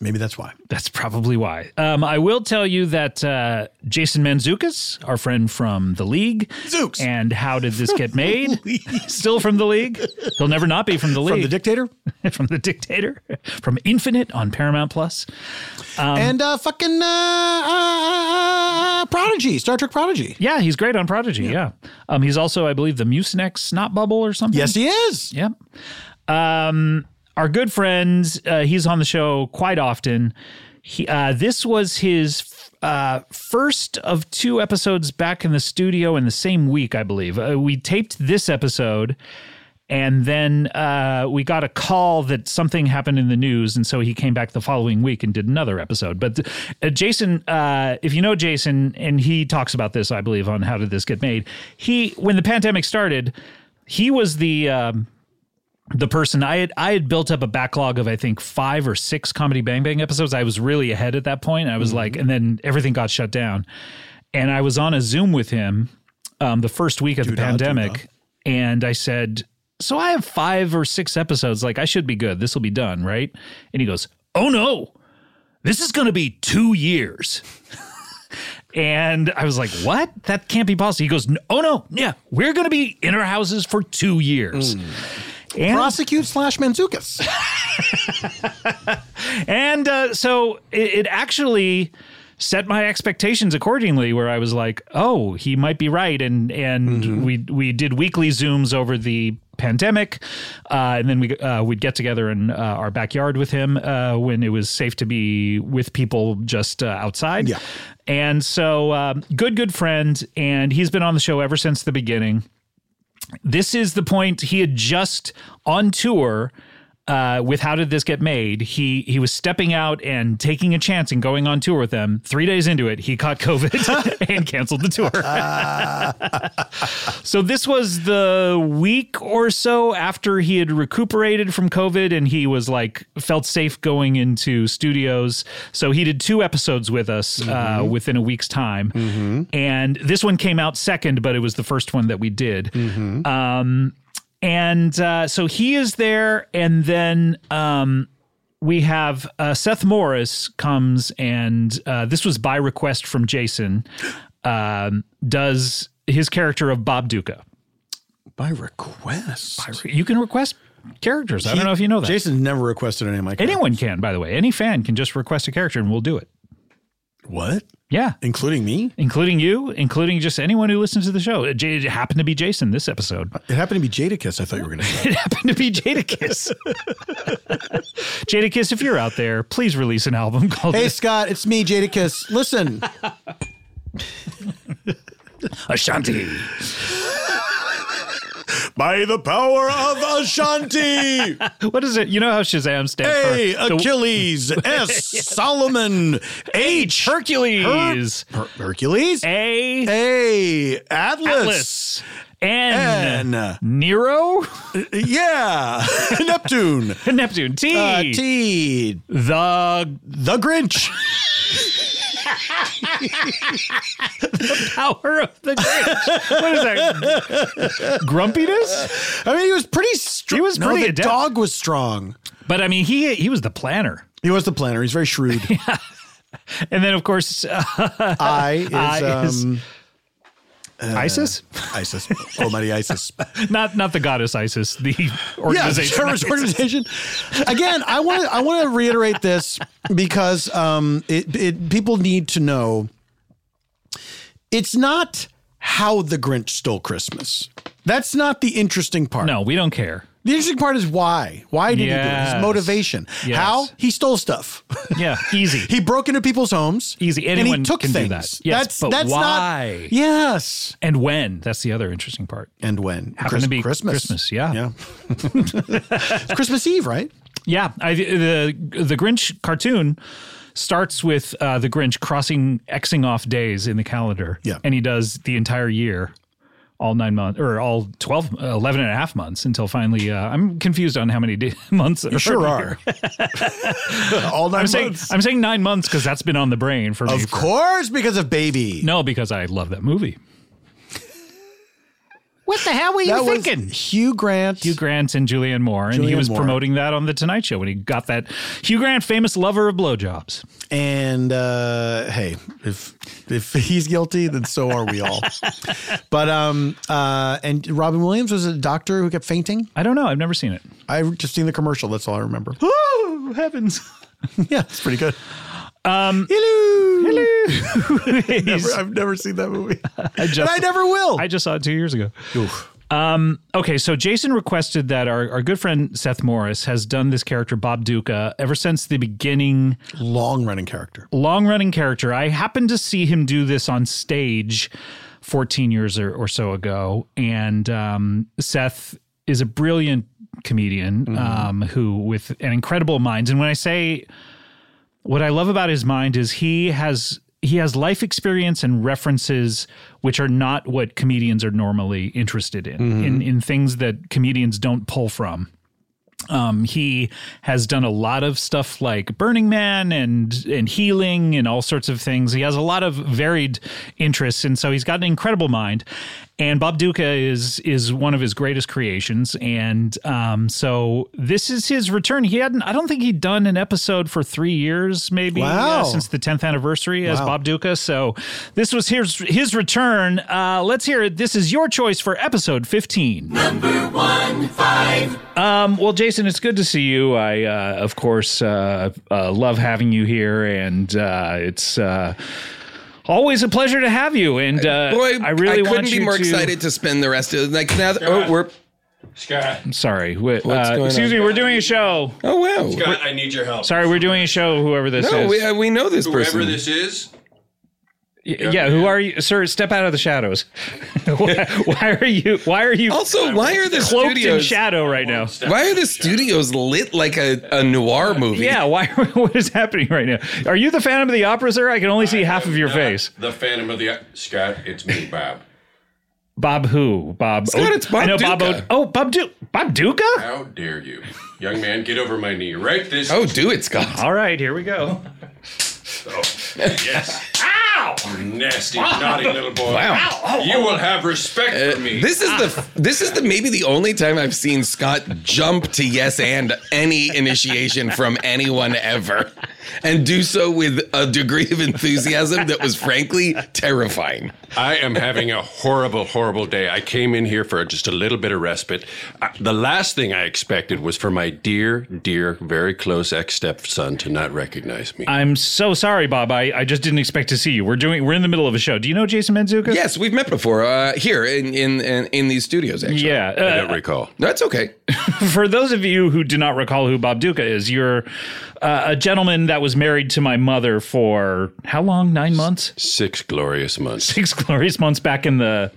Maybe that's why. That's probably why. Um, I will tell you that uh, Jason Manzukis, our friend from the league, Zooks. and how did this get made? Still from the league. He'll never not be from the From the league. dictator [laughs] from the dictator. From Infinite on Paramount Plus. Um, and uh, fucking uh, uh, Prodigy, Star Trek Prodigy. Yeah, he's great on Prodigy. Yeah. Um, he's also, I believe, the Mucinex snot bubble or something. Yes, he is. Yep. Um, our good friends, uh, he's on the show quite often. He, uh, this was his uh, first of two episodes back in the studio in the same week, I believe. Uh, we taped this episode. And then uh, we got a call that something happened in the news, and so he came back the following week and did another episode. But uh, Jason, uh, if you know Jason, and he talks about this, I believe, on how did this get made. He, when the pandemic started, he was the um, the person I had I had built up a backlog of I think five or six comedy bang bang episodes. I was really ahead at that point. I was like, and then everything got shut down. And I was on a Zoom with him um, the first week of the pandemic, and I said, "So I have five or six episodes. Like I should be good. This will be done, right?" And he goes, "Oh no, this is going to be two years." And I was like, what? That can't be possible. He goes, "N- oh no, yeah, we're going to be in our houses for two years. And Hmm. Prosecute slash Manzukis. And uh, so it, it actually set my expectations accordingly, where I was like, "Oh, he might be right." And and we we did weekly zooms over the pandemic, uh, and then we uh, we'd get together in uh, our backyard with him uh, when it was safe to be with people just uh, outside. Yeah. And so, um, good good friend, and he's been on the show ever since the beginning this is the point he had just on tour uh, with how did this get made he he was stepping out and taking a chance and going on tour with them three days into it he caught covid [laughs] and canceled the tour so this was the week or so after he had recuperated from covid and he was like felt safe going into studios so he did two episodes with us uh, within a week's time and this one came out second but it was the first one that we did Um, and uh, so he is there, and then um, we have uh, Seth Morris comes, and uh, this was by request from Jason. Um, does his character of Bob Duca? By request. You can request characters. I don't know if you know that. Jason never requested any of my Anyone can, by the way. Any fan can just request a character, and we'll do it. What? Yeah. Including me? Including you, including just anyone who listens to the show. It j- it happened to be Jason this episode. It happened to be Jadakiss. I thought you [laughs] were going to say. it happened to be Jadakiss. Jadakiss, if you're out there, please release an album called Hey Scott, it's me, Jadakiss. Listen, Ashanti. By the power of Ashanti, [laughs] What is it? You know how Shazam stands A, for the- [laughs] Achilles, S, Solomon, H, Hercules, Her- Hercules, A, A, Atlas, Atlas, N, N. Nero, [laughs] yeah, [laughs] Neptune, [laughs] Neptune, T, uh, T, the the Grinch. [laughs] power of [laughs] the Grinch. what is that? [laughs] Grumpiness? I mean, he was pretty strong. He was no, pretty the adept. dog was strong. But I mean, he he was the planner. He was the planner. He's [laughs] very shrewd. And then, of course, [laughs] uh, I is, I is- um, uh, ISIS. ISIS, Almighty ISIS. [laughs] Not not the goddess ISIS, the yeah, organization. [laughs] terrorist organization. Again, I want to I want to reiterate this because um, it, it people need to know. It's not how the Grinch stole Christmas. That's not the interesting part. No, we don't care. The interesting part is why. Why did he do it? Yes. His motivation. Yes. How he stole stuff. Yeah, easy. he broke into people's homes. Easy. and Anyone he took can do things. that. Yes, that's but that's why? not. Yes. and when? That's the other interesting part. And when? Happened to be Christmas, yeah. [laughs] Yeah. It's Christmas Eve, right? Yeah, I, the the Grinch cartoon starts with uh, the Grinch crossing xing off days in the calendar. Yeah. and he does the entire year, all nine months or all 12, uh, 11 and a half months until finally. Uh, I'm confused on how many [laughs] day, months. You Sure are. [laughs] All 9 I'm saying months. I'm saying nine months because that's been on the brain for me. Of for- course, because of baby. no, because I love that movie. What the hell were you thinking? Hugh Grant. Hugh Grant and Julianne Moore, and he Julianne was Moore. promoting that on the Tonight Show when he got that Hugh Grant, famous lover of blowjobs. And uh, hey, if if he's guilty, then so are we [laughs] all. but um, uh, and Robin Williams was a doctor who kept fainting. I don't know. I've never seen it. I just seen the commercial. That's all I remember. [gasps] Oh heavens! [laughs] [laughs] yeah, it's pretty good. Um, [laughs] hello, Never- I've never seen that movie, I and just- I never [laughs] will. I just saw it two years ago. Um, okay, so Jason requested that our, our good friend Seth Morris has done this character, Bob Duca, ever since the beginning, Long running character. long running character. I happened to see him do this on stage 14 years or, or so ago. And um, Seth is a brilliant comedian Mm-hmm. um, who, with an incredible mind, and when I say what I love about his mind is he has he has life experience and references which are not what comedians are normally interested in in, in things that comedians don't pull from Um, he has done a lot of stuff like Burning Man and and healing and all sorts of things. He has a lot of varied interests, and so he's got an incredible mind. And Bob Duca is is one of his greatest creations, and um, so this is his return. He hadn't, I don't think he'd done an episode for three years, maybe Wow. uh, since the 10th anniversary as Bob Duca. So this was his his return. Uh, let's hear it. This is your choice for episode 15. Um, well, Jason, it's good to see you. I, uh, of course, uh, uh, love having you here, and uh, it's uh, always a pleasure to have you. And uh, Boy, I really couldn't want be you more to- excited to spend the rest of like now. That, oh, we're Scott, I'm sorry. Wait, What's uh, going excuse on? me. We're doing a show. oh wow. Scott, I need your help. Sorry, we're doing a show. Whoever this No, is. we, uh, we know this Whoever person. this is, Y- yeah. Who are you, sir? Step out of the shadows. [laughs] why, why are you? Why are you also, why are the cloaked in studios? shadow right now? Why are the studios lit like a, a noir movie? Yeah. Why? [laughs] What is happening right now? Are you the Phantom of the Opera, sir? I can only see half of your Not face. uh, The Phantom of the Scott. It's me, Bob. Bob who? Bob. Scott, Oat- it's Bob I know Bob. Duca. Oat- oh, Bob Duca. Bob Duca. How dare you, young man? Get over my knee. Right this. Oh, do it, Scott. All right, here we go. Oh, [laughs] yes. Ow! Nasty, naughty little boy. Wow. Uh, You will have respect for me. This is the this is the maybe the only time I've seen Scott jump to yes and any initiation from anyone ever, and do so with a degree of enthusiasm that was frankly terrifying. I am having a horrible, horrible day. I came in here for just a little bit of respite. I, the last thing I expected was for my dear, dear, very close ex stepson to not recognize me. I'm so sorry, Bob. I, I just didn't expect to see you. We're doing. We're in the middle of a show. Do you know Jason Menzuka? Yes, we've met before uh, here in in in, in these studios. Actually, Yeah. I Uh, don't recall. that's okay. [laughs] for those of you who do not recall who Bob Duca is, you're uh, a gentleman that was married to my mother for how long? Nine months. Six glorious months. Six glorious months back in the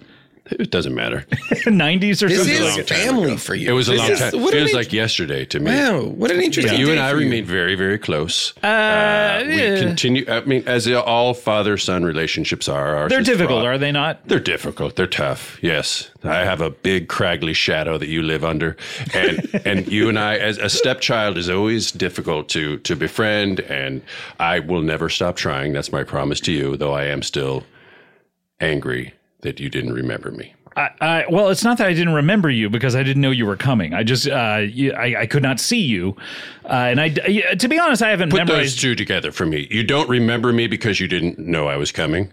It doesn't [laughs] matter. 90s or This something. is like that. family for you. It was a This long is- time. What It an was int- like yesterday to me. wow, what an interesting. You day and I for you. remain very, very close. Uh, we continue. I mean, as all father-son relationships are, ours They're is difficult, fraught. are they not? They're difficult. They're tough. Yes, I have a big craggly shadow that you live under, and [laughs] and you and I, as a stepchild, is always difficult to to befriend. And I will never stop trying. That's my promise to you. Though I am still angry that you didn't remember me. I, I, well, it's not that I didn't remember you because I didn't know you were coming. I just uh, you, I, I could not see you, uh, and I yeah, to be honest, I haven't Put those memorized. two together for me. You don't remember me because you didn't know I was coming.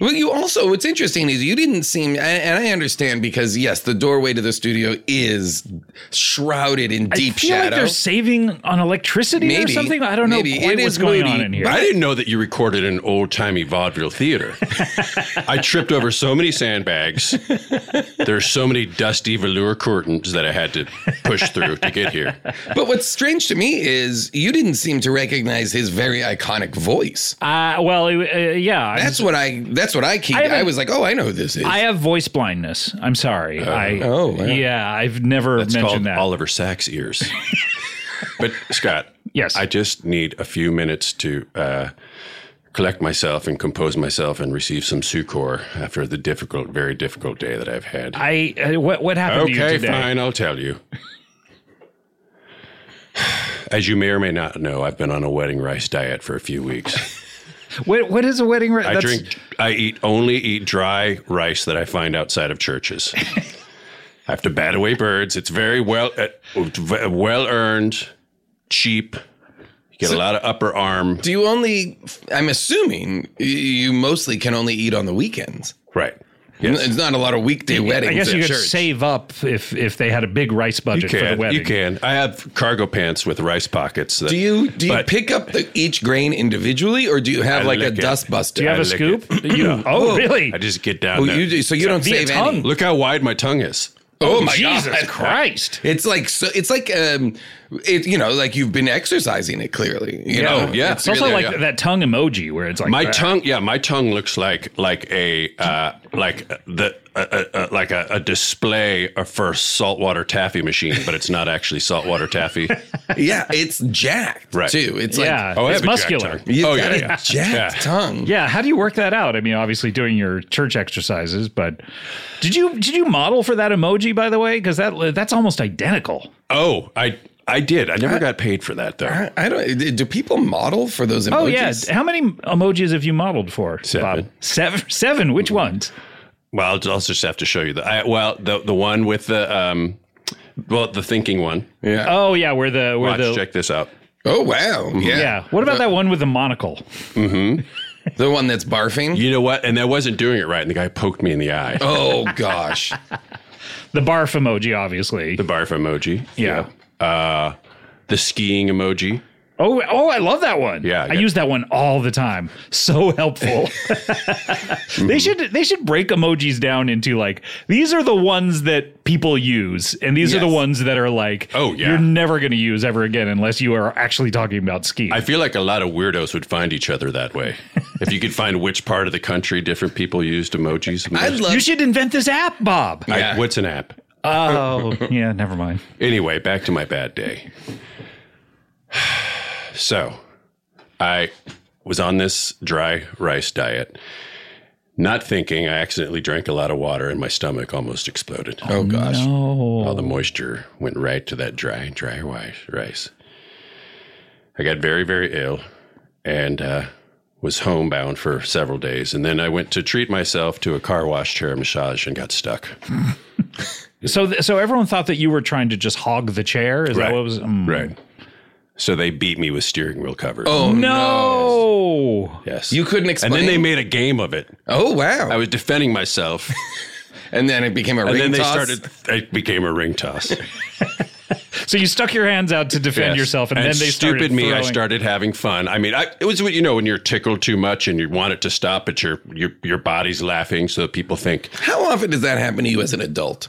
Well, you also, what's interesting is you didn't seem, and- and I understand because, yes, the doorway to the studio is shrouded in deep I feel shadow. like they're saving on electricity or Maybe. something. I don't Maybe. know quite It what's is going moody, on in here. I didn't know that you recorded in old timey vaudeville [laughs] theater. I tripped over so many sandbags. There's so many dusty velour curtains that I had to push through to get here. but what's strange to me is you didn't seem to recognize his very iconic voice. uh, well, it- uh, yeah, I, That's what I. That's what I keep. I haven't- I, was like, oh, I know who this is. I have voice blindness. I'm sorry. I oh, wow. yeah, I've never That's mentioned called that. Oliver [laughs] Sacks ears. but Scott, Yes. I just need a few minutes to uh, collect myself and compose myself and receive some succor after the difficult, very difficult day that I've had. I uh, what what happened to you okay, today? fine, I'll tell you. [sighs] As you may or may not know, I've been on a wedding rice diet for a few weeks. What what is a wedding? [laughs] ri- I that's- drink, I eat only eat dry rice that I find outside [laughs] of churches. I have to bat away birds. It's very well, uh, well earned, cheap. You get a lot of upper arm. Do you only? I'm assuming y- you mostly can only eat on the weekends. Right. It's not a lot of weekday weddings. I guess at you could church. save up if if they had a big rice You budget for the can. wedding. You can. I have cargo pants with rice pockets. That Do you do you But- pick up the, each grain individually, or do you have I like a lick it. dust buster? Do you have I a lick scoop? it. You, oh, really? I just get down Oh, there. you do, so you don't Via save tongue. any. Look how wide my tongue is. Oh my Jesus God. Christ! It's like so. It's like um, it you know, like you've been exercising it clearly. You Yeah. know, Yeah. It's It's also really- like that tongue emoji where it's like My uh, tongue, yeah, my tongue looks like like a uh, like the uh, uh, uh, like a, a display of for saltwater taffy machine, but it's not actually [laughs] saltwater taffy. [laughs] yeah, it's jacked right. too. It's like- Yeah, it's I have a jacked muscular. tongue. You've Oh got yeah, a yeah. jacked Yeah. tongue. Uh, Yeah, how do you work that out? I mean, obviously doing your church exercises, but did you did you model for that emoji by the way? Because that that's almost identical. Oh, I I did. I never got paid for that though. I, I don't. Do people model for those emojis? Oh yeah, how many emojis have you modeled for? Seven. Seven. Seven. Which ones? Well, I'll I'll just have to show you the I, well the the one with the um well the thinking one. Yeah. Oh yeah, where the where Watch. the check this out. Oh wow. Yeah. yeah. What about that one with the monocle? Mm-hmm. The one that's barfing. You know what? And I wasn't doing it right, and the guy poked me in the eye. Oh gosh. the barf emoji, obviously. The barf emoji. Yeah. Uh, the skiing emoji. Oh, oh, I love that one. Yeah, I use that one all the time. So [laughs] [laughs] helpful. Mm-hmm. they should they should break emojis down into like these are the ones that people use, and these are the Yes. ones that are like oh yeah. you're never going to use ever again unless you are actually talking about ski. I feel like a lot of weirdos would find each other that way. if you could find which part of the country different people used emojis. most. you should invent this app, Bob. I- what's an app? Oh [laughs] yeah, never mind. Anyway, back to my bad day. So, I was on this dry rice diet, not thinking I accidentally drank a lot of water and my stomach almost exploded. Oh, gosh. All the moisture went right to that dry, dry wi- rice. I got very, very ill and uh, was homebound for several days. And then I went to treat myself to a car wash chair massage and got stuck. So th- so everyone thought that you were trying to just hog the chair. Is that what was mm. Right. So they beat me with steering wheel covers. Oh, no. Yes. You couldn't explain. And then they made a game of it. Oh wow. I was defending myself. [laughs] and then it became a and ring then they toss? started it became a ring toss. So you stuck your hands out to [laughs] defend Yes. yourself, and, then they stupid started me. I throwing- started having fun. I mean, I, it was what you know when you're tickled too much and you want it to stop, but your your your body's laughing, so that people think. How often does that happen to you as an adult?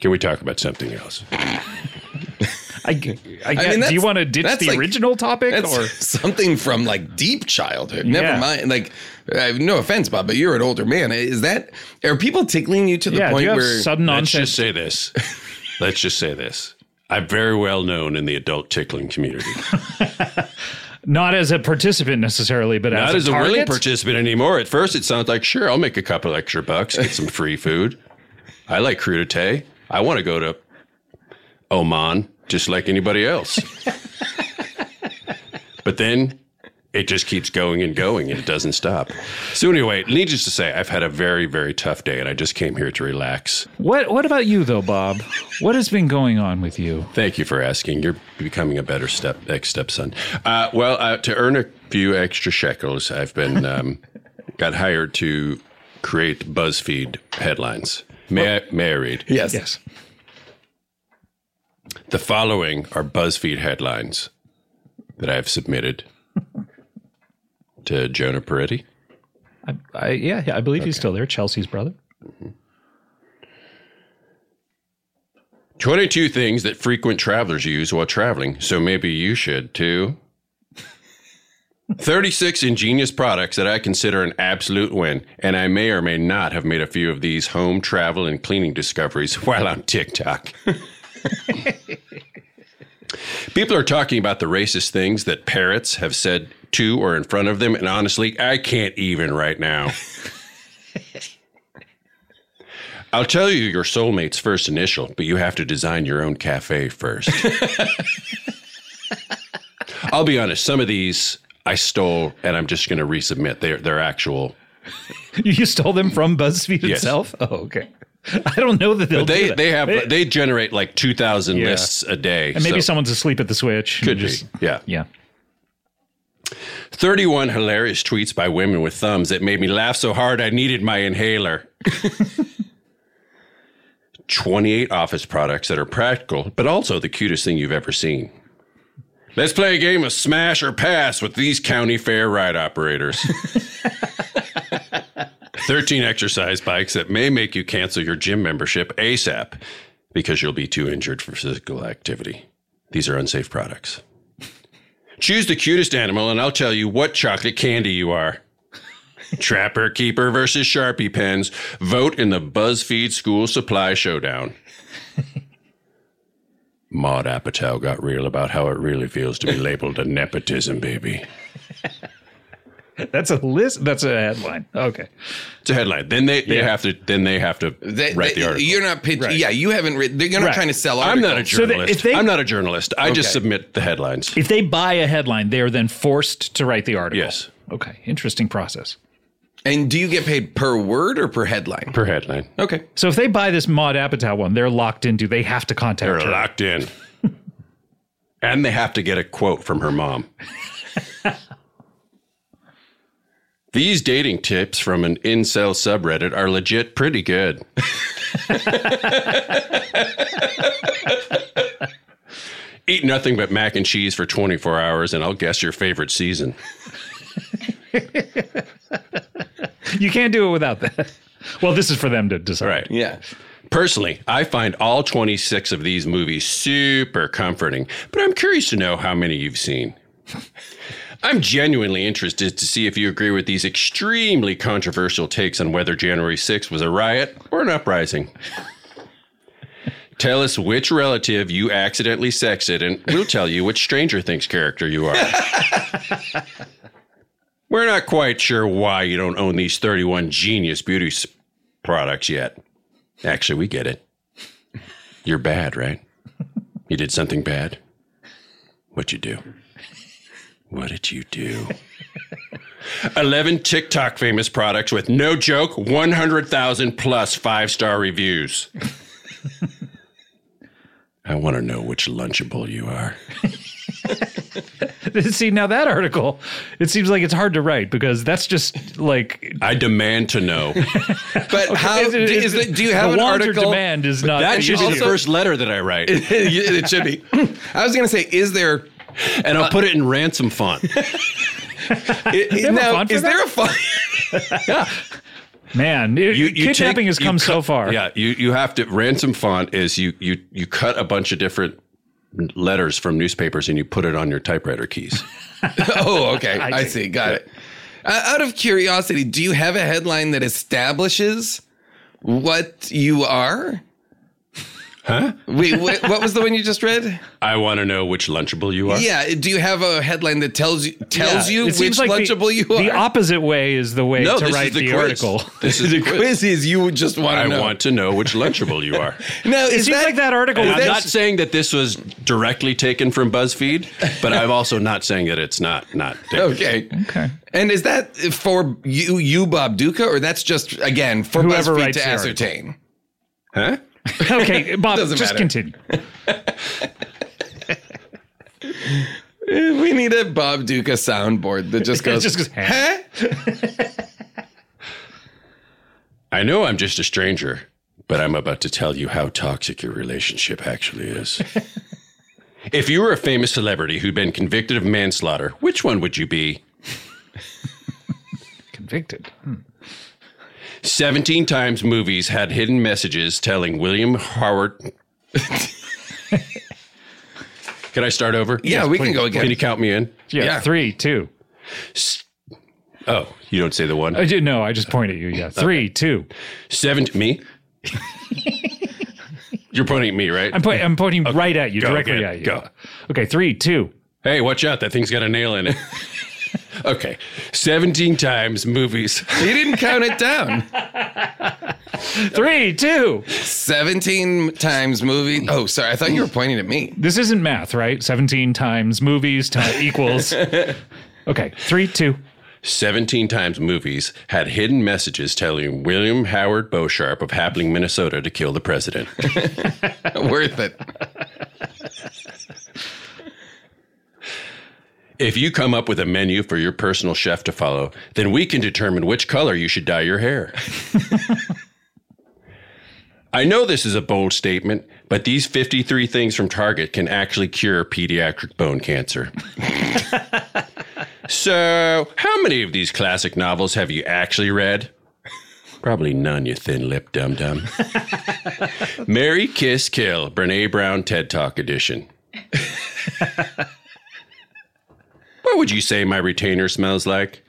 Can we talk about something else? I, I, guess- do you want to ditch the original topic or? [laughs] something from like deep childhood? Never Yeah. mind. Like, uh, no offense, Bob, but you're an older man. Is that are people tickling you [laughs] to the point where Let's just say this. Let's just say this. I'm very well known in the adult tickling community. Not as a participant necessarily, but Not as as a, a target? willing participant anymore. At first, it sounds like sure, I'll make a couple extra bucks, get some free food. I like crudité. I want to go to Oman just like [laughs] anybody else. but then it just keeps going and going, and it doesn't stop. So anyway, needless to say, I've had a very very tough day, and I just came here to relax. What What about you though, Bob? What has been going on with you? Thank you for asking. You're becoming a better step ex stepson. Uh, well, uh, to earn a few extra shekels, I've [laughs] been um, got hired to create BuzzFeed headlines. May I, may I read? Yes. Yes. The following are BuzzFeed headlines that I [laughs] have submitted to Jonah Peretti. I, I, yeah, I believe he's still there. Chelsea's brother. 22 things that frequent travelers use while traveling, so maybe you should too. 36 ingenious products that I consider an absolute win, and I may or may not have made a few of these home travel and cleaning discoveries [laughs] while on TikTok. People are talking about the racist things that parrots have said to or in front of them, and honestly, I can't even [laughs] right now. I'll tell you your soulmate's first initial, but you have to design your own [laughs] cafe first. I'll be honest, some of these I stole and I'm just going to resubmit. They're, they're actual. [laughs] You stole them from BuzzFeed Yes. itself. Oh, okay. [laughs] I don't know that they'll But they, do that. they have they generate like 2,000 Yeah. lists a day. and maybe so- someone's asleep at the switch. and Could just- be. Yeah. Yeah. 31 hilarious tweets by women with thumbs that made me laugh so hard I needed my inhaler. [laughs] 28 office products that are practical, but also the cutest thing you've ever seen. Let's play a game of smash or pass with these county fair ride operators. [laughs] 13 exercise bikes that may make you cancel your gym membership ASAP because you'll be too injured for physical activity. These are unsafe products. Choose the cutest animal, and I'll tell you what chocolate candy you are. Trapper Keeper versus Sharpie pens. Vote in the BuzzFeed School Supply Showdown. Maud Apatow got real about how it really feels to be labeled a nepotism baby. That's a list. That's a headline. Okay. It's a headline. Then they, they Yeah. have to then they have to They- write they- the article. You're not pitching. Yeah, you haven't read. You're not Right. trying to sell. I'm Articles. not a journalist. I'm not a journalist. I just Okay. submit the headlines. If they buy a headline, they are then forced to write the article. Yes. Okay. Interesting process. And do you get paid per word or per headline? [laughs] Per headline. Okay. So if they buy this Maud Apatow one, they're locked into. They have to contact They're her. locked in. [laughs] and they have to get a quote from her mom. [laughs] These dating tips from an incel subreddit are legit pretty good. [laughs] Eat nothing but mac and cheese for 24 hours, and I'll guess your favorite season. [laughs] You can't do it without that. Well, this is for them to decide. Right. Yeah. Personally, I find all 26 of these movies super comforting, but I'm curious to know how many you've seen. [laughs] I'm genuinely interested to see if you agree with these extremely controversial takes on whether January 6th was a riot or an uprising. Tell us which relative you accidentally sexted, and we'll tell you which Stranger Things character you are. We're not quite sure why you don't own these 31 genius beauty s- products yet. Actually, we get it. You're bad, right? You did something bad. What'd you do? What did you do? 11 TikTok famous products with no joke, 100,000 plus five star reviews. I want to know which Lunchable you are. [laughs] See now that article, it seems like it's hard to write because that's just like I demand [laughs] to know. But how is is it- is it, it- do you have the an want or article? demand is not- That It should should be the be- first letter that I [laughs] write. it should be. I was going to say, is there? And I'll put it in ransom font. It, have a now, font for is that? there a fun? man, it- you, you kidnapping take- has you come so cut- far. Yeah, you you have to ransom font is you you you cut a bunch of different letters from newspapers and you put it on your typewriter keys. oh, [laughs] okay. I I, see. Got it. Uh, out of curiosity, do you have a headline that establishes what you are? Huh? [laughs] Wait, wh- what was the one you just read? I want to know which lunchable you are. Yeah. Do you have a headline that tells you tells Yeah, you it which seems like the- lunchable you are? The opposite way is the way No, to this write is the, the, quiz. article. [laughs] This is the quiz. quiz is you just want I to know. want to know which lunchable you are. now, It is seems that, like that [laughs] article. And was I'm not just- saying that this was directly taken from BuzzFeed, but I'm also not saying that it's not [laughs] not. Taken. Okay. Okay. And is that for you, you Bob Duca, or that's just again for Whoever BuzzFeed writes to the article. ascertain? Huh? [laughs] okay, Bob, Doesn't just matter. continue. Eh, [laughs] We need a Bob Duca soundboard [laughs] that just goes. Just goes, "Huh?" I know I'm just a stranger, but I'm about to tell you how toxic your relationship [laughs] actually is. if you were a famous celebrity who'd been convicted of manslaughter, which one would you be? Convicted. 17 times movies had hidden messages telling [laughs] William Howard. can I start over? Yeah, we can go again. Can you count me in? Yeah, Yeah. three, two. Oh, you don't say the one. I did no. I just point at you. Yeah, three, two. Seven [laughs] me. You're pointing at me, right? I'm, point, I'm pointing right [laughs] at you, Go directly again. at you. Go. Okay, three, two. Hey, watch out. That thing's got a nail [laughs] in it. okay. 17 times movies. He didn't count it [laughs] down. Three, two. Seventeen times movie. Oh, sorry. I thought you were pointing at me. This isn't math, right? 17 times movies [laughs] time equals. Okay, three, two. 17 times movies had hidden messages telling William Howard Beausharp of Happening, Minnesota to kill [laughs] the president. [laughs] Worth it. if you come up with a menu for your personal chef to follow, then we can determine which color you should dye your hair. I know this is a bold statement, but these 53 things from Target can actually cure pediatric bone cancer. so, how many of these classic novels have you actually read? Probably none, you thin lipped dum dum. Mary Kiss Kill, Brene Brown TED Talk Edition. What would you say my retainer smells like?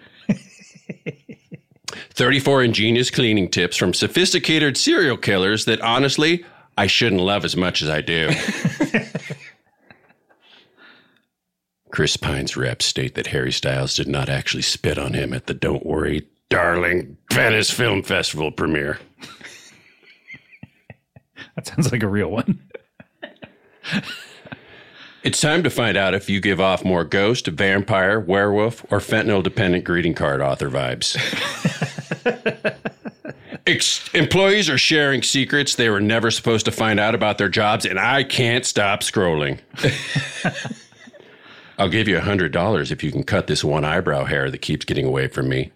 34 ingenious cleaning tips from sophisticated serial killers that honestly, I shouldn't love as much as I do. Chris Pine's reps state that Harry Styles did not actually spit on him at the Don't Worry, Darling Venice Film Festival premiere. That sounds like a real one. It's time to find out if you give off more ghost, vampire, werewolf, or fentanyl dependent greeting card [laughs] author vibes. Ex- employees are sharing secrets they were never supposed to find out about their jobs, and I can't stop [laughs] scrolling. I'll give you $100 if you can cut this one eyebrow hair that keeps getting away [laughs] from me.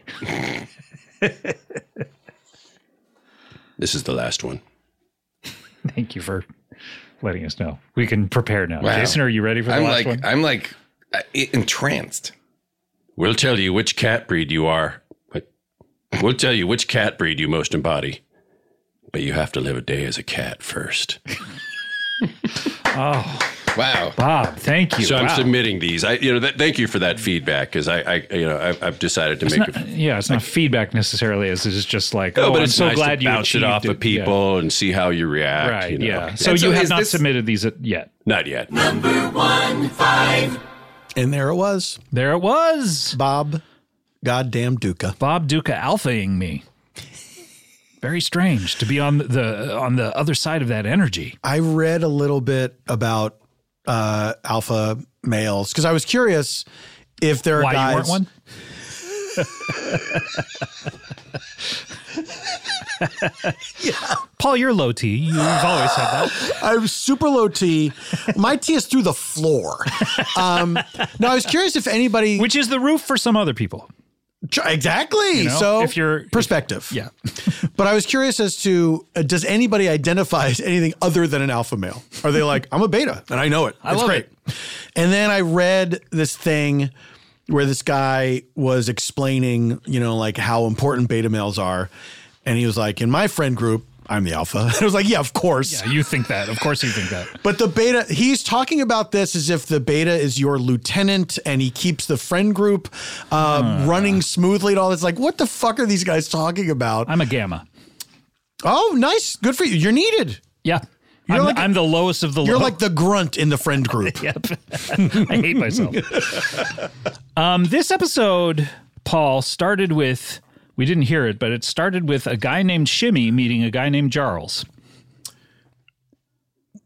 this is the last one. Thank you for letting us know. We can prepare now. Wow. [laughs] Jason, are you ready for the I'm last like- one? I'm like entranced. We'll tell you which cat breed you are. But we'll tell you which cat breed you most embody. But you have to live a day as a cat first. Oh, wow, Bob, thank you. So I'm Wow. submitting these. I, you know, th- thank you for that feedback because I, I, you know, I've, I've decided to It's make. not- yeah, it's not feedback necessarily. It's it's just like, no, oh, but I'm it's so nice glad to you bounce it off achieved of people and see how you react. Right. you know. Yeah. So you have not submitted these uh, yet. Not yet. And there it was. There it was. Bob, goddamn Duca. Bob Duca alphaing [laughs] me. Very strange to be on the on the other side of that energy. [laughs] I read a little bit about uh, alpha males because I was curious if there are Why guys. you weren't [laughs] one? Paul, you're low T. You've always said that. [laughs] I'm super low T. My T is through the floor. Um, now I was curious if anybody, which is the roof for some other people. Exactly. You know, so if you're- perspective, yeah. [laughs] but I was curious as to uh, does anybody identify as anything other than an alpha male? Are they like I'm a beta and I know it. I it's love great. And then I read this thing where this guy was explaining, you know, like how important beta males are, and he was like, in my friend group, I'm the alpha. [laughs] I was like, yeah, of course. Yeah, you think that. Of course you think that. But the beta, he's talking about this as if the beta is your lieutenant and he keeps the friend group Ah. uh, running smoothly and all. It's like, what the fuck are these guys talking about? I'm a gamma. Oh, nice. Good for you. You're needed. Yeah. You're I'm, like, I'm the lowest of the you're low. like the [laughs] grunt in the friend group. [laughs] yep. I [laughs] hate myself. Um, this episode, Paul, started with we didn't hear it, but it started with a guy named Shimmy meeting a guy named Jarls.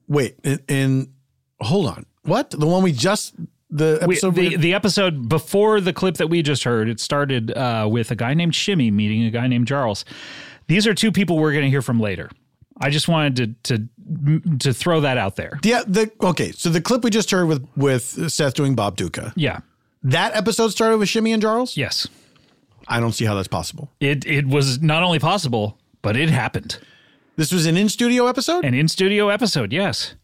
Wait, in, in hold on. What? The one we just the We- episode we, the, the episode before the clip that we just heard, it started uh, with a guy named Shimmy meeting a guy named Jarls. These are two people we're going to hear from later. I just wanted to to to throw that out there. yeah, the okay, so the clip we just heard with with Seth doing Bob Duca. Yeah. That episode started with Shimmy and Jarls? Yes. I don't see how that's possible. It it was not only possible, but it happened. This was an in studio episode. An in studio episode, yes.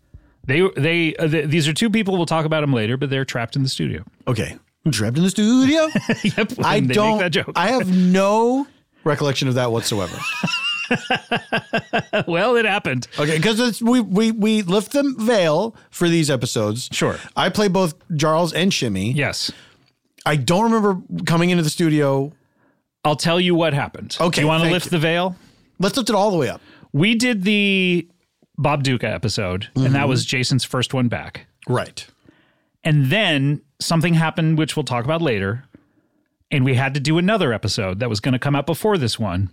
They they uh, th- these are two people. We'll talk about them later, but they're trapped in the studio. Okay. Trapped in the studio? [laughs] yep. I and they don't. make that joke. I have no recollection of that whatsoever. [laughs] well, it happened. Okay, because we we we lift the veil for these episodes. Sure. I play both Jarls and Shimmy. Yes. I don't remember coming into the studio. I'll tell you what happened. Do Okay. you want to thank lift the veil? Let's lift it all the way up. We did the Bob Duca episode, and that was Jason's first one back. Mm-hmm. Right. And then something happened, which we'll talk about later. And we had to do another episode that was going to come out before this one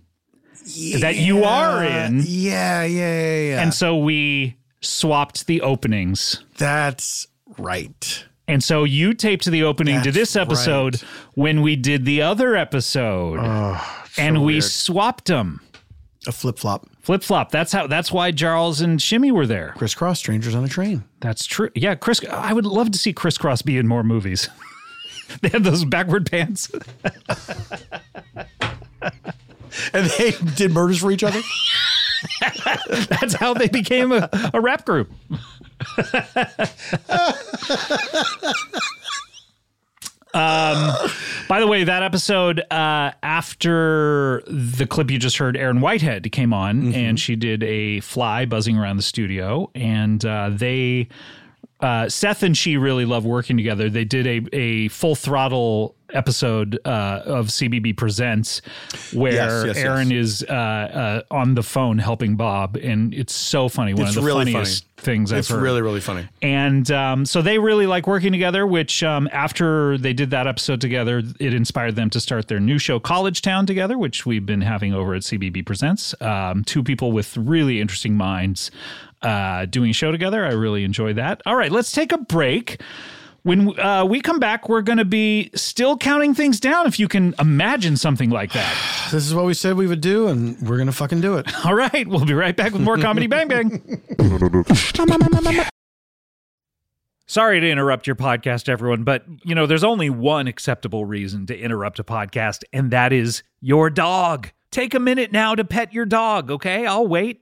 that you are in. Yeah, yeah, yeah, yeah. And so we swapped the openings. That's right. And so you taped the opening to That's this episode when we did the other episode. Uh, and we weird. swapped them. A flip flop. Flip flop. That's how that's why Jarls and Shimmy were there. Crisscross strangers on a train. That's true. Yeah, Chris I would love to see Chris Cross be in more movies. [laughs] they had those backward pants. [laughs] And they did murders for each other. [laughs] That's how they became a, a rap group. um, by the way, that episode uh, after the clip you just heard, Erin Whitehead came on Mm-hmm. and she did a fly buzzing around the studio, and uh, they. Uh, Seth and she really love working together. They did a, a full throttle episode uh, of CBB Presents where Yes, yes, Aaron is uh, uh, on the phone helping Bob, and it's so funny. One It's of the really funniest funny. things I've It's heard. really, really funny. And um, so they really like working together, which um, after they did that episode together, it inspired them to start their new show, College Town, together, which we've been having over at CBB Presents. Um, two people with really interesting minds uh, doing a show together. I really enjoy that. All right, let's take a break. When uh, we come back, we're going to be still counting things down if you can imagine something like that. This is what we said we would do, and we're going to fucking do it. All right, we'll be right back with more Comedy Bang Bang. [laughs] Sorry to interrupt your podcast, everyone, but you know, there's only one acceptable reason to interrupt a podcast, and that is your dog. Take a minute now to pet your dog, okay? I'll wait.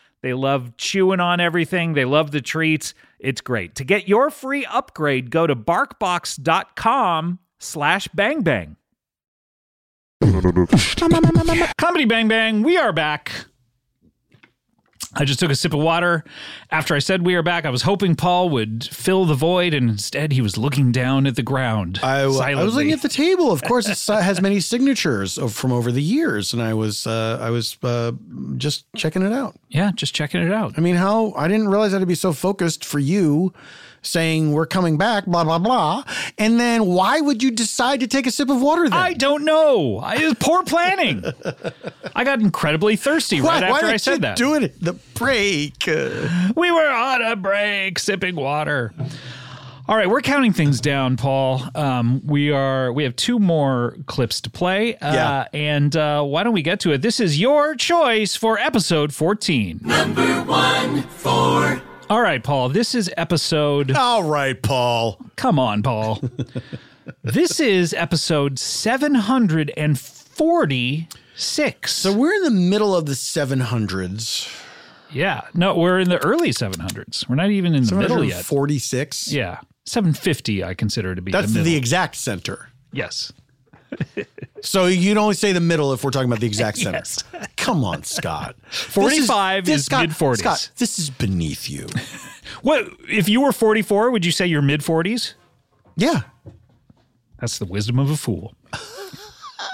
They love chewing on everything. They love the treats. It's great. To get your free upgrade, go to barkbox.com slash bangbang. Comedy Bang Bang, we are back. I just took a sip of water. After I said we are back, I was hoping Paul would fill the void, and instead he was looking down at the ground. I, w- I silently. was looking at the table. Of course, it has many signatures of, from over the years, and I was uh, I was uh, just checking it out. Yeah, just checking it out. I mean, how I didn't realize I'd be so focused for you saying we're coming back, blah blah blah, and then why would you decide to take a sip of water? Then I don't know. I, it was poor [laughs] planning. I got incredibly thirsty right Why- why after I did said you that. do it at the break. uh. We were on a break, sipping water. All right, we're counting things down, Paul. Um, we are. We have two more clips to play. Uh, Yeah. And uh, why don't we get to it? This is your choice for episode fourteen. Number one, four. All right, Paul. This is episode. All right, Paul. Come on, [laughs] Paul. this is episode seven hundred and forty-six. So we're in the middle of the seven hundreds. Yeah. No, we're in the early seven hundreds. We're not even in the middle yet. 746? Yeah. 750 Ah, I consider to be That's the, the, middle. exact center. Yes. So you'd only say the middle if we're talking about [laughs] the exact center. Come on, Scott. This is- 45 this- is Scott- mid-40s. Scott, this is [laughs] beneath you. What if you were 44, would you say you're mid 40s? Yeah. That's the wisdom of a fool.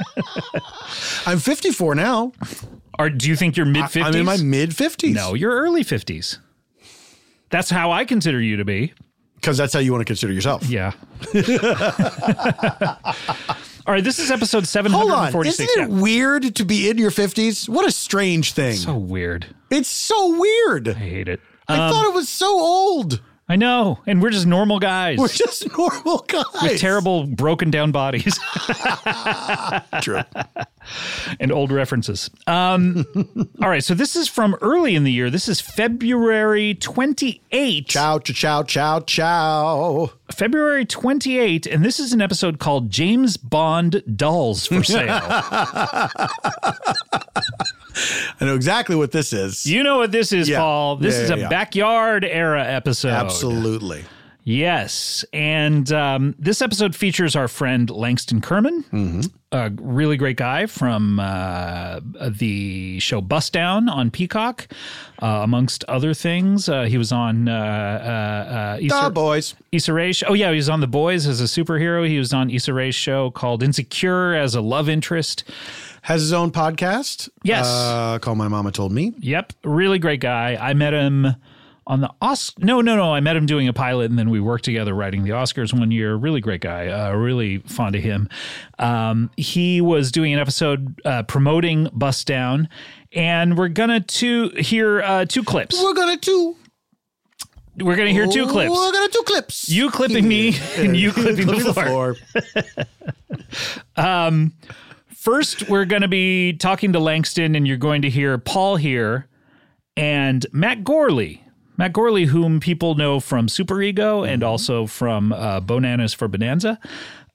[laughs] I'm 54 now. Or do you think you're mid 50s? I'm in my mid 50s. No, you're early 50s. That's how I consider you to be. Because that's how you want to consider yourself. [laughs] Yeah. All right, this is episode Hold on. 746. Isn't it Yeah. weird to be in your 50s? What a strange thing. So weird. It's so weird. I hate it. I Um, thought it was so old. I know. And we're just normal guys. We're just [laughs] normal guys. With terrible, broken down bodies. [laughs] [laughs] True. and old references. Um, [laughs] all right, so this is from early in the year. This is February 28. Chow, chow, chow, chow. February 28, and this is an episode called James Bond Dolls [laughs] for Sale. I know exactly what this is. you know what this is, Yeah. Paul. This Yeah, is yeah, a yeah. backyard era episode. Absolutely. Yes. And um, this episode features our friend Langston Kerman, Mm-hmm. a really great guy from uh, the show Bust Down on Peacock, uh, amongst other things. Uh, he was on uh, uh, uh, The Boys. Issa Rae's- Oh, yeah. He was on The Boys as a superhero. He was on Issa Rae's show called Insecure as a love interest. Has his own podcast. Yes. Uh, call my mama told me. Yep. Really great guy. I met him on the Osc. No, no, no. I met him doing a pilot, and then we worked together writing the Oscars one year. Really great guy. Uh, really fond of him. Um, he was doing an episode uh, promoting Bust Down, and we're gonna to hear uh, two clips. We're gonna two. We're gonna hear two clips. We're gonna two clips. You clipping me [laughs] [laughs] and you clipping the Clipping the floor. [laughs] um, first, we're going to be talking to Langston, and you're going to hear Paul here and Matt Gorley. Matt Gorley, whom people know from Super Ego and Mm-hmm. also from uh, Bonanas for Bonanza.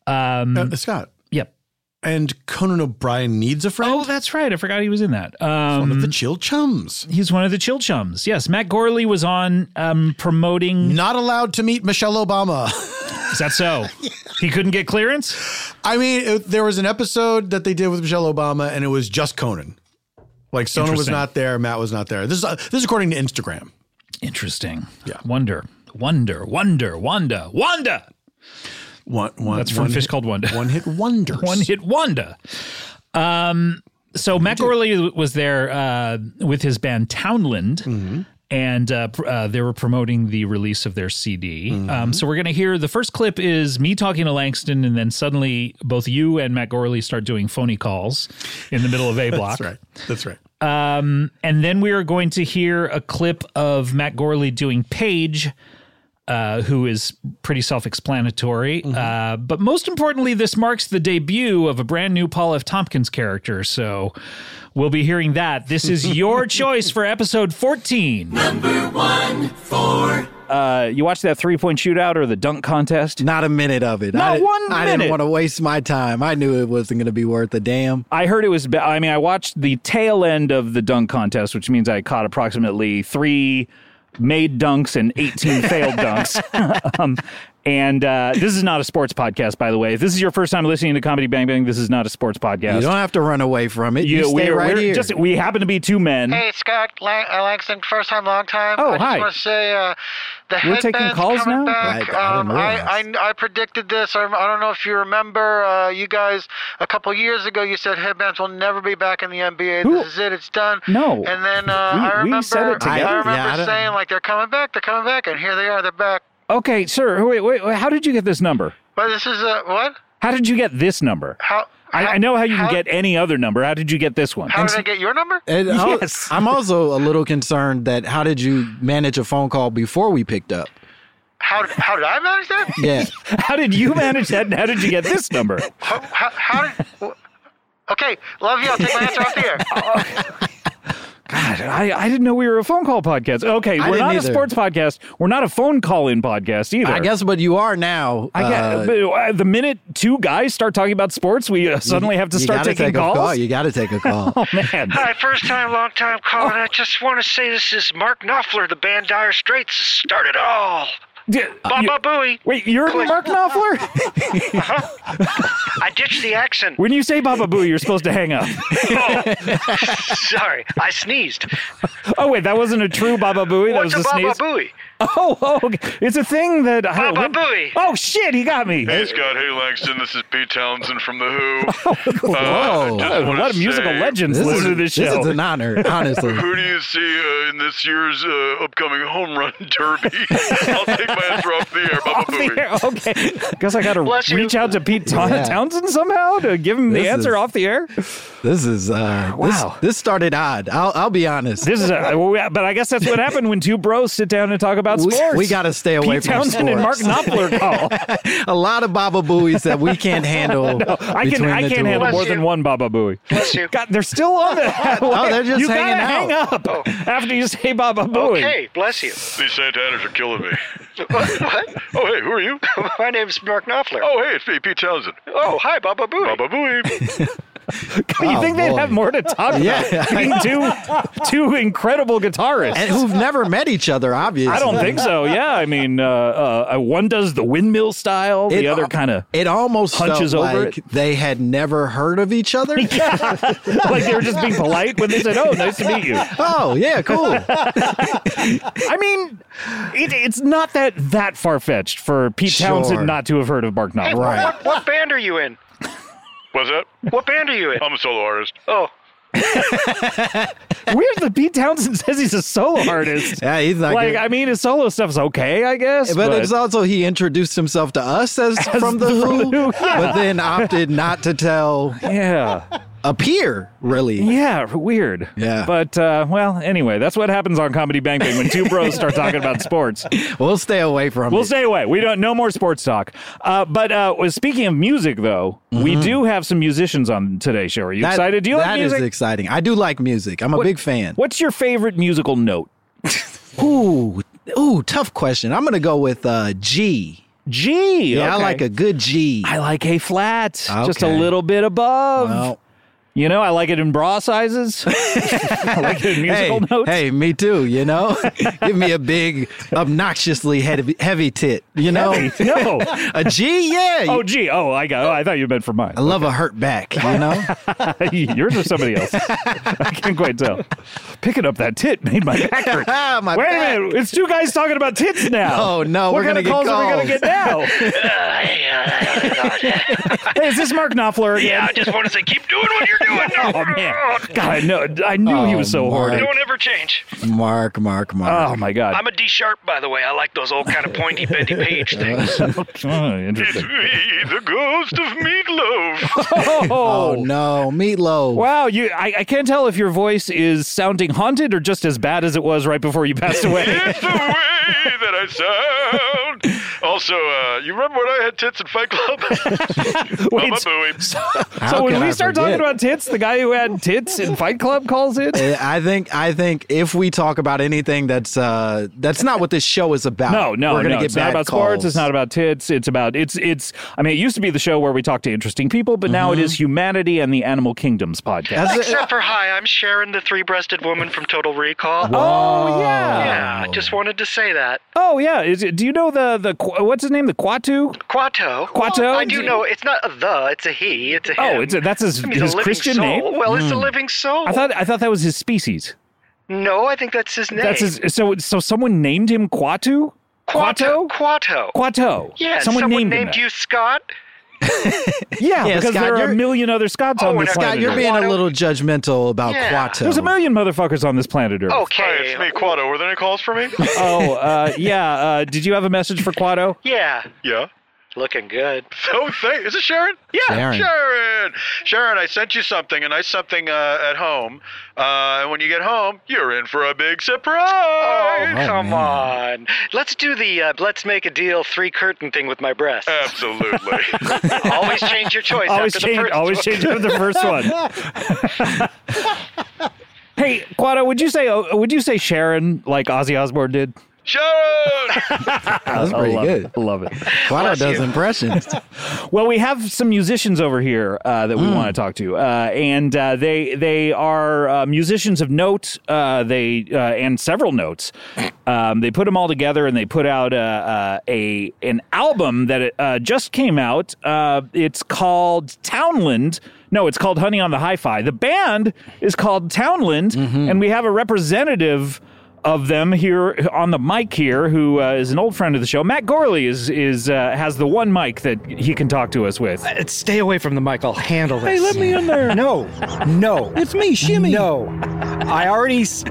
Um, Uh, Scott. Yep. And Conan O'Brien needs a friend. Oh, that's right. I forgot he was in that. Um, one of the chill chums. He's one of the chill chums. Yes, Matt Gorley was on um, promoting. Not allowed to meet Michelle Obama. [laughs] Is that [laughs] so? He couldn't get clearance. I mean, it, there was an episode that they did with Michelle Obama, and it was just Conan. Like Sona was Interesting. not there, Matt was not there. This is uh, this is according to Instagram. Interesting. Yeah. Wonder, wonder, wonder, wonder, wonder. One, one, That's from one Fish hit- Called Wanda. One hit [laughs] wonders. one hit wonder. Um, so Matt Gorley was there uh, with his band Townland. Mm-hmm. And uh, pr- uh, they were promoting the release of their CD. Mm-hmm. Um, so we're going to hear the first clip is me talking to Langston, and then suddenly both you and Matt Gorley start doing phony calls in the middle of A block. [laughs] That's right. That's right. Um, and then we are going to hear a clip of Matt Gorley doing Page, uh, who is pretty self explanatory. Mm-hmm. Uh, but most importantly, this marks the debut of a brand new Paul F. Tompkins character. So we'll be hearing that. This [laughs] is your choice for episode 14. Number one, four. Uh, you watched that three point shootout or the dunk contest? Not a minute of it. Not I, one I didn't minute. want to waste my time. I knew it wasn't going to be worth a damn. I heard it was. ba- I mean, I watched the tail end of the dunk contest, which means I caught approximately three made dunks and [laughs] 18 failed dunks. [laughs] um, and uh, this is not a sports podcast, by the way. If this is your first time listening to Comedy Bang Bang, this is not a sports podcast. You don't have to run away from it. You, You- stay we're- right we're here. just- we happen to be two men. Hey, Scott Lang- uh, Langston, first time, long time. Oh, I hi. just want to say uh, the We're taking headband's calls coming now? Back. I- I didn't um, I, I, I predicted this. I, I don't know if you remember, uh, you guys, a couple years ago, you said headbands will never be back in the NBA. Who- This is it. It's done. No. And then uh, We- I remember, we said it I, together. remember Yeah, I don't- saying, like, they're coming back, they're coming back, and here they are, they're back. Okay, sir. Wait, wait, wait, How did you get this number? But this is, uh, what? How did you get this number? How? I, I know how you can get any other number. How did you get this one? How did I get your number? And oh. I'll- Yes. I'm also a little concerned that how did you manage a phone call before we picked up? How, did- how did I manage that? Yeah. [laughs] how did you manage that? And how did you get this number? How, how, how did. Okay, love you. I'll take my answer off [laughs] the air. God, I, I didn't know we were a phone call podcast. Okay, I we're didn't not a either. sports podcast. We're not a phone call in podcast either. I guess, but you are now. I uh, get, but, uh, the minute two guys start talking about sports, we uh, suddenly you- have to you start gotta taking take calls. A call. You got to [laughs] take a call. oh man! Hi, first time, long time caller. I just want to say this is Mark Knopfler, the band Dire Straits. Start it all. D- Baba Booey. Wait, you're Mark Knopfler? I ditched the [laughs] accent. when you say Baba Boo, you're supposed to hang up. Oh, sorry, I sneezed. oh wait, that wasn't a true Baba Booey. That What's was a a Baba sneeze. Booey? Oh, oh, okay. it's a thing that I don't- Baba when- Booey. Oh shit, he got me. Hey Scott, hey Langston, this is Pete Townsend from The [laughs] Who. Uh, Whoa. What a- wanna what a musical legends what- listen to this This is show. an [laughs] honor, honestly. Who do you see uh, in this year's uh, upcoming home run [laughs] derby? I'll take my answer off the air, [laughs] Baba Booey. okay. Guess I gotta Bless you. reach out to Pete Ta- Yeah. Townsend somehow to give him the This answer is- off the air. This is uh, Wow. This, this started odd. I'll, I'll be honest. This is a, uh, well, yeah, but I guess that's what happened when two bros sit down and talk about We- sports. we gotta stay away Pete from Townsend and Mark sports. Knopfler call. [laughs] a lot of Baba Booey's that we [laughs] can't handle. No, I can between I the two can't of handle us. more than one Baba Booey. [laughs] God, they're still on the. [laughs] Oh, they're just you hanging gotta out. hang up after you say Baba Booey. Oh. Okay, bless you. These Santanas are killing me. [laughs] what? Oh, hey, who are you? [laughs] My name's Mark Knopfler. Oh, hey, it's me, Pete Townsend. Oh, hi, Baba Booey. Baba Booey. [laughs] you think Oh, they'd boy. have more to talk about? Yeah. [laughs] I mean, two [laughs] two incredible guitarists. and who've never met each other, obviously. I don't think so. Yeah, I mean, uh, uh, one does the windmill style, the It other al- kind of It almost hunches felt over like it. they had never heard of each other. [laughs] like they were just being polite when they said, "Oh, nice to meet you." [laughs] Oh yeah, cool. [laughs] I mean, it, it's not that that far fetched for Pete Sure. Townsend not to have heard of Mark Knopfler. What, what band are you in? What's that? What band are you in? I'm a solo artist. Oh, [laughs] Weird that Pete Townsend says he's [laughs] a solo artist. yeah, he's not like good. I mean his solo stuff's okay, I guess. But, it's also he introduced himself to us as, from the Who, but then opted not to tell. Yeah, appear really. Yeah, weird. Yeah, But uh, well, anyway, that's what happens on Comedy Bang Bang when two bros start talking about sports. We'll stay away from. We'll stay away. We don't. No more sports talk. Uh, but uh, well, speaking of music, though, we do have some musicians on today's show. Are you Mm-hmm. That- excited? Do you like that is music? exciting. I do like music. I'm a big fan. What's your favorite musical note? ooh, ooh, tough question. I'm gonna go with uh, G. G. Yeah, I okay. like a good G. I like A flat, just a little bit above. You know, I like it in bra sizes. [laughs] I like it in musical hey, notes. Hey, me too. You know, [laughs] give me a big, obnoxiously heavy, heavy tit. You know, Heavy? No. [laughs] a G. Yeah. Oh, G. Oh, I got. Oh, I thought you meant for mine. I love a hurt back. You know. [laughs] Yours or somebody else? [laughs] I can't quite tell. Picking up that tit made my back [laughs] hurt. My Wait back. a minute, it's two guys talking about tits [laughs] now. No, Oh, no, what we're kind gonna of get calls are we gonna calls. get now? [laughs] hey, is this Mark Knopfler? Again? Yeah, I just want to say, keep doing what you're doing. Oh man, [laughs] God, I know. I knew he Oh, was so Mark. horny. Don't ever change. Oh, Mark, Mark, Mark. Oh my God. I'm a D sharp, by the way. I like those old kind of pointy, bendy [laughs] page [laughs] things. oh, [laughs] interesting. Me, the ghost of meatloaf. Oh, no, meatloaf. Wow, you I, I can't tell if your voice is sounding haunted or just as bad as it was right before you passed away. It's the way that I sound. Also, uh, you remember when I had tits in [laughs] Fight Club? [laughs] I'm a buoy. so when can we I forget? start talking about tits, the guy who had tits in Fight Club calls in. Uh, I think I think if we talk about anything that's uh that's not what this show is about. No, no, we're gonna no. get it's not bad about calls. sports. It's not about tits. It's about it's it's. I mean, it used to be the show where we talked to interesting people, but now it is Mm-hmm. humanity and the animal kingdoms podcast. Except for hi, I'm Sharon, the three-breasted woman from Total Recall. Oh, yeah. yeah. I Just wanted to say that. Oh yeah, is it, do you know the the qu- what's his name? The Quatu? Quato. Quato? I do know it's not a the, it's a he, it's a him. Oh, it's a, that's his, I mean, he's a his living Christian soul. name. Well, it's a Hmm. living soul. I thought I thought that was his species. No, I think that's his name. That's his. So so someone named him Quatu. Quato. Quato. Quato. Yeah, Someone, named, him that. you Scott. [laughs] Yeah, Yeah, because Scott, there are you're- a million other Scots on Oh, this Scott, planet. you're Earth. being a little judgmental about Yeah. Quato. Oh. There's a million motherfuckers on this planet Earth. Okay. Hi, it's me, Quato. Were there any calls for me? [laughs] oh, uh, yeah. Uh, did you have a message for Quato? Yeah. Yeah. [laughs] Looking good. Oh, thank. Is it Sharon? Yeah, Sharon. Sharon. Sharon. I sent you something, a nice something uh, at home. Uh, and when you get home, [laughs] you're in for a big surprise. Oh, come on. Let's do the uh, let's make a deal three curtain thing with my breasts. Absolutely. [laughs] always change your choice. Always after change- The first always one. change after the first one. [laughs] [laughs] Hey, Quato, would you say uh, would you say Sharon like Ozzy Osbourne did? [laughs] [laughs] Sharon. [laughs] That's I pretty love good. It. [laughs] I Love it. Quato does [laughs] impressions. Well, we have some musicians over here uh, that we want to talk to, uh, and uh, they they are uh, musicians of note. Uh, they uh, and several notes. Um, they put them all together and they put out uh, uh, a an album that uh, just came out. Uh, it's called Townland. No, it's called Honey on the Hi-Fi. The band is called Townland, and we have a representative of them here on the mic here, who uh, is an old friend of the show. Matt Gorley is is uh, has the one mic that he can talk to us with. Uh, Stay away from the mic. I'll handle this. Hey, let me in there. No, no. it's me, Shimmy. No, I already s-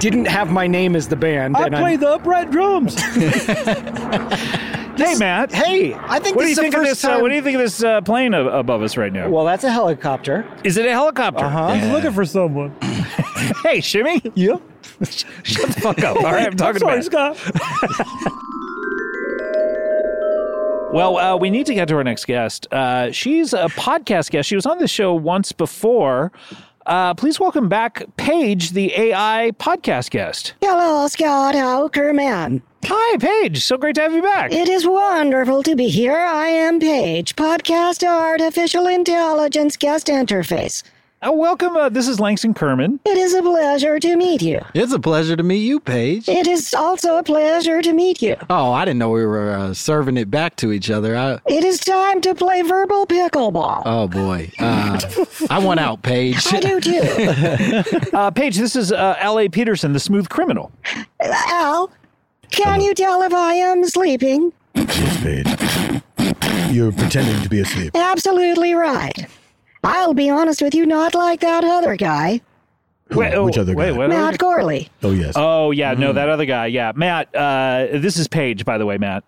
didn't have my name as the band. I and play the upright drums. hey, Matt. Hey, I think what do you this is think the of first this? Uh, time- what do you think of this uh, plane ab- above us right now? Well, that's a helicopter. Is it a helicopter? Uh-huh. I was looking for someone. [laughs] hey, Shimmy. Yeah. Shut the fuck up. All right, I'm talking sorry, about. Scott. Well, uh, we need to get to our next guest. Uh, she's a podcast guest. She was on this show once before. Uh, please welcome back Paige, the AI podcast guest. Hello, Scott Aukerman. Hi, Paige. So great to have you back. It is wonderful to be here. I am Paige, podcast artificial intelligence guest interface. Uh, welcome. Uh, this is Langston Kerman. It is a pleasure to meet you. It's a pleasure to meet you, Paige. It is also a pleasure to meet you. Oh, I didn't know we were uh, serving it back to each other. I, It is time to play verbal pickleball. oh boy, uh, I want out, Paige. I do too. [laughs] [laughs] uh, Paige, this is uh, L.A. Peterson, the smooth criminal. Al, can you tell if I am sleeping? You're pretending to be asleep. Absolutely right. I'll be honest with you, not like that other guy. Who- Wait, oh, which other wait, guy? what Matt other- Gorley. Oh yes. Oh yeah, no, that other guy. Yeah, Matt. Uh, this is Paige, by the way, Matt.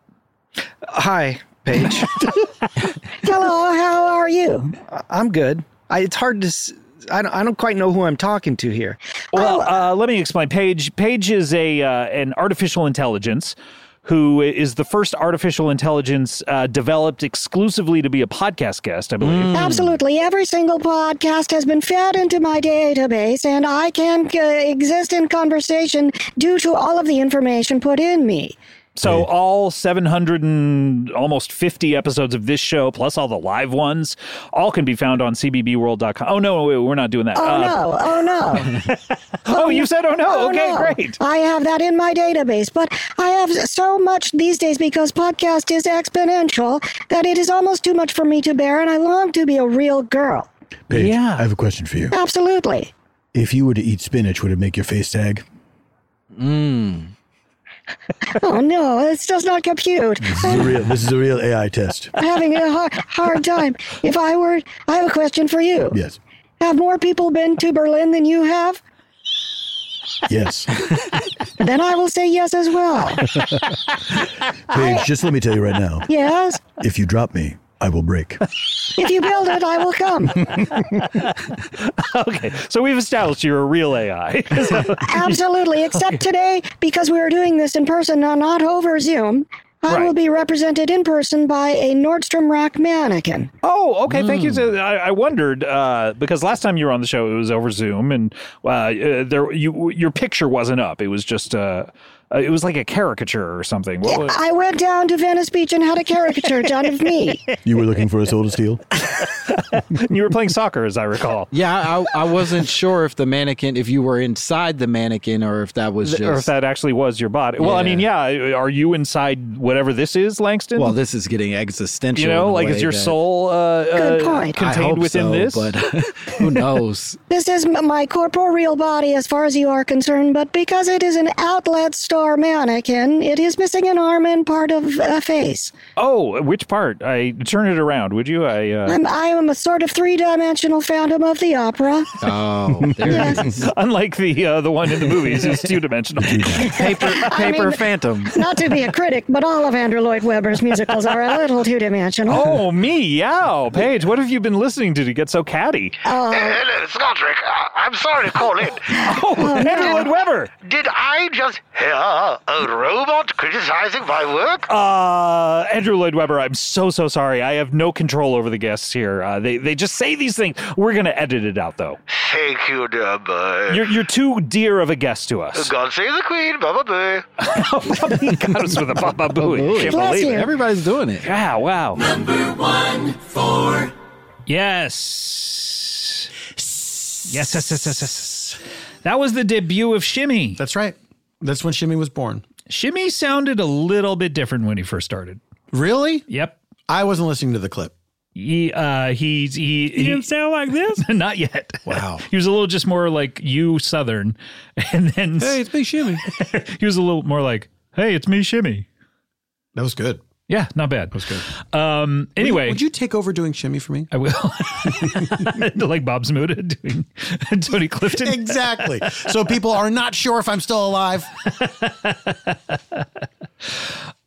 Hi, [laughs] Paige. Hello, how are you? I'm good. I, it's hard to. S- I don't. I don't quite know who I'm talking to here. Well, uh, let me explain. Paige Paige is a uh, an artificial intelligence who is the first artificial intelligence uh, developed exclusively to be a podcast guest, I believe. Mm. Absolutely. Every single podcast has been fed into my database, and I can uh, exist in conversation due to all of the information put in me. So all 700 and almost 50 episodes of this show, plus all the live ones, all can be found on cbbworld.com. Oh no, wait, we're not doing that. [laughs] Oh, no. Oh, no. uh. oh, you said oh no. Oh, okay, no. great. I have that in my database, but I have so much these days because podcast is exponential that it is almost too much for me to bear, and I long to be a real girl. Paige, yeah. I have a question for you. [laughs] Absolutely. If you were to eat spinach, would it make your face sag? Hmm. Mmm. oh no, this does not [laughs] compute. This is a real. This is a real AI test. I'm having a hard, hard time. If I were, I have a question for you. Yes. Have more people been to Berlin than you have? Yes. Then I will say yes as well. Paige, just let me tell you right now. Yes. If you drop me, I will break. If you build it, I will come. [laughs] okay, so we've established you're a real AI. [laughs] So- Absolutely. Except today, because we are doing this in person, now not over Zoom. I will be represented in person by a Nordstrom Rack mannequin. Oh, okay. Thank you. So I, I wondered uh, because last time you were on the show, it was over Zoom, and uh, uh, there you your picture wasn't up. It was just uh, uh, it was like a caricature or something. What was- I went down to Venice Beach and had a caricature done of me. You were looking for a soul to steal? you were playing soccer, as I recall. Yeah, I, I wasn't sure if the mannequin, if you were inside the mannequin, or if that was just. or if that actually was your body. Well, I mean, yeah. Are you inside whatever this is, Langston? well, this is getting existential. you in know, a like is way your that- soul uh, uh, Good point. I hope contained within so, this? But [laughs] who knows? This is m- my corporeal body as far as you are concerned, but because it is an outlet store mannequin, it is missing an arm and part of a face. Oh, which part? I turn it around, would you? I. Uh, I'm, I am a sort of three dimensional phantom of the opera. Oh, there it is. [laughs] Unlike the uh, the one in the [laughs] movies, it's two dimensional. paper I mean, Not to be a critic, but all of Andrew Lloyd Webber's musicals are a little two dimensional. Oh me, yow, Paige! What have you been listening to to get so catty? Oh. [laughs] Hello, it's Godric. Uh, I'm sorry to call [laughs] in. oh, Andrew Lloyd Webber. Did I just hear a robot criticizing my work? Uh, Andrew Lloyd Webber, I'm so so sorry. I have no control over the guests here. Uh, they they just say these things. We're gonna edit it out though. Thank you, dear boy. You're you're too dear of a guest to us. God save the Queen, Baba [laughs] Boo. He got us with a Baba Booey. Can't Bless believe you. it. Everybody's doing it. Yeah, wow. Number one for. Yes. Yes, yes, yes, yes, yes. That was the debut of Shimmy. That's right. That's when Shimmy was born. Shimmy sounded a little bit different when he first started. Really? Yep. I wasn't listening to the clip. He uh he's he he didn't sound like this. [laughs] Not yet. Wow. [laughs] he was a little just more like you southern. [laughs] And then Hey, it's me Shimmy. [laughs] he was a little more like, Hey, it's me Shimmy. That was good. Yeah, not bad. That was good. Um anyway. would you, take over doing Shimmy for me? I will. [laughs] like Bob Smuda [laughs] doing Tony Clifton. [laughs] exactly. [laughs] So people are not sure if I'm still alive.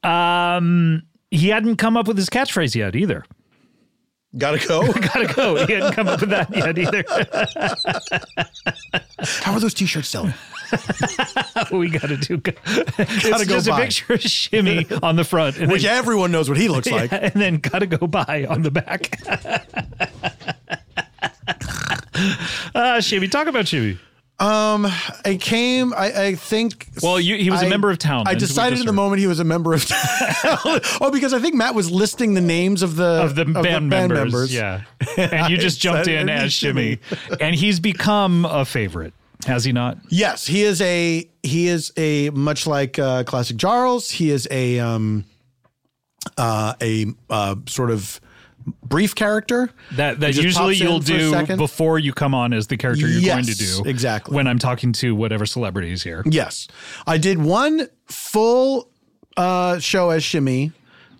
Um, he hadn't come up with his catchphrase yet either. Gotta go. [laughs] Gotta go. He hadn't come up with that yet either. [laughs] How are those t-shirts selling? we gotta do. it's Gotta go just buy. a picture of Shimmy on the front, and Which then- everyone knows what he [laughs] looks Yeah, like. and then gotta go by on the back. [laughs] uh, Shimmy, talk about Shimmy. Um, I came. I, I think. Well, you, he was a I- member of town. I decided at the moment he was a member of [laughs] town. oh, because I think Matt was listing the names Uh, of the of the band, members, [laughs] Yeah, and you just jumped in I- as Shimmy, [laughs] and he's become a favorite, has he not? Yes, he is a he is a much like uh, classic Charles. He is a um, uh, a uh, sort of brief character That He that just usually pops in you'll for a do second. before you come on as the character you're going to Yes, do. exactly. When I'm talking to whatever celebrity is here. Yes, I did one full uh, show as Shimmy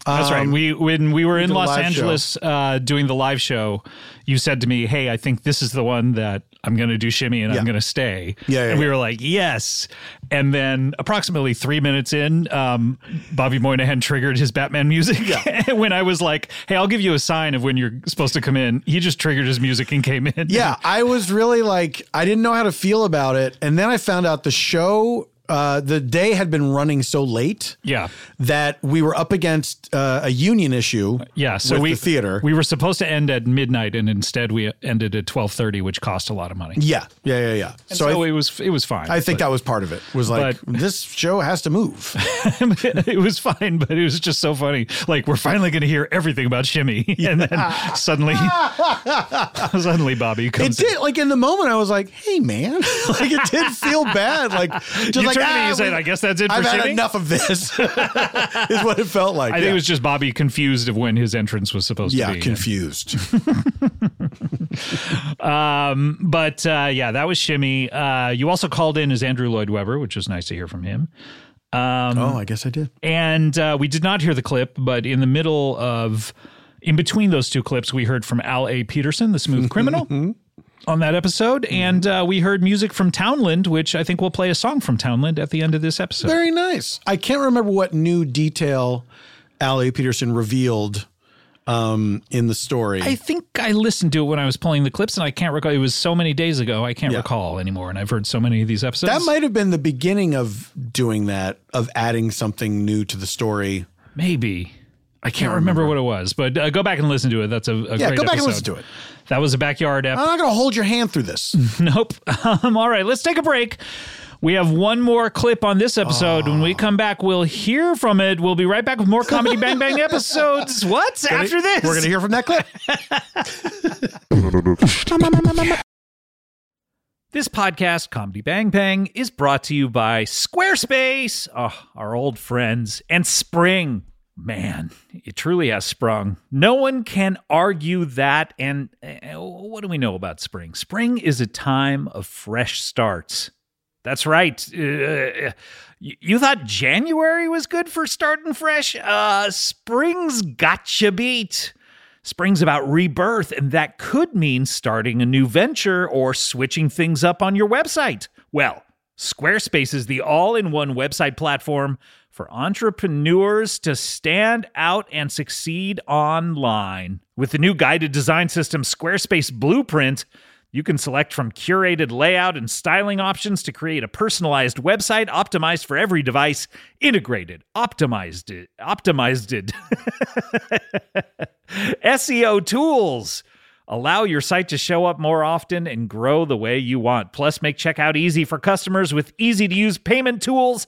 That's right. Um, We when we were we in did a Los live show. Angeles uh, doing the live show, you said to me, "Hey, I think this is the one that I'm going to do shimmy and Yeah. I'm going to stay." Yeah, yeah, and we yeah. were like, "Yes." And then approximately three minutes in, um, Bobby Moynihan triggered his Batman music. [laughs] And when I was like, "Hey, I'll give you a sign of when you're supposed to come in," he just triggered his music and came in. yeah, I was really like, I didn't know how to feel about it. And then I found out the show, uh, the day had been running so late. Yeah. That we were up against uh, a union issue. [laughs] Yeah, so with we the theater. We were supposed to end at midnight, and instead we ended at twelve thirty, which cost a lot of money. Yeah, yeah, yeah, yeah. And So so, I- it was it was fine. I think but that was part of it. Was like this show has to move. [laughs] it was fine, but it was just so funny. Like we're finally going to hear everything about Shimmy, [laughs] and then [laughs] suddenly, suddenly Bobby It comes. did. Like in the moment, I was like, "Hey, man!" [laughs] like it did feel bad. Like just You like turned to me "Ah, and said, we- "I guess that's it for I've had Shimmy?" enough of this. [laughs] is what it felt I like. think yeah. it was just Bobby confused of when his entrance was supposed Yeah, to be. confused. [laughs] um, but uh, yeah, that was Shimmy. Uh, you also called in as Andrew Lloyd Webber, which was nice to hear from him. Um, Oh, I guess I did. And uh, we did not hear the clip, but in the middle of, in between those two clips, we heard from Al A. Peterson, the smooth [laughs] criminal, Mm-hmm. on that episode. And uh, we heard music from Townland, which I think we'll play a song from Townland at the end of this episode. Very nice. I can't remember what new detail Allie Peterson revealed um, in the story. I think I listened to it when I was playing the clips, and I can't recall. It was so many days ago, I can't recall anymore. And I've heard so many of these episodes. that might have been the beginning of doing that, of adding something new to the story. Maybe. I can't remember, what it was, but uh, go back and listen to it. That's a, a Yeah, great go back and episode. listen to it. That was a backyard app. I'm not going to hold your hand through this. [laughs] Nope. Um, all right, let's take a break. We have one more clip on this episode. When Ah. we come back, we'll hear from it. We'll be right back with more Comedy Bang [laughs] Bang episodes. What? Gonna- After this? we're gonna hear from that clip. This podcast, Comedy Bang Bang, is brought to you by Squarespace, oh, our old friends, and Spring. Man, it truly has sprung. No one can argue that. And uh, what do we know about spring? Spring is a time of fresh starts. That's right. Uh, you you thought January was good for starting fresh? Uh, spring's gotcha beat. Spring's about rebirth, and that could mean starting a new venture or switching things up on your website. Well, Squarespace is the all in one website platform for entrepreneurs to stand out and succeed online. With the new guided design system, Squarespace Blueprint, you can select from curated layout and styling options to create a personalized website optimized for every device, integrated, optimized, it, optimized. It. [laughs] SEO E tools. Allow your site to show up more often and grow the way you want. Plus, make checkout easy for customers with easy to use payment tools.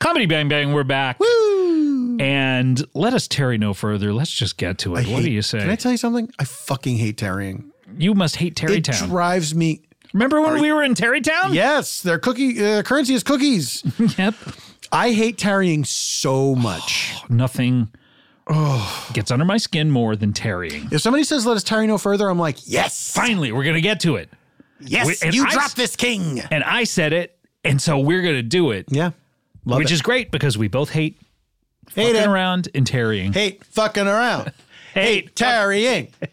Comedy Bang Bang, we're back. Woo! And let us tarry no further. Let's just get to it. I what do hate- you say? Can I tell you something? I fucking hate tarrying. You must hate It Tarrytown. drives me. Remember when we were in Tarrytown? Yes, their cookie uh, currency is cookies. [laughs] yep. Oh, I hate tarrying so much. Nothing gets under my skin more than tarrying. If somebody says, "Let us tarry no further," I'm like, "Yes, Finally, we're going to get to it. yes, We- and you I- drop this king." And I said it, and so we're going to do it. Yeah. Love which it. is great because we both hate, Hate fucking it. around and tarrying. Hate [laughs] fucking around. hate tarrying. [laughs]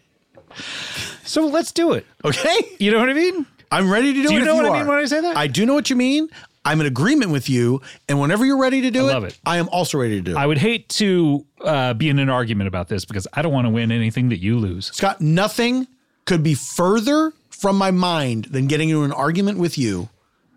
So let's do it. Okay. You know what I mean? I'm ready to Do do, it. you if know what I are. mean when I say that? I do know what you mean. I'm in agreement with you. And whenever you're ready to do I it, love it. I am also ready to do it. I would hate to uh, be in an argument about this because I don't want to win anything that you lose. Scott, nothing could be further from my mind than getting into an argument with you.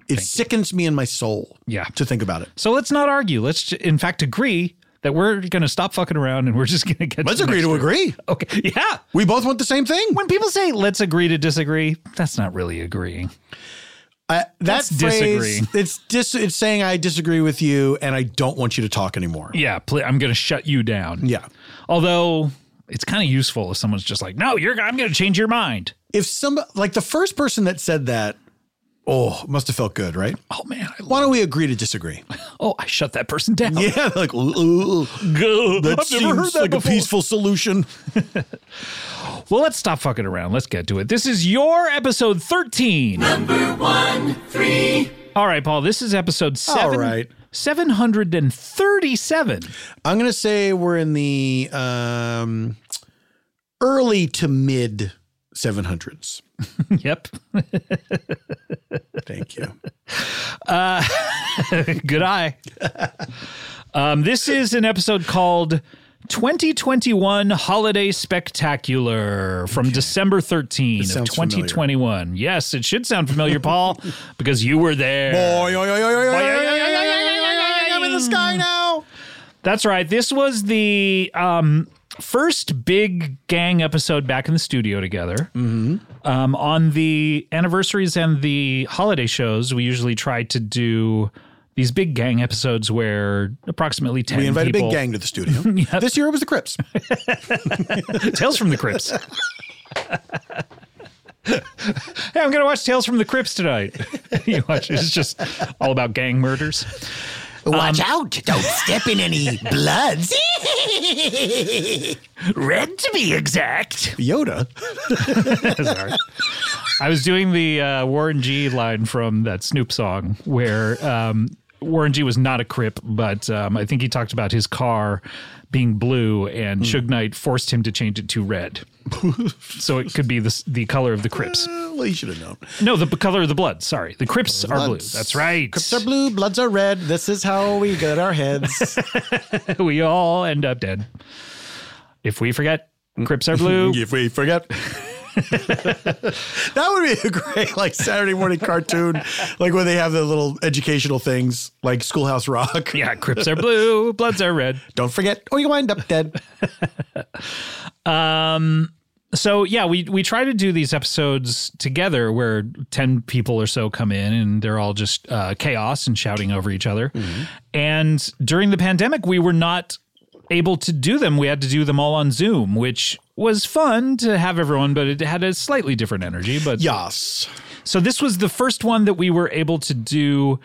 It sickens me in my soul. Yeah. To think about it. So let's not argue. Let's, j- in fact, agree that we're going to stop fucking around and we're just going to get. Let's the agree next to round. agree. Okay. [laughs] Yeah. We both want the same thing. When people say let's agree to disagree, that's not really agreeing. I, Uh, that That's phrase, disagreeing. It's dis, It's saying I disagree with you, and I don't want you to talk anymore. Yeah, pl- I'm going to shut you down. Yeah. Although it's kind of useful if someone's just like, no, you're. I'm going to change your mind. If some like the first person that said that, oh, must have felt good, right? Oh man, why don't we agree to disagree? [laughs] Oh, I shut that person down. [laughs] Yeah, like ooh, Go. that I've never heard seems that like before. a peaceful solution. [laughs] Well, let's stop fucking around. Let's get to it. This is your episode 13. Number one, three. All right, Paul, this is episode seven. All right. 737. I'm going to say we're in the um, early to mid 700s. yep. [laughs] Thank you. Uh, good eye. um, this is an episode called 2021 Holiday Spectacular from December 13 of sounds familiar. 2021. Yes, it should sound familiar, Paul, because you were there. Boy, I'm in the sky now. That's right. This was the um, first big gang episode back in the studio together. Mm-hmm. Um, on the anniversaries and the holiday shows, we usually try to do these big gang episodes where approximately 10 We invite a people. big gang to the [laughs] studio. This year it was the Crips. Tales from the [laughs] Crips. hey, I'm going to watch Tales from the Crips tonight. [laughs] you watch it's just all about gang murders. Um, Watch out. Don't step in [laughs] any Bloods. Red to be [laughs] exact. Yoda. Sorry. I was doing the uh, Warren G line from that Snoop song where um, Warren G was not a Crip, but um, I think he talked about his car being blue Hmm. and Suge Knight forced him to change it to [laughs] red. so it could be the, s- the color of the Crips. well, you should have known. No, the b- color of the blood. Sorry. The Crips are blue. Bloods. That's right. Crips are blue, bloods are red. This is how we get our heads. we all end up dead. [laughs] If we forget, Crips are blue. [laughs] if we forget. that would be a great like Saturday morning cartoon, like where they have the little educational things like Schoolhouse [laughs] Rock. Yeah, Crips are blue, Bloods are red. Don't forget, or you wind up dead. Um so yeah, we we try to do these episodes together where 10 people or so come in and they're all just uh, chaos and shouting over each other. And during the pandemic, we were not able to do them. We had to do them all on Zoom, which was fun to have everyone, but it had a slightly different energy, but Yes. So this was the first one that we were able to do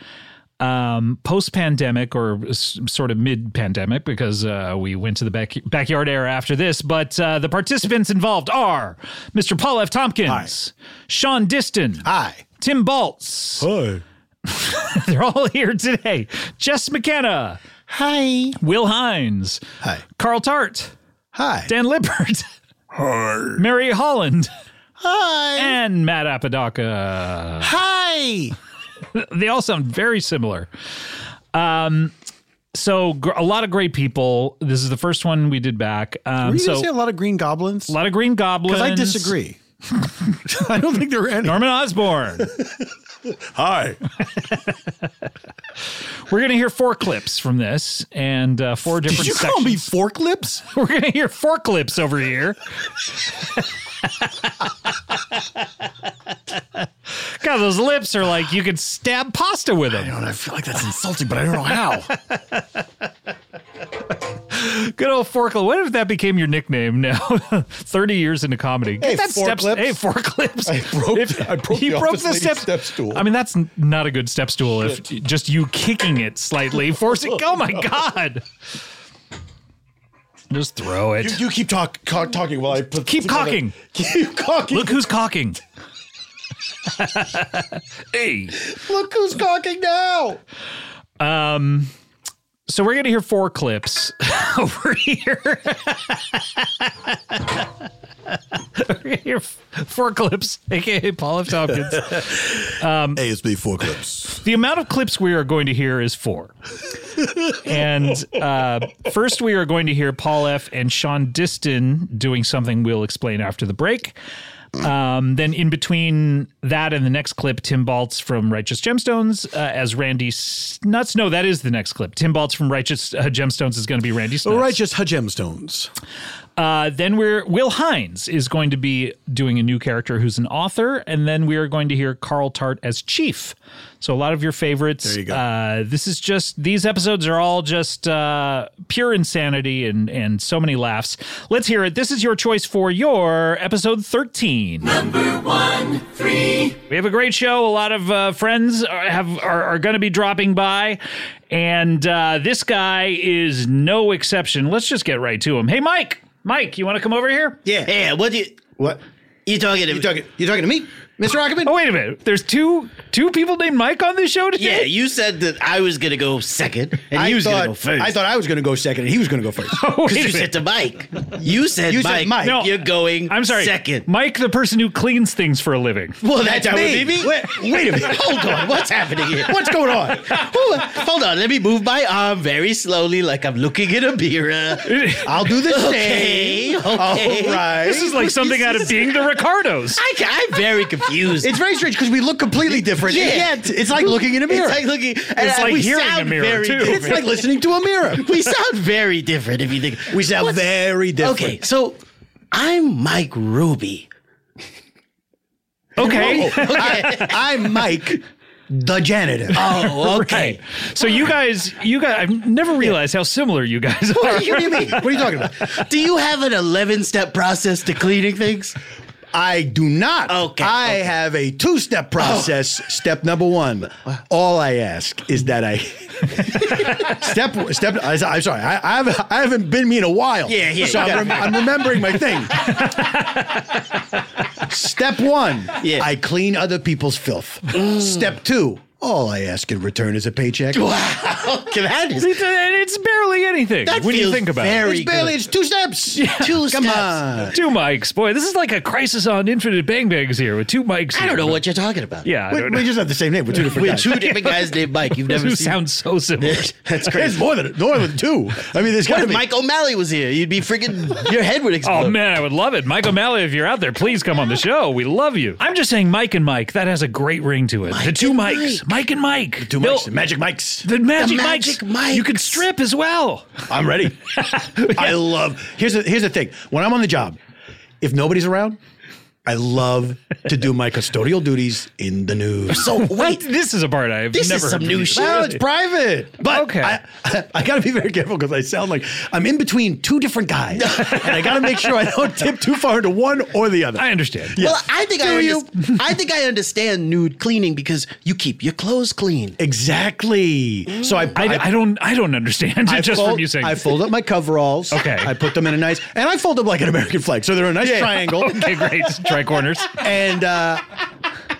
um, post pandemic or s- sort of mid pandemic because uh, we went to the back- backyard air after this. But uh, the participants involved are Mr. Paul F. Tompkins, Sean Diston, hi, Tim Baltz, hi. [laughs] They're all here today. Jess McKenna, hi. Will Hines, hi. Carl Tart, hi. Dan Lippert, hi. Mary Holland, hi, and Matt Apodaca, hi. [laughs] they all sound very similar. Um, so gr- a lot of great people. This is the first one we did back. Um, Were you so gonna say a lot of green goblins? a lot of green goblins. Because I disagree. [laughs] I don't think there were any. Norman Osborn. [laughs] Hi. We're gonna hear four clips from this and uh, four different. you sections. call me four clips? [laughs] We're gonna hear four clips over here. [laughs] God, those lips are like you could stab pasta with them. I don't know. I feel like that's insulting, but I don't know how. [laughs] Good old forklift. What if that became your nickname now? [laughs] 30 years into comedy. Get Hey, that four steps- clips. Hey, four [laughs] clips. I broke- If- I broke you the broke office the lady's step, step stool. I mean, that's n- not a good step stool if just you kicking it [laughs] slightly, forcing. Oh my no. God. Just throw it. You, you keep talk, cock- talking while I put Keep together- cocking. [laughs] Keep cocking. Look who's [laughs] cocking. hey. Look who's cocking now. Um, so we're gonna hear four clips [laughs] over here. we're gonna hear f- four clips, aka Paul F. [laughs] Tompkins. Um, ASB four clips. The amount of clips we are going to hear is four. and uh, first, we are going to hear Paul F. and Sean Diston doing something we'll explain after the break. Um, then, in between that and the next clip, Tim Baltz from Righteous Gemstones uh, as Randy Snuts. No, that is the next clip. Tim Baltz from Oh, Righteous uh, Gemstones is going to be Randy Snuts. Righteous Gemstones. Uh, then we're Will Hines is going to be doing a new character who's an author, and then we are going to hear Carl Tart as Chief. So a lot of your favorites. There you go. Uh, this is just these episodes are all just uh, pure insanity and and so many laughs. Let's hear it. This is your choice for your episode thirteen. We have a great show. A lot of uh, friends are, have are, are going to be dropping by, and uh, this guy is no exception. Let's just get right to him. Hey, Mike. Mike, you want to come over here? Yeah. Yeah. What do you? What? You talking to you talking? You talking to me, Mr. Ackerman? Oh, wait a minute. There's two two people named Mike on this show today. Yeah, you said that I was gonna go second, and I [laughs] you was thought- gonna go first. I thought I was gonna go second, and he was gonna go first. Oh, wait a you minute. said to Mike. You said You said Mike. Mike. No, you're going. I'm sorry. Second. Mike, the person who cleans things for a living. Well, that that would be me. Wait, wait a minute. [laughs] Hold on. What's happening here? What's going on? Hold on. Hold on. Let me move my arm very slowly, like I'm looking at [laughs] a mirror. I'll do the okay, same. Okay. All right. This is like something out [laughs] of Being the Ricardos. I, ca- I'm very confused. It's very strange because we look completely different. Yeah. Yeah. Yet it's like looking in a mirror. It's like looking. and It's like we hearing sound a mirror, very too. different. It's like listening to a mirror. we sound very different. If you think we sound very different. Okay, so I'm Mike Ruby. Okay. Whoa, [laughs] okay. I, am Mike, [laughs] the janitor. Oh, okay. So you guys, you guys, I've never realized how similar you guys are. What do you what do you mean? What are you talking about? Do you have an 11 step process to cleaning things? I do not. Okay. I have a two step process. Step number one all I ask is that I. step, step, I- I'm sorry, I, I, haven't, I haven't been me in a while. Yeah, yeah, So you I'm, gotta- rem- I'm remembering my thing. step one I clean other people's filth. Step two all I ask in return is [laughs] a paycheck. [laughs] Wow. That is. It's, it's barely anything That when you feels think about very it. It's barely- good. it's two steps. Two Come steps. on. Two mics. Boy, this is like a crisis on Infinite Bang Bangs here with two mics. I don't know what you're talking about. Yeah. I We, don't know. we just have the same name. We're two different We're guys. two different guys named Mike. You've never [laughs] Who seen- sound so similar. That's crazy. It's more than, more than two. I mean, there's got What to if be. Mike O'Malley was here? You'd be freaking. Your head would explode. Oh man, I would love it, Mike O'Malley. If you're out there, please come on the show. We love you. I'm just saying, Mike and Mike. That has a great ring to it. the two mics, Mike. and Mike. The two mics, the magic mics. The magic, The mics. magic mics. You can strip as well. I'm [laughs] ready. I love. Here's the here's the thing. When I'm on the job, if nobody's around, I love to do my custodial duties in the news. So wait, [laughs] this is a part I've This never is some heard new before. shit. Well, it's private, but okay. I, [laughs] I got to be very careful because I sound like I'm in between two different [laughs] guys, and I got to make sure I don't tip too far into one or the other. I understand. Well, I think I, underst- I think I understand nude cleaning because you keep your clothes clean. Exactly. So I, I don't I don't understand [laughs] I just fold, from you saying. I fold up my coveralls. okay. I put them in a nice, and I fold them like an American flag, so they're a nice Yeah. triangle. [laughs] Okay, great. Tricorners. And uh,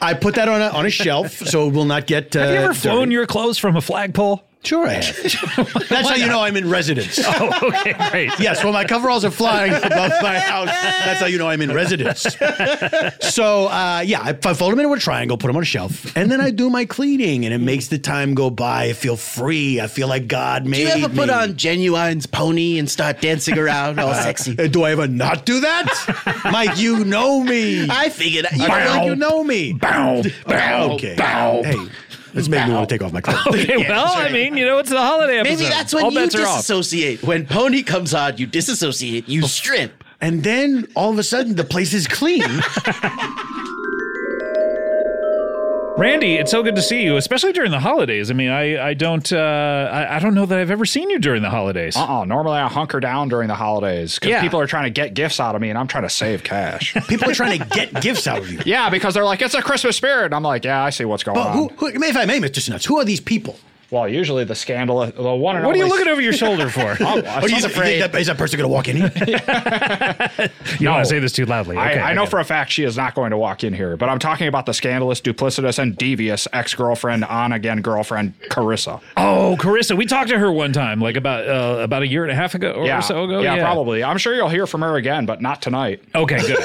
I put that on a, on a shelf, so it will not get. Uh, Have you ever dirty. flown your clothes from a flagpole? Sure, I have. [laughs] That's how you know I'm in residence. Oh, okay, great. Yes, when my coveralls [laughs] are flying above my house, [laughs] that's how you know I'm in residence. [laughs] So, uh, yeah, I, I fold them into a triangle, put them on a shelf, and then I do my cleaning, and it makes the time go by. I feel free. I feel like God made Do you me. ever put on Genuine's pony and start dancing around all Uh, sexy? Do I ever not do that? Mike, you know me. I figured you, Bow. like you know me. Bow, bow, okay. bow. Hey, let's make me want to take off my clothes. [laughs] Okay, well, I mean, you know, it's the holiday episode. Maybe that's when All you bets are off. disassociate. When Pony comes on, you disassociate. [laughs] You strip. And then all of a sudden, the place is clean. Randy, it's so good to see you, especially during the holidays. I mean, I, I don't uh, I, I don't know that I've ever seen you during the holidays. Uh-uh. Normally I hunker down during the holidays because Yeah. people are trying to get gifts out of me and I'm trying to save cash. [laughs] people are trying to get gifts out of you. Yeah, because they're like, it's a Christmas spirit. And I'm like, yeah, I see what's going But on. who, who, if I may, Mr. Snuts, who are these people? Well, usually the scandal, the one and What are you only- looking over your shoulder [laughs] for? What Oh, I do you was think- afraid. That, is that person going [laughs] to walk in here? You want to say this too loudly. Okay, I, I know okay. for a fact she is not going to walk in here, but I'm talking about the scandalous, duplicitous, and devious ex girlfriend, on again girlfriend, Carissa. Oh, Carissa, we talked to her one time, like about uh, about a year and a half ago or so ago. [laughs] yeah, probably. I'm sure you'll hear from her again, but not tonight. Okay, good.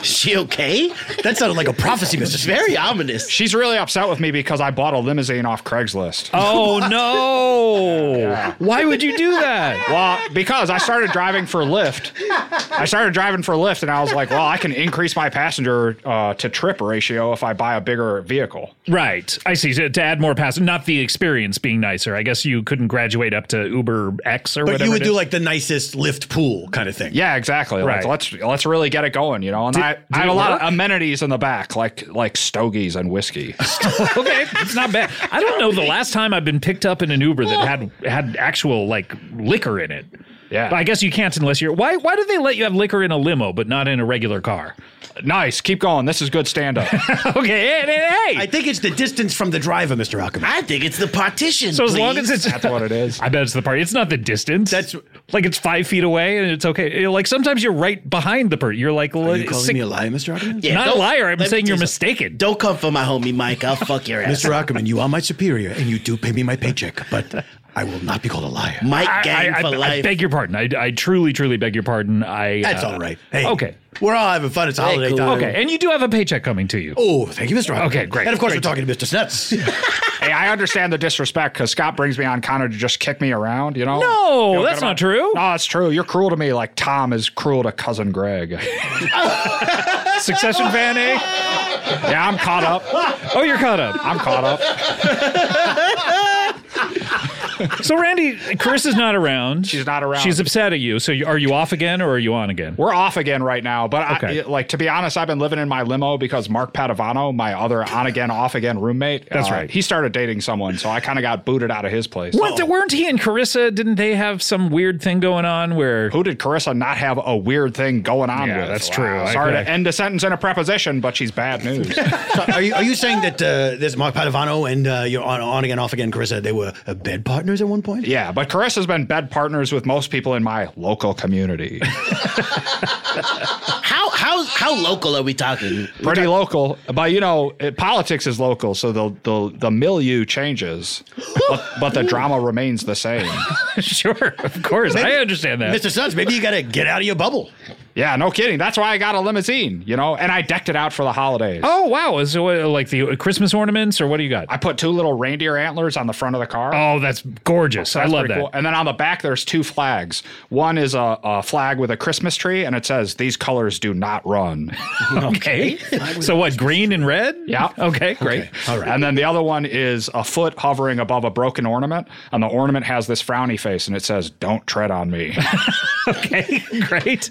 Is she okay? That sounded like a prophecy, but it's very ominous. She's really upset with me because I bought a limousine off Craigslist. [laughs] Oh no! Why would you do that? Well, because I started driving for Lyft. I started driving for Lyft, and I was like, well, I can increase my passenger uh, to trip ratio if I buy a bigger vehicle. Right. I see. To, to add more pass, not the experience being nicer. I guess you couldn't graduate up to Uber X or But whatever. you would it do is. like the nicest lift pool kind of thing. Yeah, exactly. Like, Right. let's let's really get it going, you know. And Did- I, did I have it a lot work? of amenities in the back, like like stogies [laughs] and whiskey. [laughs] okay, it's not bad. I don't know the last time I've been picked up in an Uber that had had actual like liquor in it. Yeah. But I guess you can't unless you're. Why? Why do they let you have liquor in a limo but not in a regular car? Nice. Keep going. This is good stand up. [laughs] okay. Hey, hey, I think it's the distance from the driver, Mr. Alchemy. I think it's the partition. So as long please. as it's what it is, [laughs] I bet it's the party. It's not the distance. That's like it's five feet away and it's okay. Like sometimes you're right behind the person. You're like Are you calling me a liar, Mr. Ackerman? not a don't- liar. I'm let me saying tell you're you mistaken. Don't come for my homie, Mike. I'll fuck your ass. [laughs] Mr. Ackerman, you are my superior and you do pay me my paycheck, but I will not be called a liar. Mike I- gang I, I- for I life. beg your pardon. I, I truly, truly beg your pardon. I. uh, That's all right. Hey, okay. We're all having fun. It's holiday time. Okay, and you do have a paycheck coming to you. Oh, thank you, Mr. Ackerman. Okay, great. And of course, Great. we're talking to Mr. [laughs] Snuts. hey, I understand the disrespect because Scott brings me on kind of to just kick me around, you know? No, You know, that's get him not on- true. No, it's true. You're cruel to me like Tom is cruel to [laughs] cousin Greg. Succession fan A. Yeah, I'm caught up. Oh, you're caught up. I'm caught up. So Randy, Chris is not around. She's not around. She's upset at you. So you, are you off again or are you on again? We're off again right now, but Okay. I, like to be honest, I've been living in my limo because Mark Padovano, my other on again off again roommate, uh, That's right. He started dating someone, so I kind of got booted out of his place. What? Weren't he and Carissa? Didn't they have some weird thing going on where? Who did Carissa not have a weird thing going on Yeah, with? that's true. I- Sorry I- to end a sentence in a preposition, but she's bad news. [laughs] So are you are you saying that uh, this Mark Padovano and uh, your on, on again off again Carissa they were uh, bed partners at one point? Yeah, but Carissa's been bed partners with most people in my local community. [laughs] How how how local are we talking? Pretty local, but you know, it, politics is local, so the the, the milieu changes, but, but the drama remains the same. [laughs] sure, of course, I understand that. Mr. Sons, maybe you got to get out of your bubble. Yeah, no kidding. That's why I got a limousine, you know, and I decked it out for the holidays. Oh wow! So uh, like the Christmas ornaments or what do you got? I put two little reindeer antlers on the front of the car. Oh, that's gorgeous. I That's love pretty that. cool. And then on the back, there's two flags. One is a, a flag with a Christmas tree, and it says, These colors do not run. [laughs] Okay. so what? Green and red? Yeah. Okay. Great. All right. And then the other one is a foot hovering above a broken ornament, and the ornament has this frowny face, and it says, Don't tread on me. [laughs] Okay. [laughs] Great.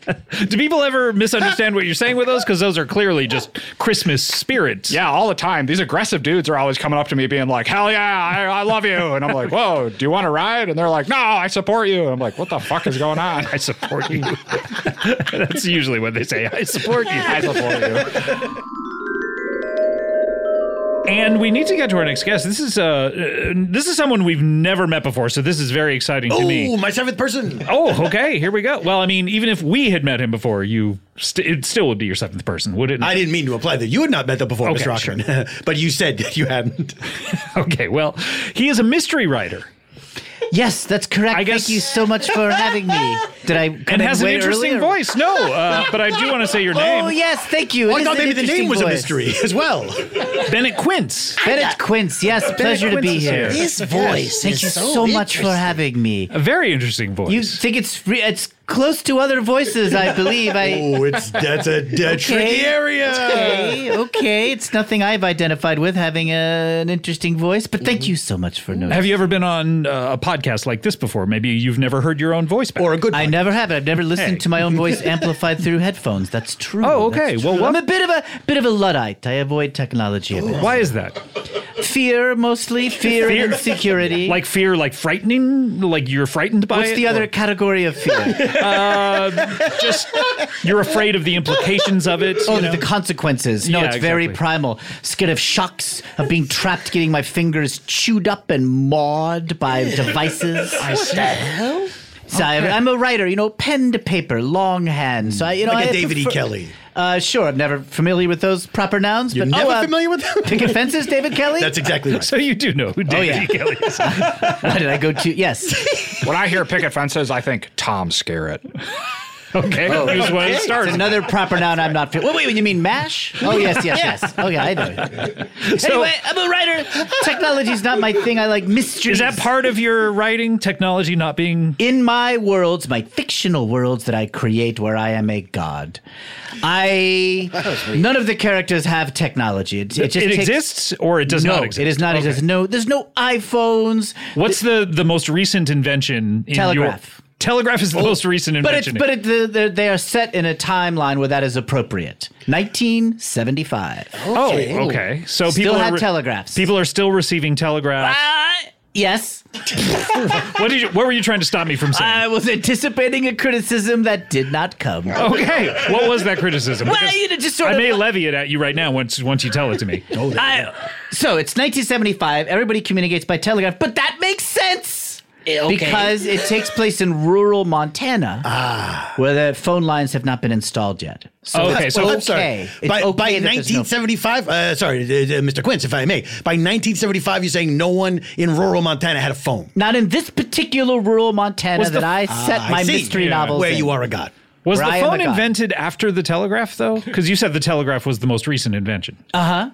[laughs] do people ever misunderstand what you're saying with those? Because those are clearly just Christmas spirits. yeah, all the time. These aggressive dudes are always coming up to me being like, Hell yeah, I, I love you. And I'm like, Whoa, do you want to ride? And they're like, No, I support you. And I'm like, What the fuck is going [laughs] on? I support [laughs] you. That's usually what they say. I support you. I support you. And we need to get to our next guest. This is uh, uh, this is someone we've never met before, so this is very exciting [laughs] to me. Oh, my seventh person. [laughs] Oh, okay. Here we go. Well, I mean, even if we had met him before, you st- it still would be your seventh person, would it? not? I didn't mean to imply that you had not met them before, Okay, Mr. Ackerman, but you said that you hadn't. [laughs] okay. Well, he is a mystery writer. Yes, that's correct. Thank you so much for having me. Did [laughs] I come [laughs] and in has an way interesting earlier? voice. No, uh, but I do want to say your name. Oh yes, thank you. It is an interesting voice. [laughs] well. Bennett Quince. Bennett Quince, yes, Bennett pleasure to Quince be is here. here. His voice Thank is you so so, much for interesting. having me. A very interesting voice. You think it's free, it's close to other voices, I believe. I Oh, it's- that's [laughs] a- a tricky area. Okay, okay, it's nothing I've identified with having a- an interesting voice, but thank Mm-hmm. you so much for noticing. Have you ever been on uh, a podcast like this before? Maybe you've never heard your own voice back. Or a good I never have. I've never listened Hey. to my own voice amplified through headphones. That's true. Oh, okay. That's Well, true. what- I'm a bit of a bit of a luddite. I avoid technology. A bit. Why is that? Fear mostly. Fear, and [laughs] insecurity. Like fear, like frightening, like you're frightened by What's it, the other or- category [laughs] of fear? uh, just you're afraid of the implications of it. Oh, you know? the consequences. No, Yeah, it's very exactly. primal. Scared of shocks, of being trapped, getting my fingers chewed up and mauled [laughs] by devices. I What see. the hell? So I- Okay. I'm a writer, you know, pen to paper, longhand. So I, you know, Like a I David E. Kelley. Uh, sure, I'm never familiar with those proper nouns. You're but never oh, uh, familiar [laughs] with them? Pick offenses, David Kelly. That's exactly [laughs] right. So you do know who Oh, David yeah. E. Kelly is. Why did I go to? Yes. [laughs] [laughs] when I hear picket fences, I think Tom Skerritt. Okay. Oh, Just wanted to it's start. another proper noun I'm not. Fi- wait, wait, you mean mash? Oh yes, yes, Yeah. yes. Oh yeah, I know. it. So- anyway, I'm a writer. Technology's not my thing. I like mysteries. Is that part of your writing? Technology not being in my worlds, my fictional worlds that I create, where I am a god. I none of the characters have technology. It, it just It takes- exists or [laughs] it does No, not exist? It does not Okay. exist. No, there's no iPhones. What's the the most recent invention? In Telegraph. Oh, Your, telegraph is the most recent But it's invention. but it, the, the, they are set in a timeline where that is appropriate. 1975. oh, okay. So people still are have re- telegraphs. People are still receiving telegraphs. Yes. [laughs] what did you? What were you trying to stop me from saying? I was anticipating a criticism that did not come. Okay, what was that criticism? Well, Because you know, just sort I of- may levy it at you right now once once you tell it to [laughs] me. Oh, I, so it's 1975. Everybody communicates by telegraph, but that makes sense okay. because it takes place in rural Montana, where the phone lines have not been installed yet. that's- it's well, Ah. I'm sorry. okay. It's by, okay by that there's no- 1975, uh, sorry, uh, uh, Mr. Quince, if I may, by 1975, you're saying no one in rural Montana had a phone. Not in this particular rural Montana Was the- that I Ah, set I my see. mystery Yeah. novels Where in. you are a god. Was Where I the am phone a god. invented after the telegraph though? Because you said the telegraph was the most recent invention. Uh huh.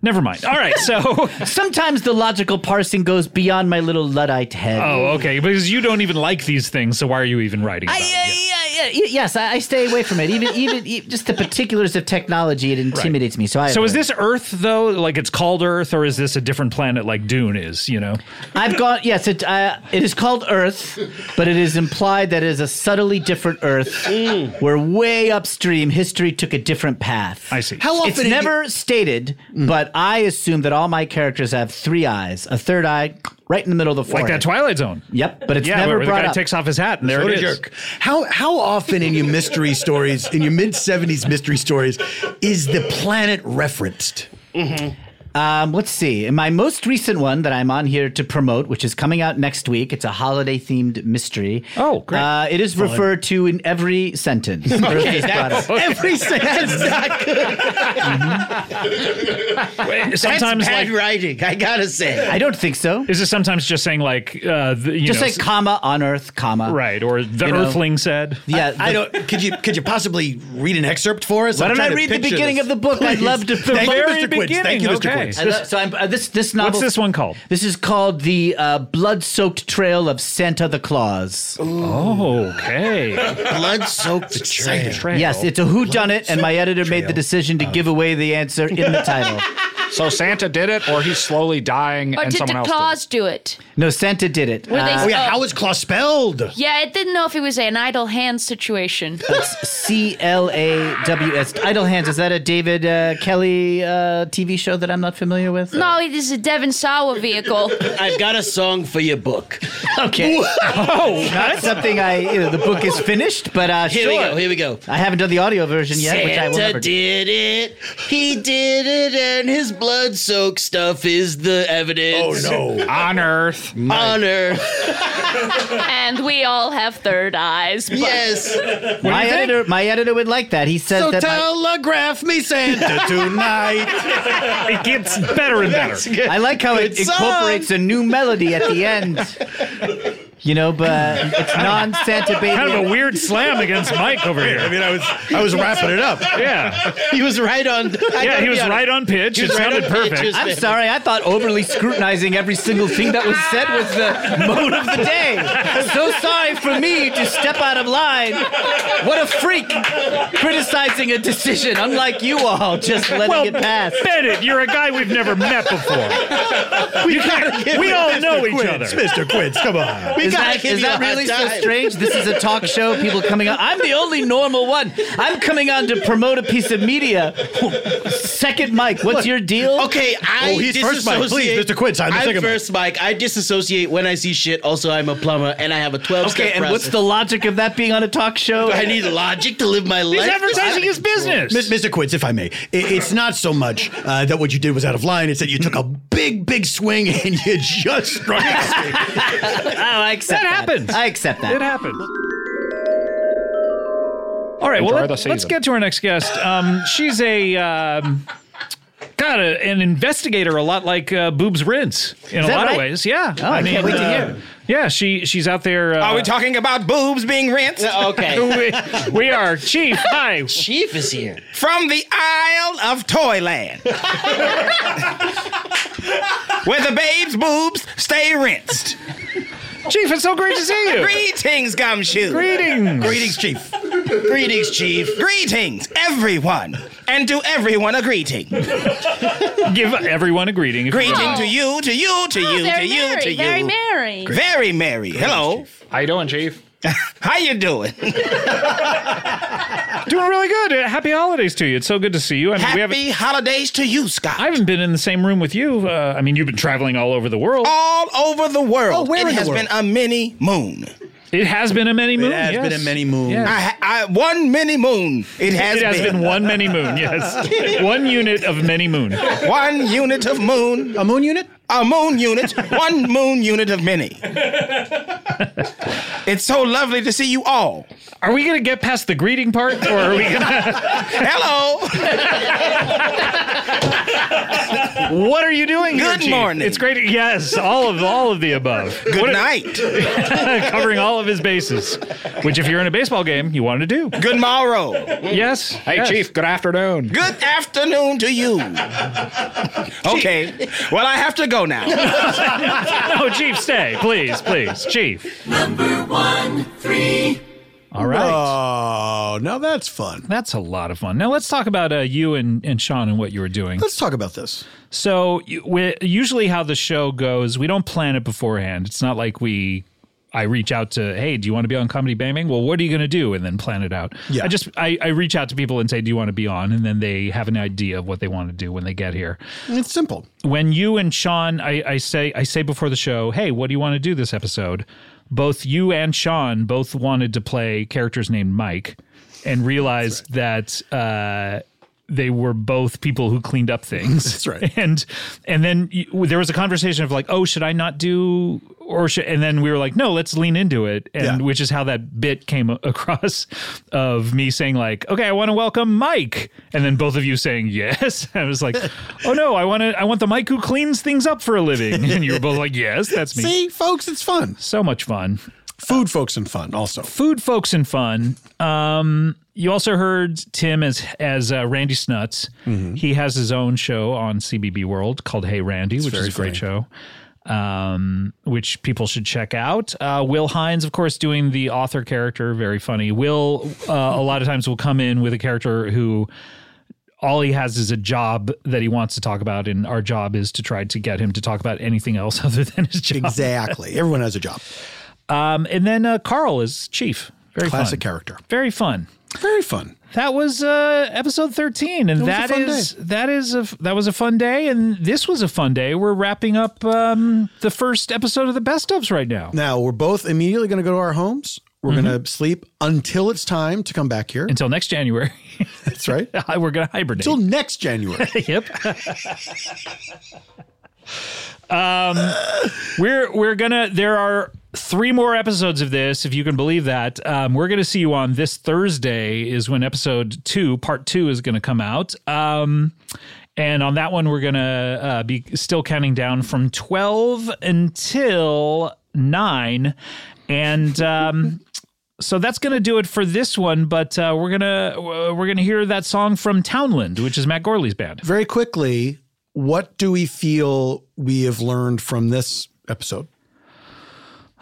Never mind. All right, [laughs] so sometimes the logical parsing goes beyond my little luddite head. Oh, okay. Because you don't even like these things, so why are you even writing? I, about it? yeah, yeah, yeah, y- yes, I, I stay away from it. Even, even e- just the particulars of technology, it intimidates me. So I. so is avoid it. this Earth though? Like it's called Earth, or is this a different planet like Dune is? You know, I've got yes. It uh, it is called Earth, but it is implied that it is a subtly different Earth. Mm. where way upstream, history took a different path. I see. How often It's have you- Mm. never stated, but I assume that all my characters have three eyes, a third eye, right in the middle of the like forehead. that Twilight Zone. Yep, but it's yeah, never where the brought guy up. takes off his hat and there What it a is. jerk. How How often in your mystery stories, in your mid 70s mystery stories, is the planet referenced? Um, let's see. In my most recent one that I'm on here to promote, which is coming out next week, it's a holiday themed mystery. Oh, great. Uh, it is Fun. referred to in every [laughs] sentence. Earth is brought up. [laughs] Every sentence not good. Mm-hmm. sometimes, Mm-hmm. That's bad like- writing, I gotta say. I don't think so. Is it sometimes just saying like uh, the, you Just know, say comma on Earth, comma. right or the You know. Earthling said? Yeah, I don't. Could you could you possibly read an excerpt for us? Why I'm don't I trying to read the picture beginning this. of the book? I'd Please. love to Thank you, promote Mr. Quince. Thank you, Mr. Quince. I love- so I'm, uh, this this novel. What's this one called? This is called the uh, blood-soaked trail of Santa the Claus. Oh, okay. Blood-soaked trail. Yes, it's a who done it, and my editor made the decision to give away the answer in the title. So Santa did it, or he's slowly dying, Or and did someone the else. Claus do it? No, Santa did it. Uh, Were they Oh, yeah, so- how is Claus spelled? Yeah, I didn't know if it was an idle hand situation. C L A W S. Idle Hands. Is that a David uh, Kelly uh, TV show that I'm not familiar with? [laughs] no, it is a Devon Sawa vehicle. I've got a song for your book. [laughs] Okay. Whoa. Not something I. You know, the book is finished, but uh, Here we sure. go, here we go. I haven't done the audio version yet, which I will Santa never do. did it. He did it, and his blood soaked stuff is the evidence. Oh no! On Earth, on Earth. [laughs] and we all have third eyes. but- Yes. [laughs] My editor, my editor would like that. He says So that. my- [laughs] telegraph me Santa tonight. It gets better and better. I like how it Good song. incorporates a new melody at the end. You know, but it's non-Santa baby. Kind of a weird slam against Mike over here. I mean, I was I was wrapping it up. Yeah. he was right on. [laughs] I Yeah, gotta he was be honest. right on pitch. He was It right on sounded perfect. pitch. I'm sorry, I thought overly scrutinizing every single thing that was said was the mode of the day. So sorry for me to step out of line. What a freak criticizing a decision, unlike you all, just letting well, it pass. Bennett, you're a guy we've never met before. We, You gotta can't- give we it all Mr. know each Quince. other. Mr. Quince, come on. is that, is that really so strange? This is a talk show, people coming on. I'm the only normal one. I'm coming on to promote a piece of media. Second Mike, what's Look, your deal? Okay, Oh, I disassociate- I'm first Mike. I disassociate when I see shit. Also, I'm a plumber and I have a 12 Okay, and what's the logic of that being on a talk show? [laughs] I need logic to live my He's life. advertising his business. Mis- Mr. Quince, if I may, i- it's not so much uh, that what you did was out of line. It's that you took a big, big swing [laughs] and you just [laughs] struck. [laughs] oh, I accept that. happens. I accept that. It happens. All right, well, Enjoy let, the us season. get to our next guest. Um, she's a. Um, God, about a, an investigator, a lot like uh, Boob's Rinse in Is a that lot of right? ways. Yeah. uh, Oh, I can't wait to hear. Yeah, she she's out there. Uh, Are we talking about boobs being rinsed? Uh, okay. [laughs] we, we are chief. Hi, chief is here. From the Isle of Toyland. Where the babe's boobs stay rinsed. Chief, it's so great to see [laughs] you. Greetings, Gumshoe. Greetings. Greetings, Chief. Greetings, Chief. Greetings, everyone. And do everyone a greeting. Give everyone a greeting. if you Greeting will. to you, to you, to you, to you, to you. merry. Very merry. Hello. How you doing, Chief? [laughs] How you doing? [laughs] Doing really good. Uh, Happy holidays to you. It's so good to see you. I mean, we haven't, Happy holidays to you, Scott. I haven't been in the same room with you. Uh, I mean, you've been traveling all over the world. All over the world. Oh, where it in the has world? been a mini moon. It has been a mini moon. yes. I, I, one mini moon. It has, It has been one mini moon, [laughs] yes. One unit of mini moon. one unit of moon. A moon unit? A moon unit. one moon unit of many. it's so lovely to see you all. Are we going to get past the greeting part or are we going [laughs] to. Hello. [laughs] What are you doing here, Good Chief? morning. It's great. Yes, all of all of the above. Good a- [laughs] night. covering all of his bases, which if you're in a baseball game, you wanted to do. Good morrow. Yes. Hey, yes. Chief, [laughs] Good afternoon. Good afternoon [laughs] to you. Okay. Well, I have to go now. [laughs] no, Chief, stay, please, please, Chief. Three. All right. Oh, now that's fun. That's a lot of fun. Now let's talk about uh, you and, and Sean and what you were doing. Let's talk about this. So you- we- usually how the show goes, we don't plan it beforehand. It's not like we. I reach out to, hey, do you want to be on Comedy Bang Bang? Well, what are you going to do? And then plan it out. Yeah. I just I, I reach out to people and say, do you want to be on? And then they have an idea of what they want to do when they get here. It's simple. When you and Sean, I, I say I say before the show, hey, what do you want to do this episode? Both you and Sean both wanted to play characters named Mike, and realized that uh, they were both people who cleaned up [laughs] things. That's right. [laughs] And and then you, there was a conversation of like, oh, should I not do or should? And then we were like, no, let's lean into it, and which is how that bit came a- [laughs] across of me saying like, okay, I want to welcome Mike, and then both of you saying yes. [laughs] I [laughs] was like, oh no, I want to, I want the Mike who cleans things up for a [laughs] living, and you were both like, yes, that's me. See, folks, it's fun. So much fun. Food folks and fun also. Food folks and fun. Um, you also heard Tim as as uh, Randy Snuts. Mm-hmm. He has his own show on CBB World called Hey Randy, It's which is very a great show. Um, which people should check out. Uh, Will Hines, of course, doing the author character, very funny. Will uh, a lot of times will come in with a character who all he has is a job that he wants to talk about, and our job is to try to get him to talk about anything else [laughs] other than his job. Exactly. Everyone has a job. Um, and then uh, Carl is chief. Very Classic fun. character. Very fun. Very fun. That was uh, episode thirteen, and That that was a fun is that is a that was a fun day, and this was a fun day. We're wrapping up um, the first episode of the best ofs right now. Mm-hmm. Now we're both immediately going to go to our homes. We're going to sleep until it's time to come back here. Until next January. [laughs] [laughs] That's right. we're going to hibernate. Until next January. [laughs] yep. [laughs] [laughs] [laughs] Um, we're we're gonna. There are three more episodes of this, if you can believe that. Um, we're gonna see you on this Thursday. Is when episode two, part two, is gonna come out. Um, and on that one, we're gonna uh, be still counting down from twelve until nine, and. Um, So that's going to do it for this one, but uh, we're gonna we're gonna hear that song from Townland, which is Matt Gorley's band. Very quickly, what do we feel we have learned from this episode?